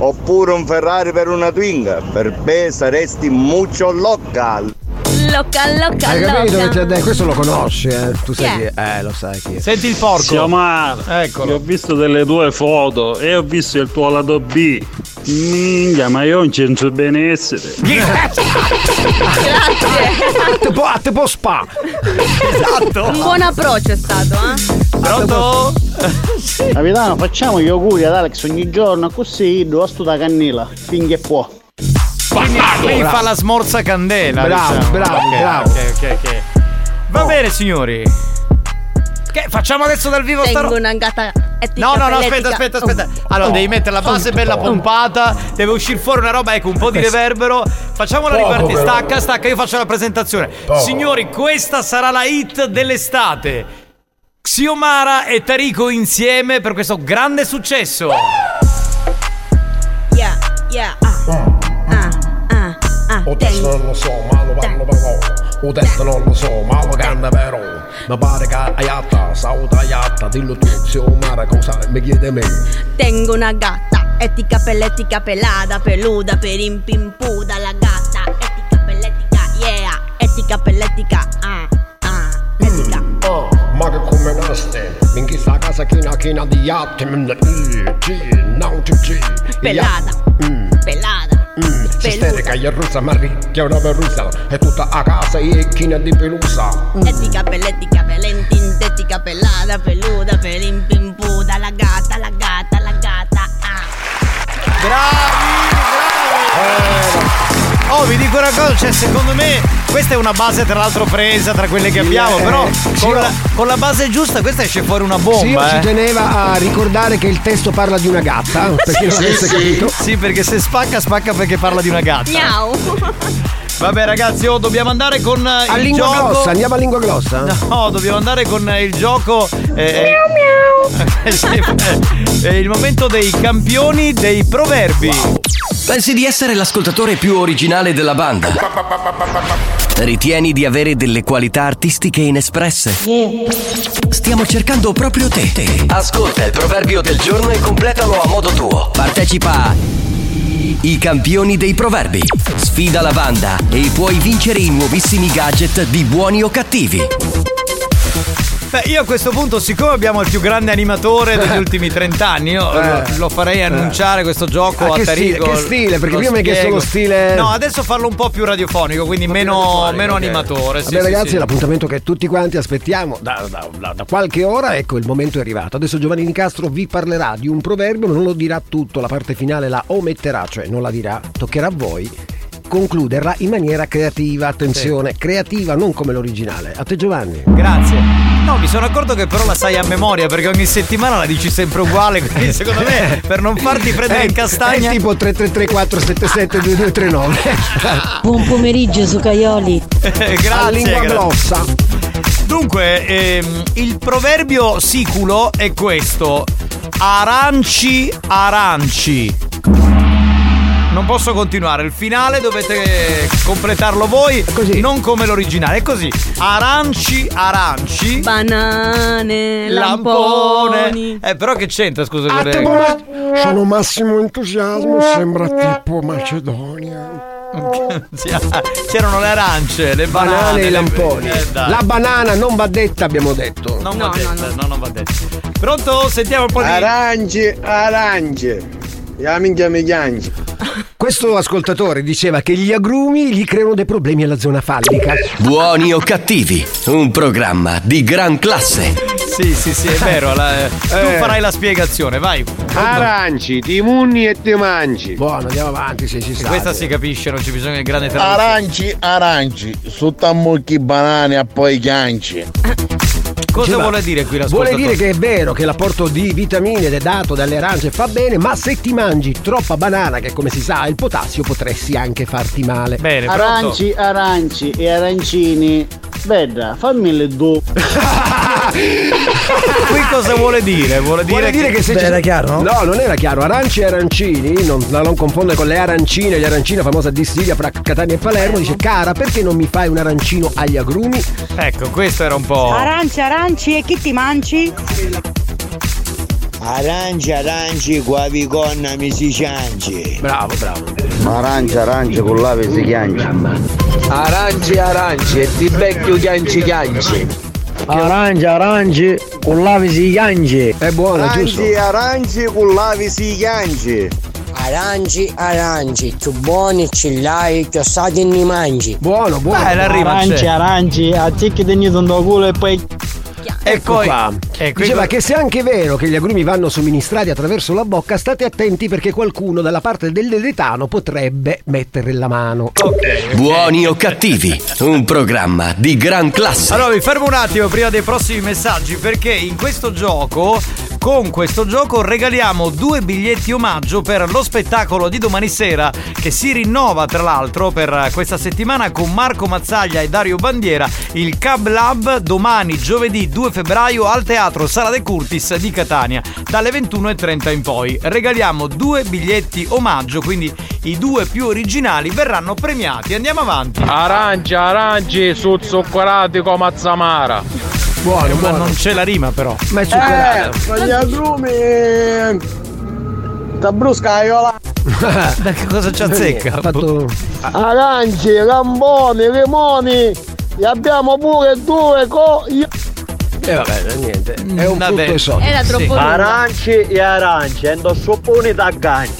Speaker 6: oppure un Ferrari per una Twing? Per me saresti mucho local.
Speaker 18: Loca, loca,
Speaker 11: Hai capito?
Speaker 18: loca.
Speaker 11: che ti ha detto? Ah, Questo lo conosci, eh? Tu
Speaker 18: Chi
Speaker 11: sai chi
Speaker 18: è?
Speaker 11: è. Eh, lo sai chi è.
Speaker 9: Senti il porco.
Speaker 7: Xiomara, io ho visto delle tue foto e ho visto il tuo lato B. Minchia, ma io non c'entro benessere.
Speaker 11: Grazie. Tipo, a tipo spa.
Speaker 18: Un buon approccio è stato, eh?
Speaker 9: Esatto. Pronto?
Speaker 7: Capitano, facciamo gli auguri ad Alex ogni giorno, così do a sto da cannella, finché può.
Speaker 9: Lei
Speaker 7: Bravo.
Speaker 9: fa la smorza candela.
Speaker 7: Bravo,
Speaker 9: diciamo.
Speaker 7: bravo,
Speaker 9: Ok,
Speaker 7: bravo.
Speaker 9: ok, ok, ok. Va bene, signori. Che facciamo adesso dal vivo sta
Speaker 18: Tengo
Speaker 9: roba?
Speaker 18: una gata etica Oh,
Speaker 9: No, no, no, aspetta,
Speaker 18: atletica.
Speaker 9: aspetta, aspetta. Allora, devi mettere la base bella pompata, deve uscire fuori una roba, ecco, un po' di riverbero. Facciamola
Speaker 2: Poco,
Speaker 9: ripartire.
Speaker 2: però.
Speaker 9: Stacca, stacca, io faccio la presentazione. Signori, questa sarà la hit dell'estate. Xiomara e Tarico insieme per questo grande successo.
Speaker 3: Yeah, yeah,
Speaker 18: ah.
Speaker 11: O testa non lo so, ma lo vanno però. O testa non lo so, ma lo canna però. Mi pare che aiata, sauta aiata, dillo tu, se o mara cosa mi chiede me.
Speaker 18: Tengo una gatta, etica pelletica pelada, peluda, perimpimpuda, la gatta, etica pelletica, yeah, etica pelletica, ah, ah, etica.
Speaker 11: Ah, ma che come naste, minchia sta casa china china di iate, mm, i, ci, nauti, ci.
Speaker 18: Pelata.
Speaker 11: Mm,
Speaker 18: pelada,
Speaker 11: mm, sisterica e russa, ma ricchia una perusa, è tutta a casa e china di pelusa.
Speaker 18: etica pelletica, pelentintetica, pelada, peluda, perimpimpuda, la gatta, la gatta, la gatta, ah.
Speaker 9: Oh, vi dico una cosa, cioè secondo me questa è una base tra l'altro presa tra quelle che abbiamo,
Speaker 11: eh,
Speaker 9: però
Speaker 11: sì,
Speaker 9: con
Speaker 11: oh.
Speaker 9: la, con la base giusta questa esce fuori una bomba.
Speaker 11: sì,
Speaker 9: eh.
Speaker 11: ci teneva a ricordare che il testo parla di una gatta, Ah, perché non avesse capito.
Speaker 9: Sì, perché se spacca, spacca perché parla di una gatta.
Speaker 18: Miau.
Speaker 9: Vabbè, ragazzi, oh, dobbiamo andare con eh,
Speaker 11: A
Speaker 9: il
Speaker 11: lingua
Speaker 9: gioco.
Speaker 11: grossa, andiamo a lingua grossa.
Speaker 9: No, dobbiamo andare con eh, il gioco. eh, eh, sì, eh, il momento dei campioni dei proverbi.
Speaker 1: Pensi di essere l'ascoltatore più originale della banda? Ritieni di avere delle qualità artistiche inespresse? Stiamo cercando proprio te. Ascolta il proverbio del giorno e completalo a modo tuo. Partecipa a I campioni dei proverbi. Sfida la banda e puoi vincere i nuovissimi gadget di buoni o cattivi.
Speaker 9: Beh, io a questo punto, siccome abbiamo il più grande animatore degli ultimi 30 anni, io lo, lo farei annunciare questo gioco
Speaker 11: Eh. Ah,
Speaker 9: a
Speaker 11: che stile,
Speaker 9: Tarico.
Speaker 11: che stile, perché
Speaker 9: Lo
Speaker 11: prima mi hai chiesto lo
Speaker 9: spiego.
Speaker 11: stile-
Speaker 9: No, adesso farlo un po' più radiofonico, quindi meno, meno animatore. sì,
Speaker 11: Vabbè
Speaker 9: sì,
Speaker 11: ragazzi,
Speaker 9: sì.
Speaker 11: l'appuntamento che tutti quanti aspettiamo da, da- da- da qualche ora, ecco il momento è arrivato. Adesso Giovanni Nicastro vi parlerà di un proverbio, ma non lo dirà tutto, la parte finale la ometterà, cioè non la dirà, toccherà a voi concluderla in maniera creativa, attenzione, creativa non come l'originale. A te Giovanni.
Speaker 9: Grazie. No, mi sono accorto che però la sai a memoria perché ogni settimana la dici sempre uguale, quindi secondo me per non farti prendere
Speaker 11: Eh,
Speaker 9: in castagna
Speaker 11: È tipo 3334772239.
Speaker 20: Buon pomeriggio, Zucaioli.
Speaker 9: Grazie.
Speaker 11: A lingua
Speaker 9: grazie.
Speaker 11: grossa.
Speaker 9: Dunque, ehm, il proverbio siculo è questo. Aranci, aranci. Non posso continuare, il finale dovete completarlo voi, non come l'originale, è così. Aranci, aranci.
Speaker 18: Banane,
Speaker 9: Lampone. Eh, però che c'entra, scusa,
Speaker 11: Ah,
Speaker 9: con le-
Speaker 11: Sono massimo entusiasmo, sembra tipo Macedonia.
Speaker 9: Sì, ah, C'erano le arance, le banane,
Speaker 11: Banane e i
Speaker 9: le-
Speaker 11: lamponi.
Speaker 9: eh, dai.
Speaker 11: La banana non va detta, abbiamo detto.
Speaker 9: Non va detta, no, non va detta. Pronto? Sentiamo un po' di.
Speaker 6: Arance, arance. Ya minchia mi chiangi.
Speaker 11: Questo ascoltatore diceva che gli agrumi gli creano dei problemi alla zona fallica.
Speaker 1: Buoni o cattivi, un programma di gran classe.
Speaker 9: Sì, sì, sì, è vero. la- eh, Tu
Speaker 6: Eh.
Speaker 9: farai la spiegazione, vai.
Speaker 6: Aranci, ti munni e ti mangi.
Speaker 11: Buono, andiamo avanti se ci
Speaker 6: sta.
Speaker 9: Questa si capisce, non ci bisogna il grande traduzione.
Speaker 25: Aranci, aranci, sottammocchi banane a poi chianci.
Speaker 9: Cosa
Speaker 11: Diceva-
Speaker 9: vuole dire qui la
Speaker 11: Vuole dire che è vero che l'apporto di vitamine ed è dato dalle arance fa bene, ma se ti mangi troppa banana, che come si sa ha il potassio, potresti anche farti male.
Speaker 9: Bene,
Speaker 11: arance
Speaker 7: Aranci, aranci e arancini. Bella, fammi le due.
Speaker 9: Qui cosa vuole dire? Vuole dire,
Speaker 11: Eh, Vuole dire che se ci- No, non era chiaro. Aranci e arancini, non, da non confondere con le arancine, gli arancini, la famosa distiglia fra Catania e Palermo, dice cara, perché non mi fai un arancino agli agrumi?
Speaker 9: Ecco, questo era un po'.
Speaker 18: Aranci, aranci e chi ti mangi?
Speaker 14: Aranci, aranci, guaviconna, mi si cianci.
Speaker 11: Bravo, bravo.
Speaker 14: Arancia, arancia, con l'ave si chianci. Aranci, aranci, e ti vecchio chianci chianci.
Speaker 20: Arancia, aranci, con l'ave si chiange.
Speaker 11: È buona,
Speaker 42: Aranci, aranci, cullavi si chianci.
Speaker 43: Aranci,
Speaker 9: Ecco
Speaker 43: aranci, tu buoni ce l'hai, che assati ne mangi.
Speaker 11: Buono, buono.
Speaker 20: Dai, l'arrivo, Aranci, c'è.
Speaker 43: aranci, azzicchi di
Speaker 20: Sono culo e poi
Speaker 11: Ecco
Speaker 20: poi-
Speaker 11: qua.
Speaker 9: Eh,
Speaker 20: ecco,
Speaker 11: Diceva
Speaker 20: ecco-
Speaker 11: che se è anche vero che gli agrumi vanno somministrati attraverso la bocca, state attenti perché qualcuno dalla parte del deletano potrebbe mettere la mano.
Speaker 1: Buoni o cattivi, un programma di gran classe.
Speaker 9: Allora vi fermo un attimo prima dei prossimi messaggi perché in questo gioco, con questo gioco regaliamo due biglietti omaggio per lo spettacolo di domani sera che si rinnova tra l'altro per eh, questa settimana con Marco Mazzaglia e Dario Bandiera, il Cab Lab domani giovedì 2 febbraio al Teatro Sala De Curtis di Catania dalle 21.30 in poi. Regaliamo due biglietti omaggio, quindi i due più originali verranno premiati. Andiamo avanti.
Speaker 44: Arancia, aranci, zuccherati come a Zamara.
Speaker 11: Buono,
Speaker 9: Ma non c'è la rima però.
Speaker 11: Ma
Speaker 9: Eh,
Speaker 20: ma gli agrumi. Da brusca iola.
Speaker 9: Da che cosa ci azzecca?
Speaker 20: Ha Aranci, gamboni, limoni. Li abbiamo pure due co.
Speaker 9: Eh,
Speaker 11: E vabbè, niente. È un
Speaker 20: Vabbè.
Speaker 11: frutto esotico.
Speaker 20: Era troppo Sì. lunga.
Speaker 11: Aranci e arance, endo soppone da cani.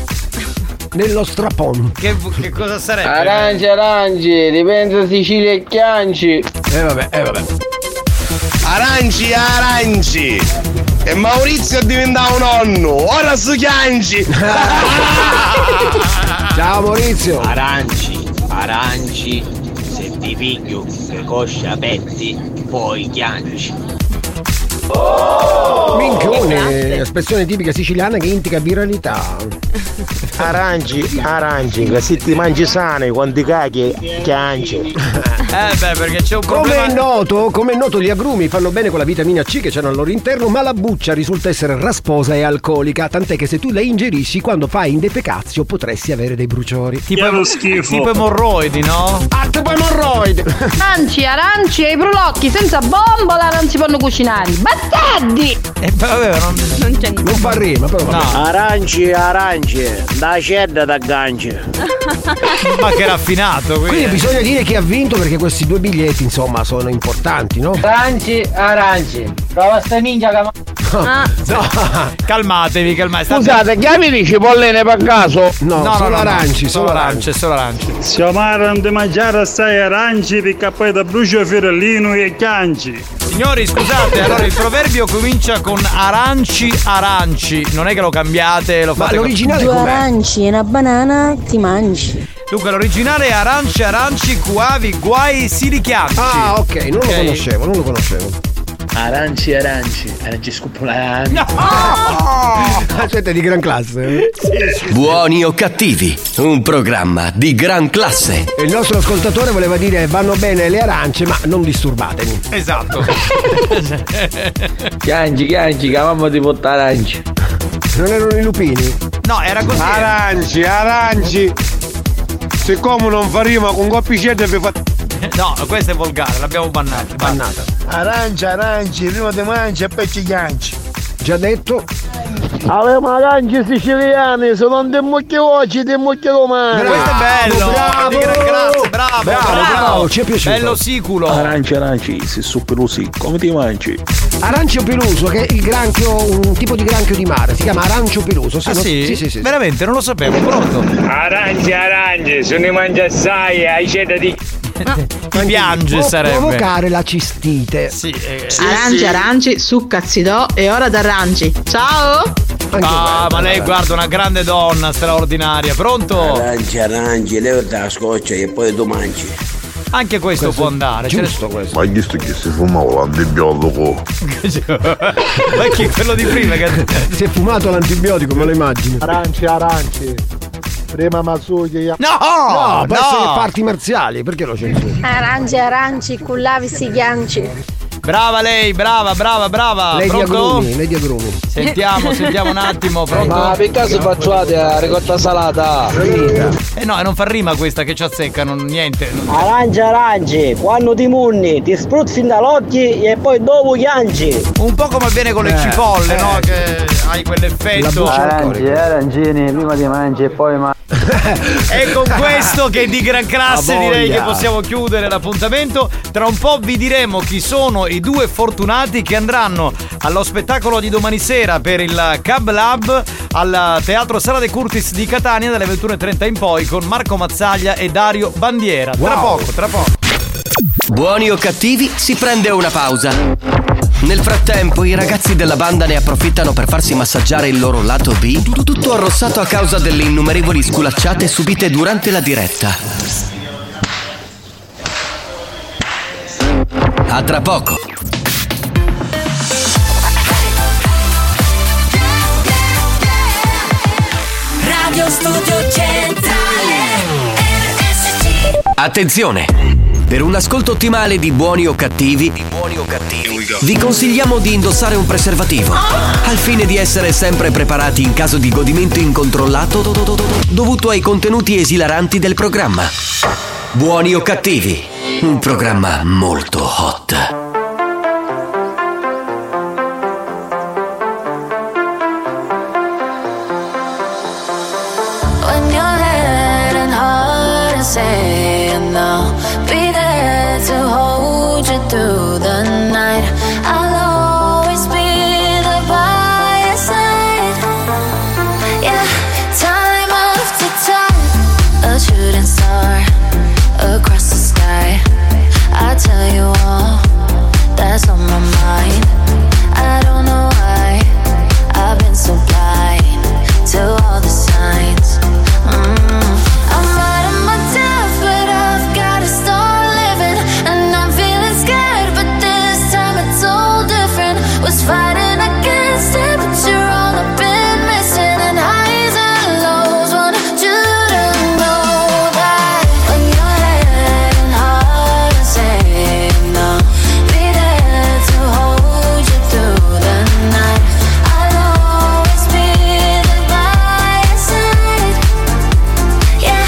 Speaker 11: Nello strapon.
Speaker 9: Che, che cosa sarebbe?
Speaker 20: Aranci, aranci, ripensa Sicilia e Chianci.
Speaker 9: Eh,
Speaker 11: E vabbè, e vabbè.
Speaker 20: Aranci, aranci. E Maurizio è diventato un nonno. Ora su Chianci.
Speaker 11: Ciao Maurizio.
Speaker 20: Aranci, aranci. Se ti piglio che coscia petti, poi Chianci.
Speaker 11: Minchione, espressione tipica siciliana che indica viralità.
Speaker 20: Aranci, aranci, che se ti mangi sane quanti cacchi Chianci.
Speaker 9: Eh beh, perché c'è un
Speaker 11: Come
Speaker 9: problema.
Speaker 11: è noto, come è noto, gli agrumi fanno bene con la vitamina C che c'hanno al loro interno, ma la buccia risulta essere rasposa e alcolica, tant'è che se tu la ingerisci quando fai indefecazio potresti avere dei bruciori.
Speaker 9: Tipo, tipo emorroidi, no?
Speaker 11: tipo emorroidi.
Speaker 10: Aranci, aranci e i brulocchi senza bombola non si possono cucinare. Bastardi!
Speaker 9: E Eh, vabbè, non...
Speaker 10: Non c'è
Speaker 11: Non fa rima, però.
Speaker 20: Aranci, aranci, da cedda da ganci.
Speaker 9: Ma che raffinato, quindi.
Speaker 11: Quindi bisogna dire chi ha vinto perché questi due biglietti, insomma, sono importanti, no?
Speaker 20: Aranci, aranci, prova sta minchia che...
Speaker 9: No. Calmatevi, calmatevi.
Speaker 20: Scusate, chiamili cipollene per caso?
Speaker 11: No,
Speaker 9: solo arance, solo arance.
Speaker 15: Siamo a rande mangiare assai aranci perché poi da brucio fiorellino e chianci.
Speaker 9: Signori, scusate, allora il proverbio comincia con aranci, aranci. Non è che lo cambiate, lo fate.
Speaker 4: Due aranci e una banana ti mangi.
Speaker 9: Dunque, l'originale è aranci, aranci, cuavi, guai, sirichianci.
Speaker 11: Ah, ok, non lo conoscevo, non lo conoscevo.
Speaker 20: Aranci, aranci, aranci scupolani.
Speaker 11: Ah! Gente di gran classe.
Speaker 1: Buoni o cattivi, un programma di gran classe.
Speaker 11: E Il nostro ascoltatore voleva dire vanno bene le arance, ma non disturbatemi.
Speaker 9: Esatto.
Speaker 20: Chiangi, chiangi, che mamma ti porta aranci.
Speaker 11: Non erano i lupini?
Speaker 9: No, era così.
Speaker 21: Aranci, aranci. Siccome non fa rima con coppicette vi fa.
Speaker 9: No, questa è volgare, l'abbiamo bannata. Bannata.
Speaker 20: Arancia, aranci, prima ti mangi e poi ci chianci.
Speaker 11: Già detto?
Speaker 20: Avevamo aranci siciliane, se non ti mucchi oggi, ti mucchi domani.
Speaker 9: Questo è bello. Di gran classe, bravo, Ah, bravo. Bello siculo.
Speaker 20: Aranci, aranci, se su pelusi, come ti mangi?
Speaker 11: Arancio peluso, che è il granchio, un tipo di granchio di mare, si chiama arancio peluso.
Speaker 9: Ah,
Speaker 11: non-
Speaker 9: sì?
Speaker 11: sì, sì, sì.
Speaker 9: Veramente, non lo sapevo, pronto.
Speaker 20: Aranci, aranci, se ne mangi assai, hai ceda di...
Speaker 9: Ti piange
Speaker 11: Può
Speaker 9: sarebbe.
Speaker 11: provocare la cistite.
Speaker 9: Sì, eh.
Speaker 10: Aranci, aranci, succazzi do e ora d'arranci. Ciao!
Speaker 9: Ah, ma lei guarda una grande donna straordinaria, pronto?
Speaker 20: Aranci, aranci, leva la scoccia e poi tu mangi.
Speaker 9: Anche questo, può andare. Giusto
Speaker 20: questo.
Speaker 2: Ma hai visto che si fumava l'antibiotico?
Speaker 9: Ma chi Cioè, quello di prima che
Speaker 11: Si è fumato l'antibiotico, me lo immagino.
Speaker 20: Aranci, aranci. Prima masuglia.
Speaker 11: No! No, poi sono le parti marziali, perché lo c'è?
Speaker 4: Aranci, aranci, cullavi si ghianci.
Speaker 9: Brava lei, brava, brava, brava.
Speaker 11: Lady
Speaker 9: Ah, Pronto?
Speaker 11: Agrumi, Lady Agrumi.
Speaker 9: Sentiamo, sentiamo un attimo, pronto?
Speaker 8: Ma per caso facciate la ricotta salata?
Speaker 9: Eh no, e non fa rima questa che ci azzecca, non, niente. non-
Speaker 4: Arancia arancia, quando ti munni, ti spruzzi dall'occhio e poi dopo piangi.
Speaker 9: Un po' come avviene con le
Speaker 4: Eh,
Speaker 9: cipolle, no? Che hai quell'effetto.
Speaker 5: Arangi,
Speaker 4: eh.
Speaker 5: arancini, prima ti mangi e poi ma.
Speaker 9: E con questo che è di gran classe
Speaker 5: Ha voglia.
Speaker 9: direi che possiamo chiudere l'appuntamento. Tra un po' vi diremo chi sono i due fortunati che andranno allo spettacolo di domani sera per il Cab Lab al Teatro Sala De Curtis di Catania dalle 21.30 in poi con Marco Mazzaglia e Dario Bandiera. Tra poco, tra poco.
Speaker 1: Buoni o cattivi, si prende una pausa. Nel frattempo, i ragazzi della banda ne approfittano per farsi massaggiare il loro lato B, tut- tutto arrossato a causa delle innumerevoli sculacciate subite durante la diretta. A tra poco.
Speaker 3: Radio Studio Centrale RSC
Speaker 1: Attenzione! Per un ascolto ottimale di buoni o cattivi, vi consigliamo di indossare un preservativo, al fine di essere sempre preparati in caso di godimento incontrollato do- do- do- do- dovuto ai contenuti esilaranti del programma. Buoni o cattivi, un programma molto hot.
Speaker 13: When you're dead and hard and saying I'll be there to hold you through the night. I'll always be there by your side. Yeah, time after time, a shooting star across the sky. I tell you all that's on my mind. I don't know why I've been so blind to all the signs. Mm. I'm out of my depth, but I've gotta start living. And I'm feeling scared, but this time it's all different. Was fighting against it, but you're all I've been missing. And highs and lows, want you to know that when you're letting hard and saying no, be there to hold you through the night. I'll always be there by your side. Yeah,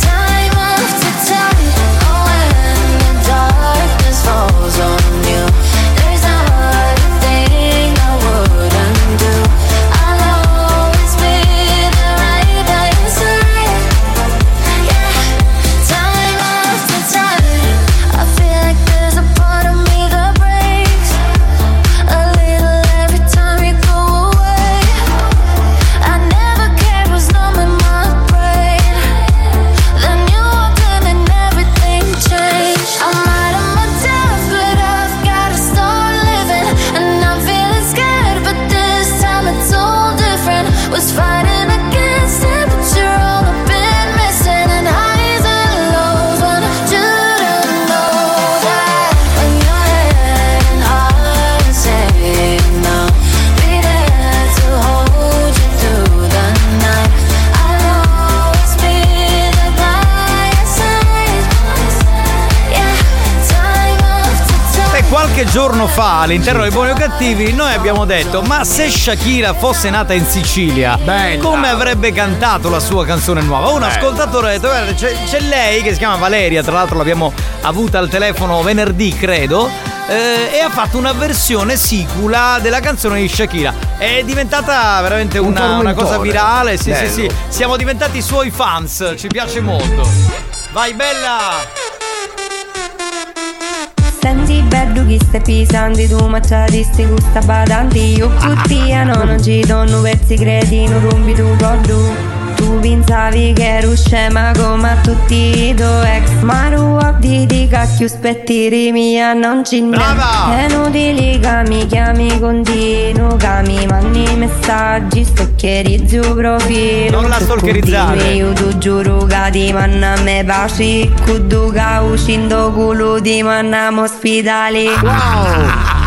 Speaker 13: time after time, oh, when the darkness falls on you, there's not a thing I wouldn't do. I'll always be there right by your side. Yeah, time after time, I feel like there's a part of me that breaks a little every time you go away. I never cared was numb in my brain. Then you walked in and everything changed. I'm out of my depth, but I've gotta start living. And I'm feeling scared, but this time it's all different. Was fighting against it, but you're all I've been missing. And highs and lows, want you to know that when you're hurting hard and saying no, be there to hold you through the night. I'll always be there by your side. Yeah, time after time.
Speaker 9: E qualche giorno fa, all'interno dei buoni o cattivi, noi abbiamo detto: ma se Shakira fosse nata in Sicilia, come avrebbe cantato la sua canzone nuova? Un
Speaker 16: Bella.
Speaker 9: ascoltatore ha detto: guarda, c'è, c'è lei che si chiama Valeria, tra l'altro l'abbiamo avuta al telefono venerdì, credo. eh, e ha fatto una versione sicula della canzone di Shakira. È diventata veramente
Speaker 16: Un
Speaker 9: una, una cosa
Speaker 16: tormentone.
Speaker 9: virale. Sì, sì,
Speaker 16: Bello.
Speaker 9: sì. Siamo diventati i suoi fans, ci piace molto. Vai, bella!
Speaker 17: Senti bello chi stai pisando tu macciati sti gusta badanti Io cuttia no non ci donno pezzi credi non rompi tu cordu Tu pensavi che ero scema come a tutti i tuoi ex Ma ruabbi di cacchio spettiri mia non ci n'è
Speaker 23: Brava!
Speaker 17: È inutile che mi chiami continuo Che mi mandi messaggi stoccherizzi un profilo
Speaker 9: Non la
Speaker 17: Tu
Speaker 9: stalkerizzare.
Speaker 17: continui, Io tu giuro che ti manna me baci Cuddu che uscendo culo ti mannamo ospitali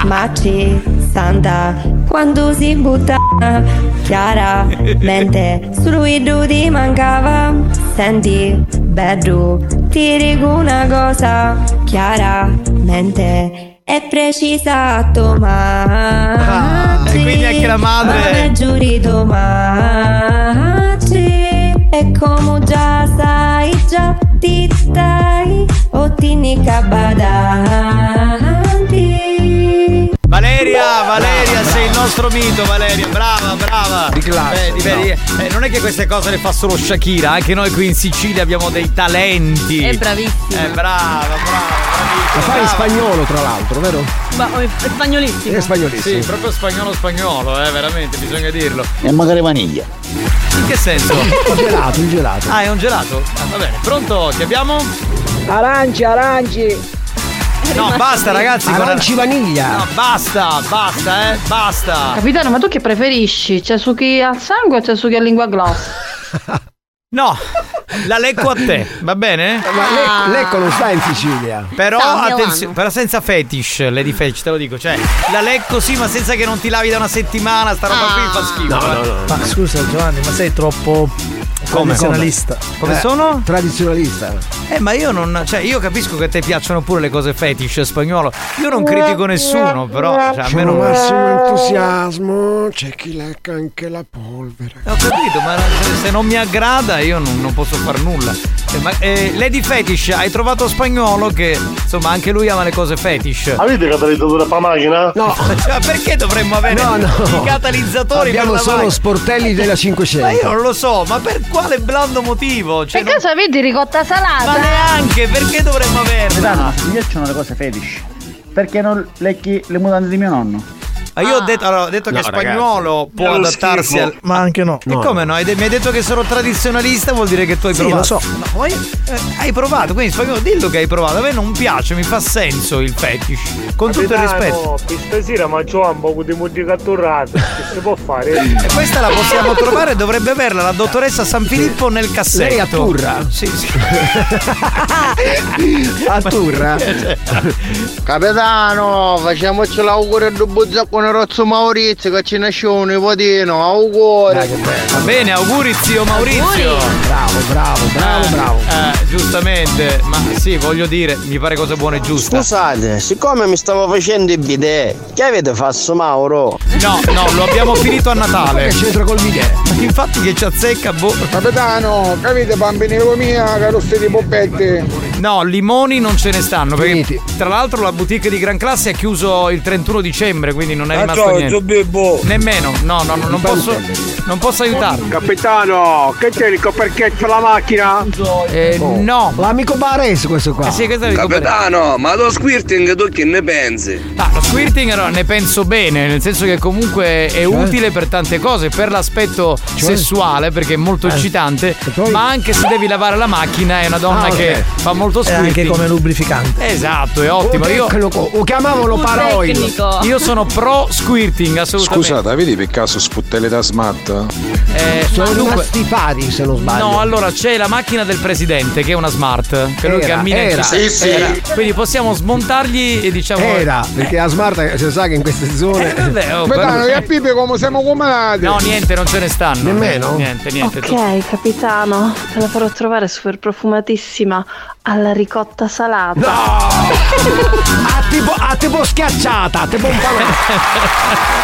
Speaker 17: Ma ci stanta quando si butta Chiaramente solo i due ti mancava Senti bello ti dico una cosa Chiaramente è precisato ma
Speaker 9: e quindi anche la madre.
Speaker 17: giuri domani e come già sai già ti dai o ti nica badanti
Speaker 9: Valeria, Valeria, sei il nostro mito, Valeria, brava, brava. Eh, Di classe. non è che queste cose le fa solo Shakira, anche noi qui in Sicilia abbiamo dei talenti.
Speaker 10: È Eh, bravissima.
Speaker 9: È brava,
Speaker 11: La fa in spagnolo, tra l'altro, vero?
Speaker 10: Ma oh, è spagnolissimo.
Speaker 11: È spagnolissimo.
Speaker 9: Sì, proprio spagnolo spagnolo, eh, veramente, bisogna dirlo.
Speaker 8: E magari vaniglia.
Speaker 9: In che senso?
Speaker 8: Un gelato,
Speaker 11: un gelato.
Speaker 9: Ah, è un gelato? Ah, va bene, pronto, che abbiamo?
Speaker 4: Aranci, aranci.
Speaker 9: No, basta ragazzi. guarda-
Speaker 11: Aranci vaniglia.
Speaker 9: No, basta, basta, eh, basta.
Speaker 21: Capitano, ma tu che preferisci? C'è su chi al sangue o c'è su chi a lingua gloss?
Speaker 9: No, la lecco a te, va bene?
Speaker 11: Ma
Speaker 10: Ah.
Speaker 11: le- Lecco non sta in Sicilia.
Speaker 9: Però,
Speaker 11: Sta a Milano.
Speaker 9: attenzione, però senza fetish, Lady Fetish, te lo dico. Cioè, la lecco sì, ma senza che non ti lavi da una settimana, sta roba qui fa schifo. eh.
Speaker 16: Ma scusa Giovanni, ma sei troppo
Speaker 9: Come?
Speaker 16: tradizionalista.
Speaker 5: Eh.
Speaker 9: Come sono?
Speaker 11: Tradizionalista.
Speaker 9: Eh, ma io non. Cioè, io capisco che a te piacciono pure le cose fetish eh, spagnolo. Io non critico nessuno, però. Cioè, a me non.
Speaker 11: entusiasmo, c'è chi lecca anche la polvere.
Speaker 9: Ho capito, ma se- se non mi aggrada io non, non posso far nulla. Eh, ma, eh, Lady Fetish, hai trovato spagnolo che insomma anche lui ama le cose fetish.
Speaker 18: Avete catalizzatura per macchina?
Speaker 11: No.
Speaker 9: Cioè, perché dovremmo avere
Speaker 11: No, no.
Speaker 9: i catalizzatori
Speaker 11: Abbiamo
Speaker 9: per la
Speaker 11: solo
Speaker 9: macchina?
Speaker 11: sportelli della 500.
Speaker 9: Ma io non lo so, ma per quale blando motivo?
Speaker 11: Eh.
Speaker 9: Cioè,
Speaker 21: Per caso avete ricotta salata?
Speaker 9: Ma neanche, perché dovremmo averla?
Speaker 20: Mi piacciono le cose fetish. Perché non lecchi le mutande di mio nonno?
Speaker 9: Ah, io ho detto, allora, ho detto
Speaker 20: No,
Speaker 9: che
Speaker 20: ragazzi.
Speaker 9: spagnolo può
Speaker 20: È uno
Speaker 9: adattarsi
Speaker 20: schifo.
Speaker 9: al.
Speaker 16: Ma anche no.
Speaker 9: E come no? Hai de- mi hai detto che sono tradizionalista, vuol dire che tu hai
Speaker 16: Sì,
Speaker 9: provato.
Speaker 16: lo so.
Speaker 9: No, ma io- eh, hai provato, quindi spagnolo, dillo che hai provato. A me non piace, mi fa senso il fetish. Con tutto il rispetto.
Speaker 18: stasera mangio un po' di modicaturrato. Che si può fare?
Speaker 9: E questa la possiamo trovare, dovrebbe averla la dottoressa San Filippo nel cassetto.
Speaker 18: Lei atturra?
Speaker 9: Sì, sì.
Speaker 11: Atturra?
Speaker 20: Capitano, facciamoci l'augurio del buzzacone rozzo Maurizio che ci nasce un nipotino, auguri!
Speaker 9: Va bene, auguri zio Maurizio.
Speaker 11: Bravo, bravo, bravo, bravo.
Speaker 9: Eh, giustamente, ma sì, voglio dire, mi pare cosa buona e giusta.
Speaker 8: Scusate, siccome mi stavo facendo i bidet, che avete fatto Mauro?
Speaker 9: No, no, lo abbiamo finito a Natale.
Speaker 11: Che c'entra col bidet?
Speaker 9: Infatti che ci azzecca, boh.
Speaker 20: Capitano, capite bambinello mia, carrozze di poppette.
Speaker 9: No, limoni non ce ne stanno. Perché, tra l'altro la boutique di Gran Classe ha chiuso il 31 dicembre, quindi non è rimasto niente. Nemmeno, no, no, no, non posso. Non posso aiutarvi.
Speaker 18: Capitano, che c'è il coperchetto per la macchina?
Speaker 9: Eh, no. Eh
Speaker 11: L'amico Bares questo qua.
Speaker 9: sì, questo è il
Speaker 18: Capitano, ma lo squirting tu che ne pensi?
Speaker 9: Ah, lo squirting allora, ne penso bene, nel senso che comunque è
Speaker 16: Certo.
Speaker 9: utile per tante cose, per l'aspetto
Speaker 16: Cioè?
Speaker 9: sessuale, perché è
Speaker 16: Eh,
Speaker 9: molto eccitante, ma anche se devi lavare la macchina è una donna
Speaker 16: Ah, ok.
Speaker 9: che fa molto
Speaker 16: E
Speaker 9: squirting.
Speaker 16: anche come lubrificante.
Speaker 9: Esatto, è ottimo.
Speaker 16: Un
Speaker 9: Io,
Speaker 16: tecnico,
Speaker 11: lo chiamavano
Speaker 16: Un paroil. tecnico.
Speaker 9: Io sono pro squirting, assolutamente.
Speaker 23: Scusate, vedi per caso sputtele da smart?
Speaker 9: Eh,
Speaker 11: Sono
Speaker 9: dunque-
Speaker 11: rimasti pari se non sbaglio.
Speaker 9: No, allora c'è la macchina del presidente che è una smart. Che lui
Speaker 11: Era,
Speaker 9: cammina in
Speaker 11: era.
Speaker 9: giro.
Speaker 11: Sì, sì.
Speaker 9: Quindi possiamo smontargli e diciamo.
Speaker 11: Era,
Speaker 9: Eh,
Speaker 11: perché la smart si sa che in queste zone.
Speaker 9: Eh, vabbè, oh,
Speaker 20: Capitano,
Speaker 9: però-
Speaker 20: che pipe come siamo comandati?
Speaker 9: No, niente, non ce ne stanno.
Speaker 11: Nemmeno?
Speaker 9: Niente, niente.
Speaker 10: Ok, capitano, te la farò trovare super profumatissima alla ricotta salata.
Speaker 11: A Ah, tipo, a tipo schiacciata, a tipo un palo.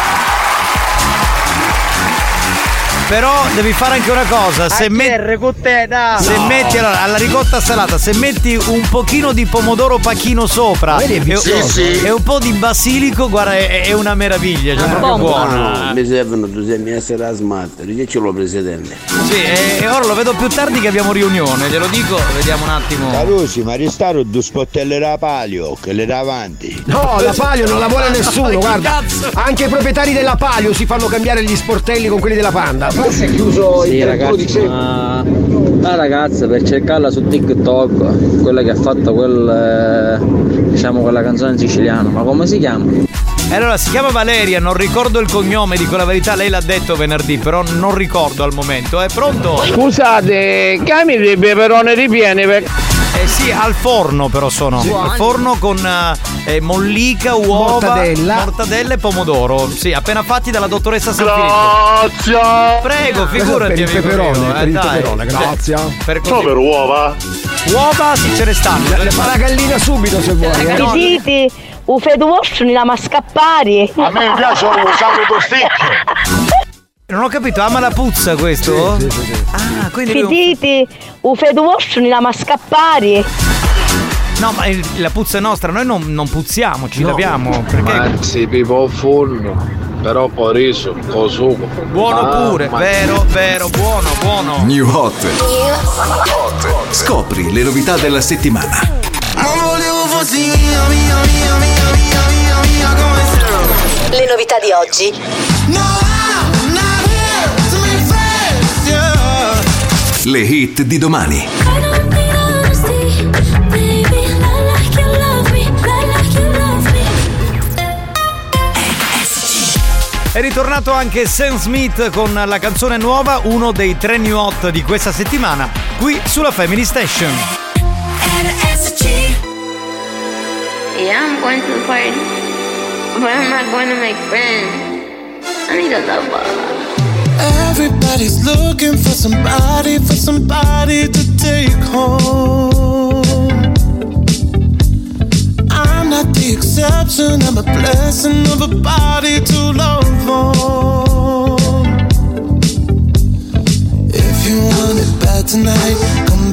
Speaker 9: Però devi fare anche una cosa, se metti se
Speaker 20: No.
Speaker 9: metti allora, alla ricotta salata, se metti un pochino di pomodoro pachino sopra
Speaker 20: Vedi, è
Speaker 9: e,
Speaker 20: vizioso. Sì, sì.
Speaker 9: e un po' di basilico, guarda, è, è una meraviglia, cioè, è proprio buono.
Speaker 20: Ah, mi servono 2000 essere a smart, che ce l'ho presidente.
Speaker 9: Sì, e, e ora lo vedo più tardi che abbiamo riunione, glielo dico, vediamo un attimo.
Speaker 8: Carusi, ma restare due spottelle da palio, che le davanti.
Speaker 11: No, la Palio non la vuole nessuno, guarda.
Speaker 9: cazzo?
Speaker 11: Anche i proprietari della Palio si fanno cambiare gli sportelli con quelli della Panda. Forse è chiuso
Speaker 20: Sì ragazzi, ma la ragazza per cercarla su TikTok, quella che ha fatto quel, eh, diciamo quella canzone in siciliano, ma come si chiama?
Speaker 9: E allora si chiama Valeria, non ricordo il cognome, dico la verità, lei l'ha detto venerdì, però non ricordo al momento. È pronto?
Speaker 20: Scusate, chiami le peperone ripiene per...
Speaker 9: Eh sì, al forno però sono.
Speaker 20: Sì.
Speaker 9: Al forno con eh, eh, mollica, uova,
Speaker 20: Mortadella.
Speaker 9: mortadella e pomodoro. Sì, appena fatti dalla dottoressa San Filippo.
Speaker 11: Questo
Speaker 9: Prego, figurati
Speaker 11: per il
Speaker 9: amico
Speaker 11: peperone,
Speaker 9: mio,
Speaker 11: per
Speaker 9: eh,
Speaker 11: il
Speaker 9: dai.
Speaker 11: peperone, grazie.
Speaker 9: per
Speaker 11: Solo per
Speaker 9: uova? Uova sì ce ne stanno.
Speaker 11: Fa la gallina subito se vuoi.
Speaker 9: Ragazzi,
Speaker 11: eh.
Speaker 2: Visiti
Speaker 6: u fedovostrni la mascappari.
Speaker 9: A me piace un saluto Non ho capito, ama la puzza questo? Sì, sì, sì. Ah, quindi lui-
Speaker 6: Fiditi, u fedovostrni la mascappari.
Speaker 9: No, ma eh, la puzza è nostra, noi non, non puzziamo, ci laviamo. Perché?
Speaker 8: Anzi, pipo forno. Però poi riso, con sugo.
Speaker 9: Buono pure, vero, vero, buono, buono.
Speaker 7: New Hot. Scopri le novità della settimana.
Speaker 3: Non volevo fossi mia, mia, mia, mia, mia, mia, mia, come sei. Le novità di oggi.
Speaker 7: Le hit di domani.
Speaker 9: È ritornato anche Sam Smith con la canzone nuova, uno dei tre new hot di questa settimana, qui sulla Family Station.
Speaker 14: Yeah, I'm going to the party, but I'm not going to make friends. I need a lover.
Speaker 3: Everybody's looking for somebody, for somebody to take home. I'm not the exception, I'm a blessing of a body to love on. If you want it bad tonight, come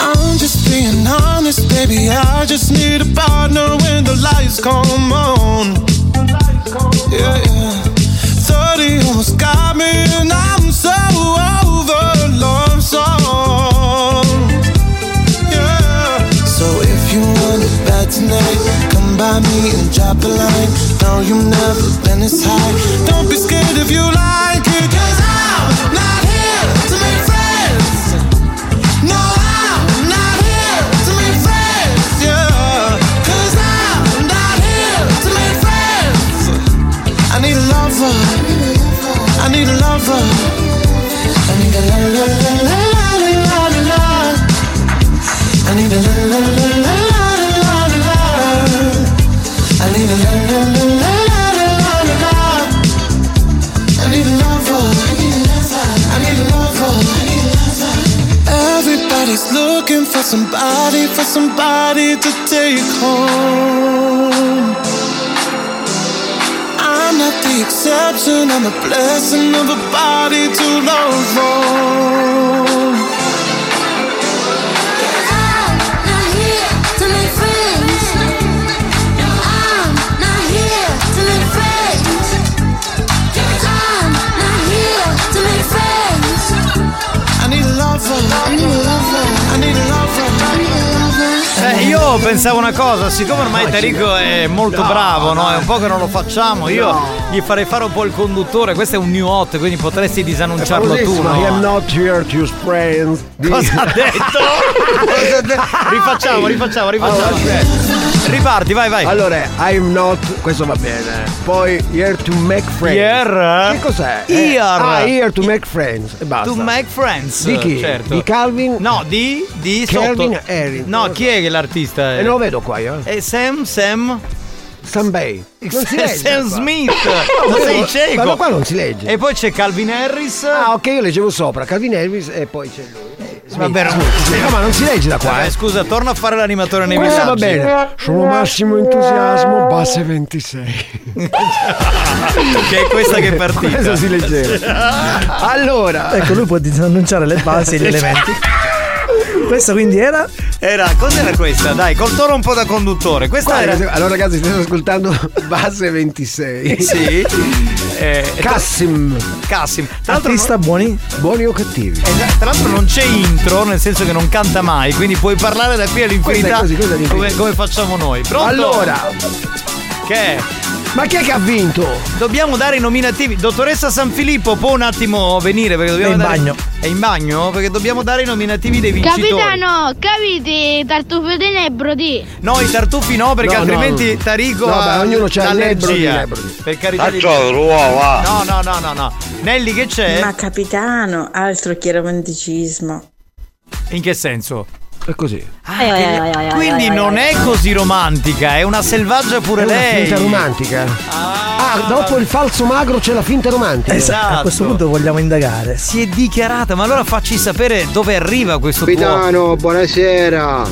Speaker 3: I'm just being honest, baby. I just need a partner when the lights come on. Yeah, yeah. 30 almost got me, and I'm so over love song. Yeah. So if you want it bad tonight, come by me and drop a line. No, you've never been this high. Don't be scared if you like it, cause I'm not here to make friends. No, I'm not here to make friends, yeah. Cause I'm not here to make friends. I need a lover. I need a lover. I need a la la la la la la la la. I need a la la la la la la la la. I need a la la la la la la la la. I need a lover. I need a lover. Everybody's looking for somebody, for somebody to take home. I'm not the exception, I'm a blessing of a body to love on. I need a lover. I need a lover. I need a lover. I need a lover.
Speaker 9: Eh, io pensavo una cosa, siccome ormai Tarico è molto
Speaker 3: No,
Speaker 9: bravo, no? È un po' che non lo facciamo, io
Speaker 3: No.
Speaker 9: gli farei fare un po' il conduttore, questo è un new hot, quindi potresti disannunciarlo tu,
Speaker 11: Famosissimo, I am
Speaker 9: no?
Speaker 11: not here to sprain.
Speaker 9: Cosa ha detto? Cosa ha detto? Rifacciamo, rifacciamo, rifacciamo. Riparti, vai, vai.
Speaker 11: Allora, I'm not. Questo va bene. Poi here to make friends.
Speaker 9: Here?
Speaker 11: Che cos'è?
Speaker 9: Here.
Speaker 11: ah, here to make friends. E basta.
Speaker 9: To make friends.
Speaker 11: Di chi?
Speaker 9: Certo.
Speaker 11: Di Calvin?
Speaker 9: No, di. di
Speaker 11: Calvin
Speaker 9: sotto.
Speaker 11: Harris.
Speaker 9: No, chi è che l'artista? È?
Speaker 11: E non lo vedo qua eh. io.
Speaker 9: E Sam, Sam.
Speaker 11: Sam Bay. Non si legge
Speaker 9: Sam
Speaker 11: qua.
Speaker 9: Smith.
Speaker 11: No,
Speaker 9: Ma sei
Speaker 11: quello-
Speaker 9: cieco.
Speaker 11: Ma qua non si legge.
Speaker 9: E poi c'è Calvin Harris.
Speaker 11: Ah, ok, io leggevo sopra. Calvin Harris e poi c'è lui. Eh, Smith,
Speaker 9: Vabbè, non-
Speaker 11: Smith. No, ma non si legge da qua,
Speaker 9: Vabbè,
Speaker 11: eh.
Speaker 9: Scusa, torna a fare l'animatore nei
Speaker 11: Questo Eh, va
Speaker 9: messaggi. Ah,
Speaker 11: bene. Sono massimo entusiasmo, base 26.
Speaker 9: che è questa che è partita.
Speaker 11: Questo si leggeva. Allora.
Speaker 16: Ecco, lui può disannunciare le basi e gli elementi. Questa quindi era?
Speaker 9: Era, cos'era questa? Dai, col toro un po' da conduttore. Questa
Speaker 11: Qua,
Speaker 9: era.
Speaker 11: Allora ragazzi state ascoltando base 26
Speaker 9: Sì. Eh,
Speaker 11: Cassim
Speaker 9: Cassim Tra l'altro
Speaker 16: Artista buoni?
Speaker 11: Buoni o cattivi?
Speaker 9: Esatto, tra l'altro non c'è intro, nel senso che non canta mai, quindi puoi parlare da qui
Speaker 11: Questa
Speaker 9: all'infinità
Speaker 11: è così, questa è l'infinito.
Speaker 9: come, come facciamo noi. Pronto?
Speaker 11: Allora
Speaker 9: Che è?
Speaker 17: Ma chi è che ha vinto?
Speaker 9: Dobbiamo dare i nominativi. Dottoressa San Filippo, può un attimo venire perché dobbiamo
Speaker 22: È in
Speaker 9: dare-
Speaker 22: bagno.
Speaker 9: È in bagno? Perché dobbiamo dare i nominativi dei vincitori.
Speaker 18: Capitano, capite, tartufo di nebro di.
Speaker 9: No, i tartufi no, perché
Speaker 17: No, no.
Speaker 9: altrimenti Tarico
Speaker 17: No,
Speaker 9: ha
Speaker 17: beh, ognuno c'ha il lebro di
Speaker 9: l'allergia.
Speaker 17: lebro di-
Speaker 9: Per carità di
Speaker 14: Faccio le uova.
Speaker 9: No, no, no, no, no. Nelly che c'è?
Speaker 45: Ma capitano, altro chiaromanticismo.
Speaker 9: In che senso?
Speaker 17: È così.
Speaker 9: Quindi non è così romantica, è una selvaggia pure
Speaker 17: È una
Speaker 9: lei.
Speaker 17: finta romantica. Ah, dopo il falso magro c'è la finta romantica.
Speaker 22: Esatto. A questo punto vogliamo indagare.
Speaker 9: Si è dichiarata, ma allora facci sapere dove arriva questo tuo.
Speaker 11: Capitano, buonasera.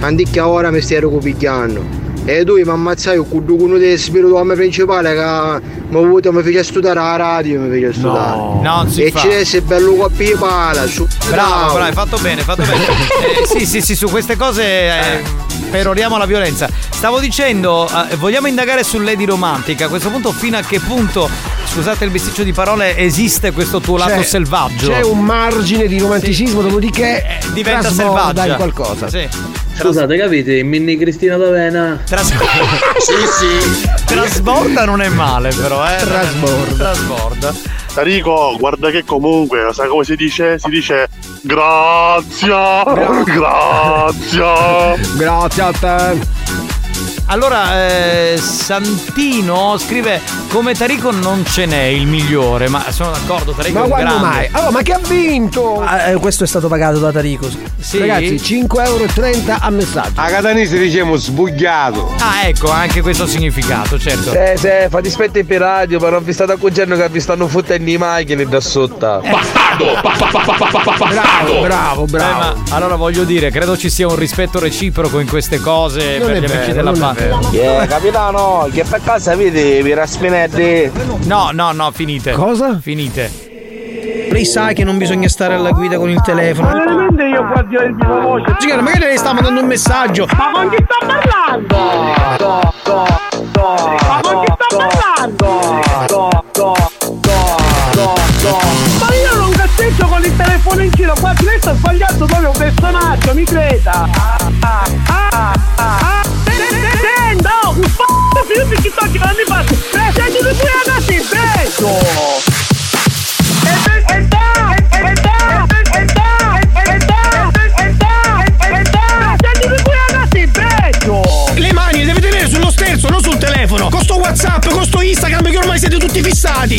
Speaker 11: Anticchia ora mi stai rupigliando. E tu mi ammazzai con uno del spirito uomo principale che mi ha avuto, mi fece studiare la radio, mi fece studiare.
Speaker 9: non si
Speaker 11: e
Speaker 9: fa.
Speaker 11: ci desse bello coppia di pala. Su,
Speaker 9: Bravo, bravo, hai fatto bene, hai fatto bene. Eh, sì, sì, sì, su queste cose eh, peroriamo la violenza. Stavo dicendo, eh, vogliamo indagare su Lady Romantica. A questo punto, fino a che punto, scusate il bisticcio di parole, esiste questo tuo lato
Speaker 17: C'è-
Speaker 9: selvaggio? Eh,
Speaker 17: C'è un margine di romanticismo, dopodiché
Speaker 9: diventa
Speaker 17: trasborda
Speaker 9: selvaggia.
Speaker 17: in qualcosa.
Speaker 9: Sì.
Speaker 46: Scusate, capite? Minni Cristina D'Avena.
Speaker 9: Trasborda non è male, però, eh. Trasborda. Trasborda.
Speaker 14: Tarico, guarda che comunque, sai come si dice? Si dice grazia, grazia.
Speaker 17: Grazie a te.
Speaker 9: Allora, eh, Santino scrive: Come Tarico non ce n'è il migliore, ma sono d'accordo, Tarico è
Speaker 22: Ma
Speaker 9: un
Speaker 22: quando
Speaker 9: grande.
Speaker 22: mai?
Speaker 11: Oh,
Speaker 17: Allora, ma che ha vinto?
Speaker 22: questo è stato pagato da Tarico. Sì.
Speaker 17: Ragazzi, 5,30 euro a messaggio.
Speaker 21: A Catanese diciamo sbugliato.
Speaker 9: Ah, ecco, ha anche questo significato, certo.
Speaker 21: Eh, se fate spette per radio, ma non vi state accorgendo che vi stanno fottendo i macchine da sotto.
Speaker 17: Bravo, bravo, bravo.
Speaker 9: Eh, ma allora voglio dire, credo ci sia un rispetto reciproco in queste cose
Speaker 17: Non è
Speaker 9: Eh, per gli amici
Speaker 17: vero,
Speaker 9: della
Speaker 17: non è
Speaker 9: patria.
Speaker 17: vero.
Speaker 21: Yeah, capitano, che per caso avete per Aspinetti?
Speaker 9: No, no, no, finite. Cosa? Finite.
Speaker 22: Lei sa che non bisogna stare alla guida con il telefono. Ma veramente io guardo il mio voce. Signora, magari lei sta mandando un messaggio. Ma con chi sta parlando?
Speaker 20: Ma con chi sto parlando? Ma io non cazzeggio con il telefono in giro, quasi lei sta sbagliando proprio un personaggio, mi creda! Ah, ah, ah, Sento! Un p***o finito chi sto girando in faccia! Senti di qui ragazzi, prego!
Speaker 11: Le mani deve tenere sullo sterzo, non sul telefono. Con sto WhatsApp, con sto Instagram che ormai siete tutti fissati.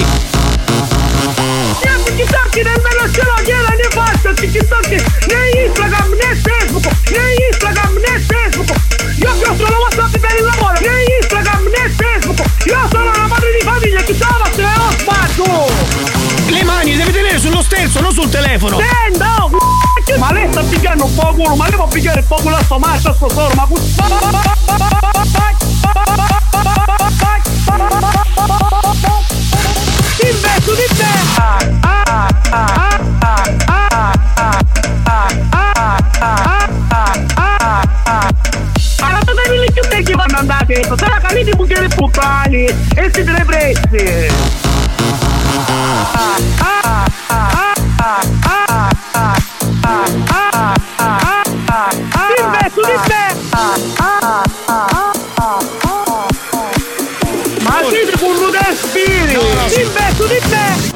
Speaker 20: Niente ci tocchi nemmeno ce l'ho, gliela ne faccio, ti ci tocchi né Instagram né Facebook, né Instagram né Facebook. Io che ho solo WhatsApp per il lavoro, né Instagram né Facebook. Io sono una madre di famiglia, chi sono se ne ho spazio.
Speaker 11: Le mani deve tenere sullo sterzo, non sul telefono.
Speaker 20: Sento! oh, c***o, Ma lei sta picchiando un po' culo, ma lei può picchiare un po' culo a sto marcio, a sto solo, ma cu- Investo di te! Ah, ah, ah, ah, ah, ah, ah, ah, ah, ah, ah, ah. Allora, dove mi li chiude che vanno andate? Sarà carino di bucchiere puttani e si te ne prezzi! Ah, ah, ah, ah, ah, ah, ah, ah, ah, ah, ah. Investo di te! Ah, ah, ah, ah, ah. Ma siete con Rudespiri! Investo di te!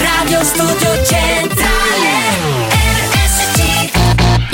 Speaker 13: Radio Studio Centrale RSC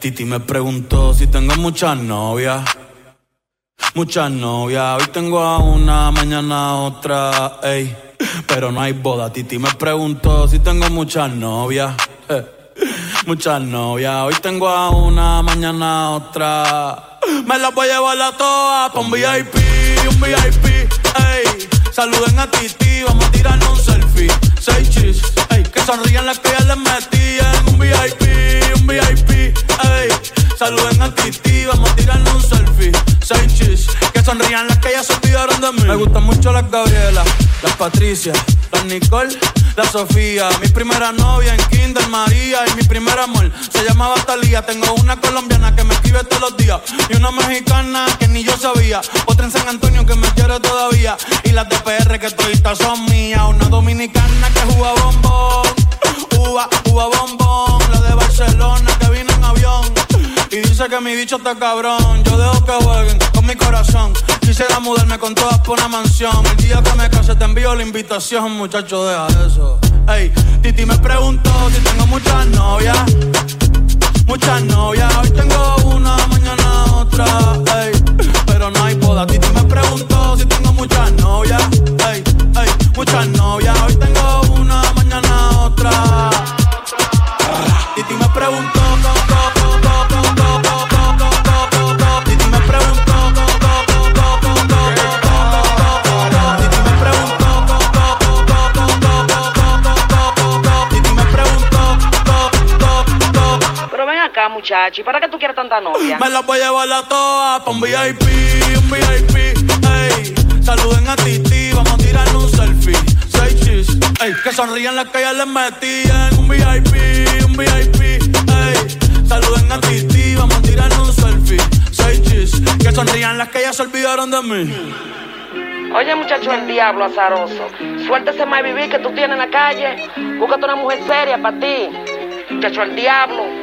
Speaker 25: Titi me preguntó si tengo muchas novias. Muchas novias, hoy tengo a una, mañana a otra, ey. Pero no hay boda, Titi me preguntó si tengo muchas novias. eh. Muchas novias, hoy tengo a una, mañana a otra. Me las voy a llevar a todas pa' un VIP, un VIP, ey. Saluden a Titi, vamos a tirarnos un selfie. Seis chis, ey, que sonrían las que ya les metí en un VIP, un VIP, ey. Saluden a Titi, vamos a tirarnos un selfie. Seis chis, que sonrían las que ya se olvidaron de mí. Me gustan mucho las Gabriela, las Patricia, las Nicole, la Sofía. Mi primera novia en Kinder María y mi primer amor se llamaba Talía. Tengo una colombiana que me escribe todos los días y una mexicana que ni yo sabía. Otra en San Antonio que me quiere todavía y las de PR que todavía son mías. Una dominicana que juega bombón, uva, uva bombón. La de Barcelona que vino en avión. Y dice que mi bicho está cabrón. Yo dejo que jueguen con mi corazón. Quisiera mudarme con todas por una mansión. El día que me case te envío la invitación, muchacho, deja eso. Ey, Titi me preguntó si tengo muchas novias. Muchas novias, hoy tengo una, mañana otra. Ey, pero no hay boda. Titi me preguntó si tengo muchas novias. Ey, ey, muchas novias, hoy tengo una, mañana otra. Titi me preguntó.
Speaker 4: Pero ven acá, muchachi, ¿para qué tú quieres tanta novia?
Speaker 25: Me la voy a llevar la toa pa' un VIP, un VIP, ey. Saluden a Titi, vamos a tirarle un selfie. Seis chis, ey. Que sonrían las que ya les metían. Un VIP, un VIP, ey. Saluden a Titi, vamos a tirarle un selfie. Seis chis, que sonrían las que ya se olvidaron de mí.
Speaker 4: Oye, muchacho, el diablo azaroso. Suéltese más vivir que tú tienes en la calle. Búscate una mujer seria para ti. Muchacho, el diablo.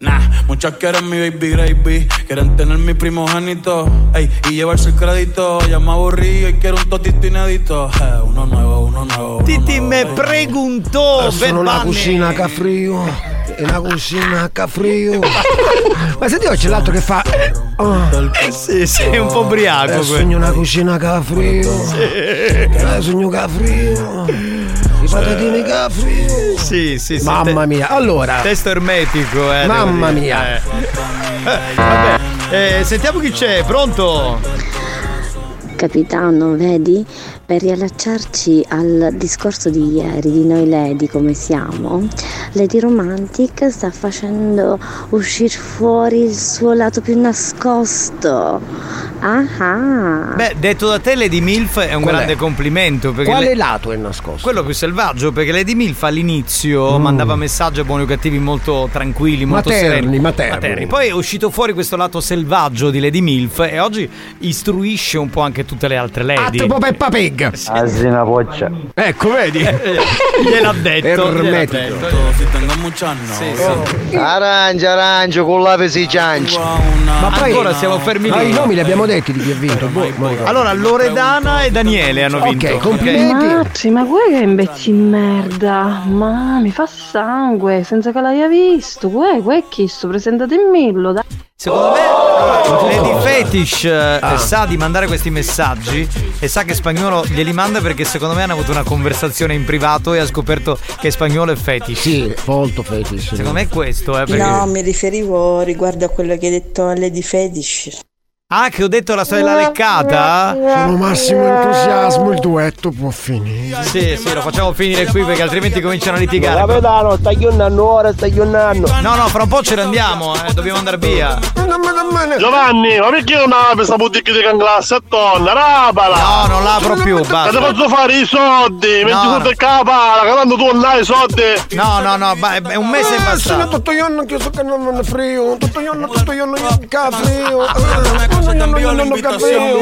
Speaker 25: Nah, muchas quieren mi baby gravy, quieren tener mi primogénito, ey, y llevarse el crédito. Ya me aburrí y quiero un totito inédito. Eh, uno nuevo, uno nuevo. uno
Speaker 9: Titi
Speaker 25: nuevo,
Speaker 9: me
Speaker 25: ey.
Speaker 9: preguntó,
Speaker 11: È solo la
Speaker 9: Bad Bunny.
Speaker 11: cucina che ha frio. È la cucina che ha frio. Ma senti, oggi c'è l'altro che fa.
Speaker 9: Eh, Sì, sì, è un po' ubriaco.
Speaker 11: Eh,
Speaker 9: quello.
Speaker 11: sogno una cucina che ha frio. Eh, sogno che ha frio. I patatini che ha frio.
Speaker 9: Sì, sì, sì.
Speaker 11: Mamma mia, allora.
Speaker 9: Testo ermetico, eh. devo
Speaker 11: Mamma
Speaker 9: dire.
Speaker 11: mia.
Speaker 9: Eh. Vabbè, eh, sentiamo chi c'è, pronto?
Speaker 5: Capitano, vedi, per riallacciarci al discorso di ieri di noi Lady come siamo, Lady Romantic sta facendo uscire fuori il suo lato più nascosto. Ah ah!
Speaker 9: Beh, detto da te, Lady Milf è un
Speaker 5: Qual è?
Speaker 9: grande complimento. Perché
Speaker 5: Quale
Speaker 11: lato è nascosto? Mm.
Speaker 9: Quello più selvaggio, perché Lady Milf all'inizio mandava messaggi a buoni o cattivi molto tranquilli, molto
Speaker 11: Materni,
Speaker 9: sereni.
Speaker 11: materni.
Speaker 9: Poi è uscito fuori questo lato selvaggio di Lady Milf e oggi istruisce un po' anche tutte le altre Lady.
Speaker 11: Ah, Tipo Peppa Pig.
Speaker 19: Ah,
Speaker 8: Asina poccia.
Speaker 11: Ecco, vedi?
Speaker 9: gliel'ha detto. gliel'ha
Speaker 11: Ermetico.
Speaker 9: detto.
Speaker 25: Si tengo muchas novias.
Speaker 24: Arancia, arancia, con la si ciancia.
Speaker 9: Ma poi- Ancora siamo fermi
Speaker 11: Ma
Speaker 9: lì.
Speaker 11: Ah, i nomi li abbiamo detti di chi ha vinto. boh, non ricordo.
Speaker 9: Allora, Loredana e Daniele hanno vinto.
Speaker 11: Ok, complimenti.
Speaker 10: Mazzi, ma guai che imbecci in merda. Ma mi fa sangue, senza che l'aia visto. Guai, guai chi sto, presentatemelo, dai.
Speaker 9: Secondo me Lady Fetish eh,
Speaker 11: Ah.
Speaker 9: sa di mandare questi messaggi e sa che Spagnolo glieli manda perché secondo me hanno avuto una conversazione in privato e ha scoperto che Spagnolo è fetish.
Speaker 11: Sì, molto fetish.
Speaker 9: Secondo me è questo, eh, perché...
Speaker 15: No, mi riferivo riguardo a quello che hai detto a Lady Fetish.
Speaker 9: Ah, che ho detto la storia della leccata?
Speaker 11: Sono massimo entusiasmo, il duetto può finire.
Speaker 9: Sì, sì, lo facciamo finire qui perché altrimenti cominciano a litigare.
Speaker 8: Capitano, stai un anno ora, stai un anno.
Speaker 9: No, no, fra un po' ce ne andiamo, eh, dobbiamo andare via.
Speaker 18: Giovanni, ma perché non apri questa boutique di canglasse a tonna? Rapala!
Speaker 9: No, non l'apro più,
Speaker 18: Te
Speaker 9: basta.
Speaker 18: ne faccio fare i soldi, metti
Speaker 9: no.
Speaker 18: sul per capala, che tanto tu non hai i soldi.
Speaker 9: No, no, no, ma è è un mese è
Speaker 11: Eh, Sono
Speaker 9: passato.
Speaker 11: tutto io non chiuso che non me frio, tutto io non tutto io non caprio.
Speaker 9: Ah,
Speaker 11: Ah,
Speaker 25: Invitazione,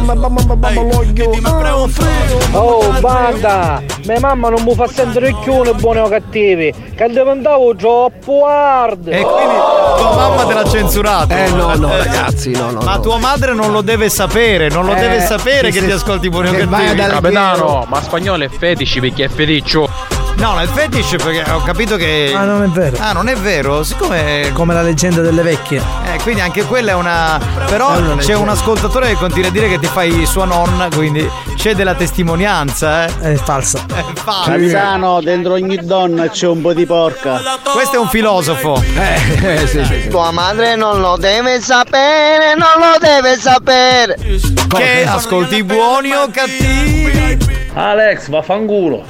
Speaker 25: muchacho, deja.
Speaker 11: Oh,
Speaker 25: banda,
Speaker 14: Mia mamma non mi fa sentire il chiuno buoni o cattivi, che diventavo troppo hard.
Speaker 9: E quindi tua mamma te l'ha censurato.
Speaker 11: Eh, no, no, ragazzi, no, no,
Speaker 9: Ma
Speaker 11: no.
Speaker 9: tua madre non lo deve sapere, non lo
Speaker 11: Eh,
Speaker 9: deve sapere
Speaker 11: sì,
Speaker 9: che
Speaker 11: sì.
Speaker 9: ti ascolti buoni o
Speaker 11: Che vai
Speaker 9: cattivi.
Speaker 11: ad Alghero. Capitano,
Speaker 9: ma spagnolo è fetici perché è feticcio. No, no, è fetish perché ho capito che.
Speaker 22: Ah, non è vero.
Speaker 9: Ah, non è vero, siccome.
Speaker 22: Come la leggenda delle vecchie.
Speaker 9: Eh, quindi anche quella è una. Però
Speaker 22: Ah, È una
Speaker 9: c'è
Speaker 22: leggenda.
Speaker 9: un ascoltatore che continua a dire che ti fai sua nonna, quindi c'è della testimonianza, eh.
Speaker 22: È falsa.
Speaker 9: È falsa.
Speaker 20: Cazzano, dentro ogni donna c'è un po' di porca.
Speaker 9: Questo è un filosofo.
Speaker 20: Eh, eh, sì, sì, sì. Tua madre non lo deve sapere, non lo deve sapere.
Speaker 9: Che ascolti buoni o cattivi?
Speaker 20: Alex, vaffanculo.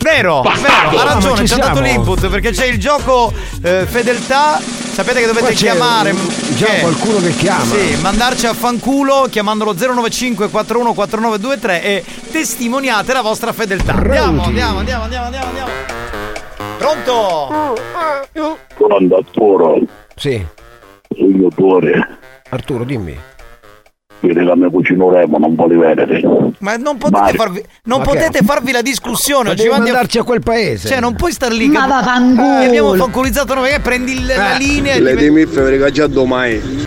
Speaker 9: Vero,
Speaker 20: Bastardo.
Speaker 9: vero, ha
Speaker 20: Ah, ma
Speaker 9: ragione,
Speaker 20: ci
Speaker 9: ci ha dato
Speaker 20: siamo.
Speaker 9: l'input perché c'è il gioco eh, fedeltà. Sapete che
Speaker 11: Qua
Speaker 9: dovete
Speaker 11: c'è
Speaker 9: chiamare.
Speaker 11: un- già qualcuno che chiama.
Speaker 9: Sì, mandarci a fanculo chiamandolo 095 41 4923 e testimoniate la vostra fedeltà. Andiamo, andiamo, andiamo, andiamo, andiamo, andiamo. Pronto?
Speaker 15: Quando Arturo,
Speaker 11: Sì,
Speaker 15: il mio cuore,
Speaker 11: Arturo, dimmi.
Speaker 15: vedi la mia cucina Remo, non vuole vedere.
Speaker 9: Ma non potete
Speaker 15: Mario.
Speaker 9: farvi. Non
Speaker 15: Ma che-
Speaker 9: potete farvi la discussione,
Speaker 11: Ma
Speaker 9: ci
Speaker 11: devi
Speaker 9: mandi a-
Speaker 11: mandarci a quel paese.
Speaker 9: Cioè, non puoi star lì.
Speaker 11: Ma
Speaker 9: che-
Speaker 11: vaffanculo.
Speaker 9: Eh, abbiamo fanculizzato noi, eh, prendi il- la linea e ti metti-
Speaker 47: miffe perché già domani.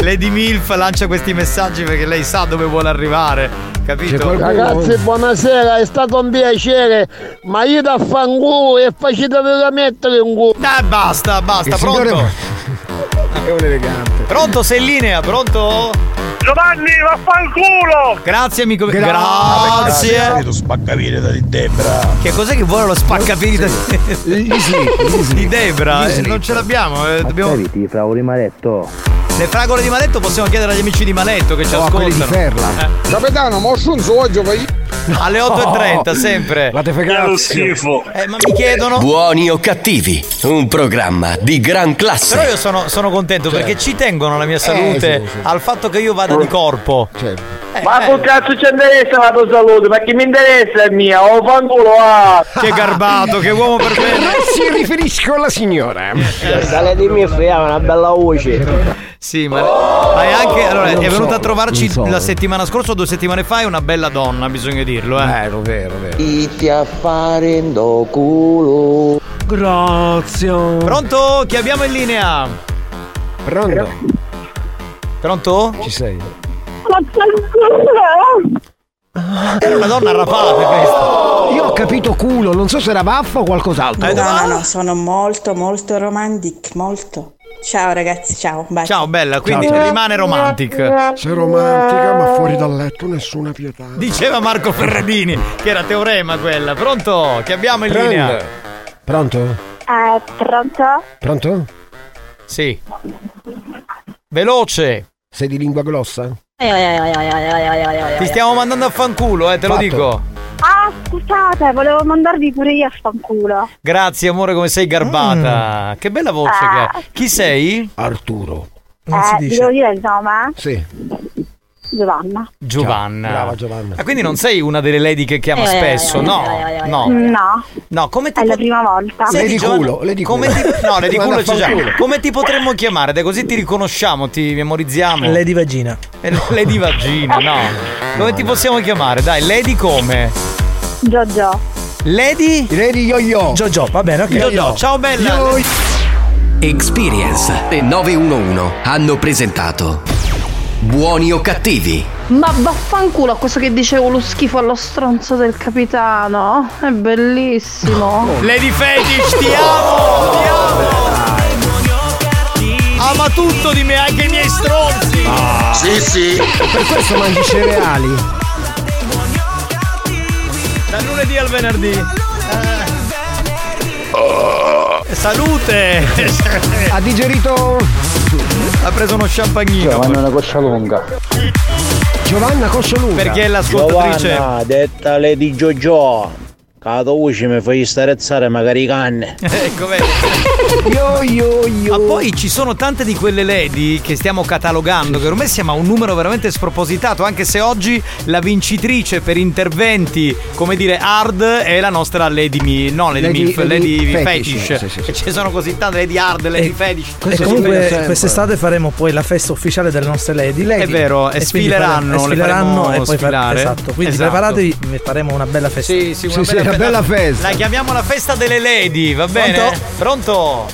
Speaker 9: Lady Milf lancia questi messaggi perché lei sa dove vuole arrivare, capito?
Speaker 20: Ragazzi, buonasera, è stato un piacere, ma io da fanculo e facete da mettere un culo.
Speaker 9: Dai, basta, basta,
Speaker 20: Il
Speaker 9: pronto?
Speaker 20: signore-
Speaker 11: È un elegante.
Speaker 9: Pronto, sei in linea, pronto?
Speaker 20: Giovanni, vaffanculo!
Speaker 9: Grazie amico mio.
Speaker 20: Grazie.
Speaker 9: Grazie.
Speaker 20: Lo
Speaker 9: spaccavire di Debra. Che cos'è che vuole lo spaccavire di Debra? Eh, non ce l'abbiamo, eh, dobbiamo-
Speaker 20: Eviti, Frauri Maretto.
Speaker 9: Le fragole di Maletto possiamo chiedere agli amici di Maletto che ci
Speaker 20: Oh, a quelli
Speaker 9: ascoltano. Eh.
Speaker 20: di Ferla. Capitano, ma un soggio
Speaker 9: Alle 8.30 sempre.
Speaker 20: Fate
Speaker 9: Che schifo. Eh, ma mi chiedono.
Speaker 1: Buoni o cattivi, un programma di gran classe.
Speaker 9: Però io sono, sono contento
Speaker 1: Certo.
Speaker 9: perché ci tengono alla mia salute,
Speaker 1: sì, sì.
Speaker 9: al fatto che io vada di corpo.
Speaker 20: Ma che cazzo ci interessa la tua salute? Ma chi mi interessa è mia, oh fanculo ah!
Speaker 9: Che garbato, che uomo per
Speaker 11: si riferisco alla signora.
Speaker 20: Sale Eh, di me ha una bella voce.
Speaker 9: Sì, ma, ma è anche. Allora,
Speaker 20: Oh, Non
Speaker 9: è venuta
Speaker 20: so,
Speaker 9: a trovarci
Speaker 20: non so.
Speaker 9: la settimana scorsa o due settimane fa, è una bella donna, bisogna dirlo, eh. Vero, vero, vero.
Speaker 47: Itti a fare culo.
Speaker 9: Grazie. Pronto? Chi abbiamo in linea?
Speaker 11: Pronto?
Speaker 9: Pronto?
Speaker 11: Ci sei?
Speaker 9: Era una donna rapata questa.
Speaker 11: Io ho capito culo, non so se era vaffa o qualcos'altro.
Speaker 9: Eh,
Speaker 18: No, no, no, sono molto, molto romantic, molto.
Speaker 15: Cioè,
Speaker 18: Ciao ragazzi, ciao, bye.
Speaker 9: Ciao bella, quindi
Speaker 11: Ciao.
Speaker 9: rimane romantic.
Speaker 11: Sei romantica, ma fuori dal letto nessuna pietà.
Speaker 9: Diceva Marco Ferradini, che era teorema quella. Pronto? Chi abbiamo in
Speaker 11: Pronto?
Speaker 9: linea?
Speaker 11: Pronto?
Speaker 6: Eh, pronto?
Speaker 11: Pronto?
Speaker 9: Sì. Veloce.
Speaker 11: Sei di lingua grossa?
Speaker 9: Ti stiamo mandando a fanculo, eh, te lo
Speaker 11: Fatto.
Speaker 9: dico.
Speaker 6: Ah, scusate, volevo mandarvi pure io a fanculo.
Speaker 9: Grazie amore, come sei garbata. Che bella voce che hai. Chi sei?
Speaker 11: Arturo.
Speaker 6: eh, vi devo dire il nome?
Speaker 11: Sì.
Speaker 6: Giovanna.
Speaker 9: Giovanna.
Speaker 11: Brava Giovanna.
Speaker 9: Ah, quindi non sei una delle lady che chiama
Speaker 6: Eh,
Speaker 9: spesso,
Speaker 6: eh,
Speaker 9: no?
Speaker 6: eh, eh,
Speaker 9: No.
Speaker 6: No.
Speaker 9: No, come ti
Speaker 6: È la
Speaker 9: pot-
Speaker 6: prima volta.
Speaker 9: Senti, Giovanna, come ti- No, Lady Culo c'è già.
Speaker 6: Vaffanculo.
Speaker 9: Come ti potremmo chiamare? Dai, così ti riconosciamo, ti memorizziamo.
Speaker 22: Lady Vagina.
Speaker 9: Eh, Lady Vagina, no. Come ti possiamo chiamare? Dai, Lady come?
Speaker 6: Jojo.
Speaker 9: Lady?
Speaker 11: Lady Yo-Yo.
Speaker 22: Jojo, va bene, ok.
Speaker 9: Yo-Yo. Ciao bella.
Speaker 1: Experience e 911 hanno presentato Buoni o cattivi?
Speaker 10: Ma vaffanculo a questo che dicevo lo schifo allo stronzo del capitano. È bellissimo.
Speaker 9: Lady Fetish, ti amo! Ti amo! Ama tutto di me, anche i miei stronzi!
Speaker 11: Sì, sì. Per questo mangi cereali.
Speaker 9: Dal lunedì al venerdì. Salute!
Speaker 11: Ha digerito
Speaker 9: ha preso uno champagnino.
Speaker 20: Giovanna una coscia lunga.
Speaker 11: Giovanna Coscioluca.
Speaker 9: Perché è l'ascoltatrice.
Speaker 20: Giovanna, detta Lady Jojo. Cato voce mi fai stare a zare magari i canne.
Speaker 9: Ecco, vedi. Yo, Ma poi ci sono tante di quelle lady che stiamo catalogando, che ormai siamo a un numero veramente spropositato, anche se oggi la vincitrice per interventi, come dire, hard è la nostra Lady Mi, no, Lady,
Speaker 20: Lady-
Speaker 9: Milf, Lady,
Speaker 20: Lady
Speaker 9: Fetish.
Speaker 20: Fetish,
Speaker 9: Ce
Speaker 20: sì, sì, sì.
Speaker 9: Ce sono così tante Lady Hard, Lady Fetish.
Speaker 20: E
Speaker 9: Sì, sì,
Speaker 20: comunque
Speaker 9: sì.
Speaker 20: quest'estate faremo poi la festa ufficiale delle nostre Lady.
Speaker 9: È vero, e
Speaker 20: quindi
Speaker 9: sfileranno,
Speaker 20: faremo- e
Speaker 9: le
Speaker 20: sfileranno
Speaker 9: faremo
Speaker 20: e poi faremo-
Speaker 9: sfilare.
Speaker 20: Esatto, quindi
Speaker 9: Esatto.
Speaker 20: preparatevi, ne faremo una bella festa.
Speaker 9: Sì, sì, una bella, bella- La chiamiamo la festa delle lady, va bene? Pronto?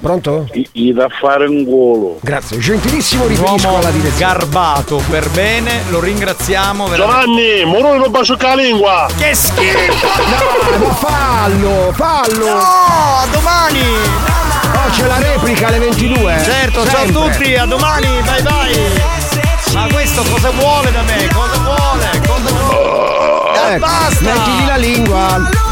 Speaker 11: Pronto?
Speaker 48: Gli da fare un golo.
Speaker 11: Grazie, gentilissimo
Speaker 9: Un
Speaker 11: riferisco
Speaker 9: uomo
Speaker 11: alla direzione.
Speaker 9: garbato per bene, lo ringraziamo veramente.
Speaker 49: Giovanni, moro non baciuca la lingua!
Speaker 9: Che schifo!
Speaker 11: No, ma fallo, fallo!
Speaker 9: No, domani!
Speaker 11: Oh, c'è la replica alle 22.
Speaker 9: Certo, ciao a
Speaker 11: Sempre.
Speaker 9: tutti, a domani, bye bye! Ma questo cosa vuole da me? Cosa vuole? Cosa vuole?
Speaker 11: Ecco,
Speaker 9: basta!
Speaker 11: Mettiti la lingua.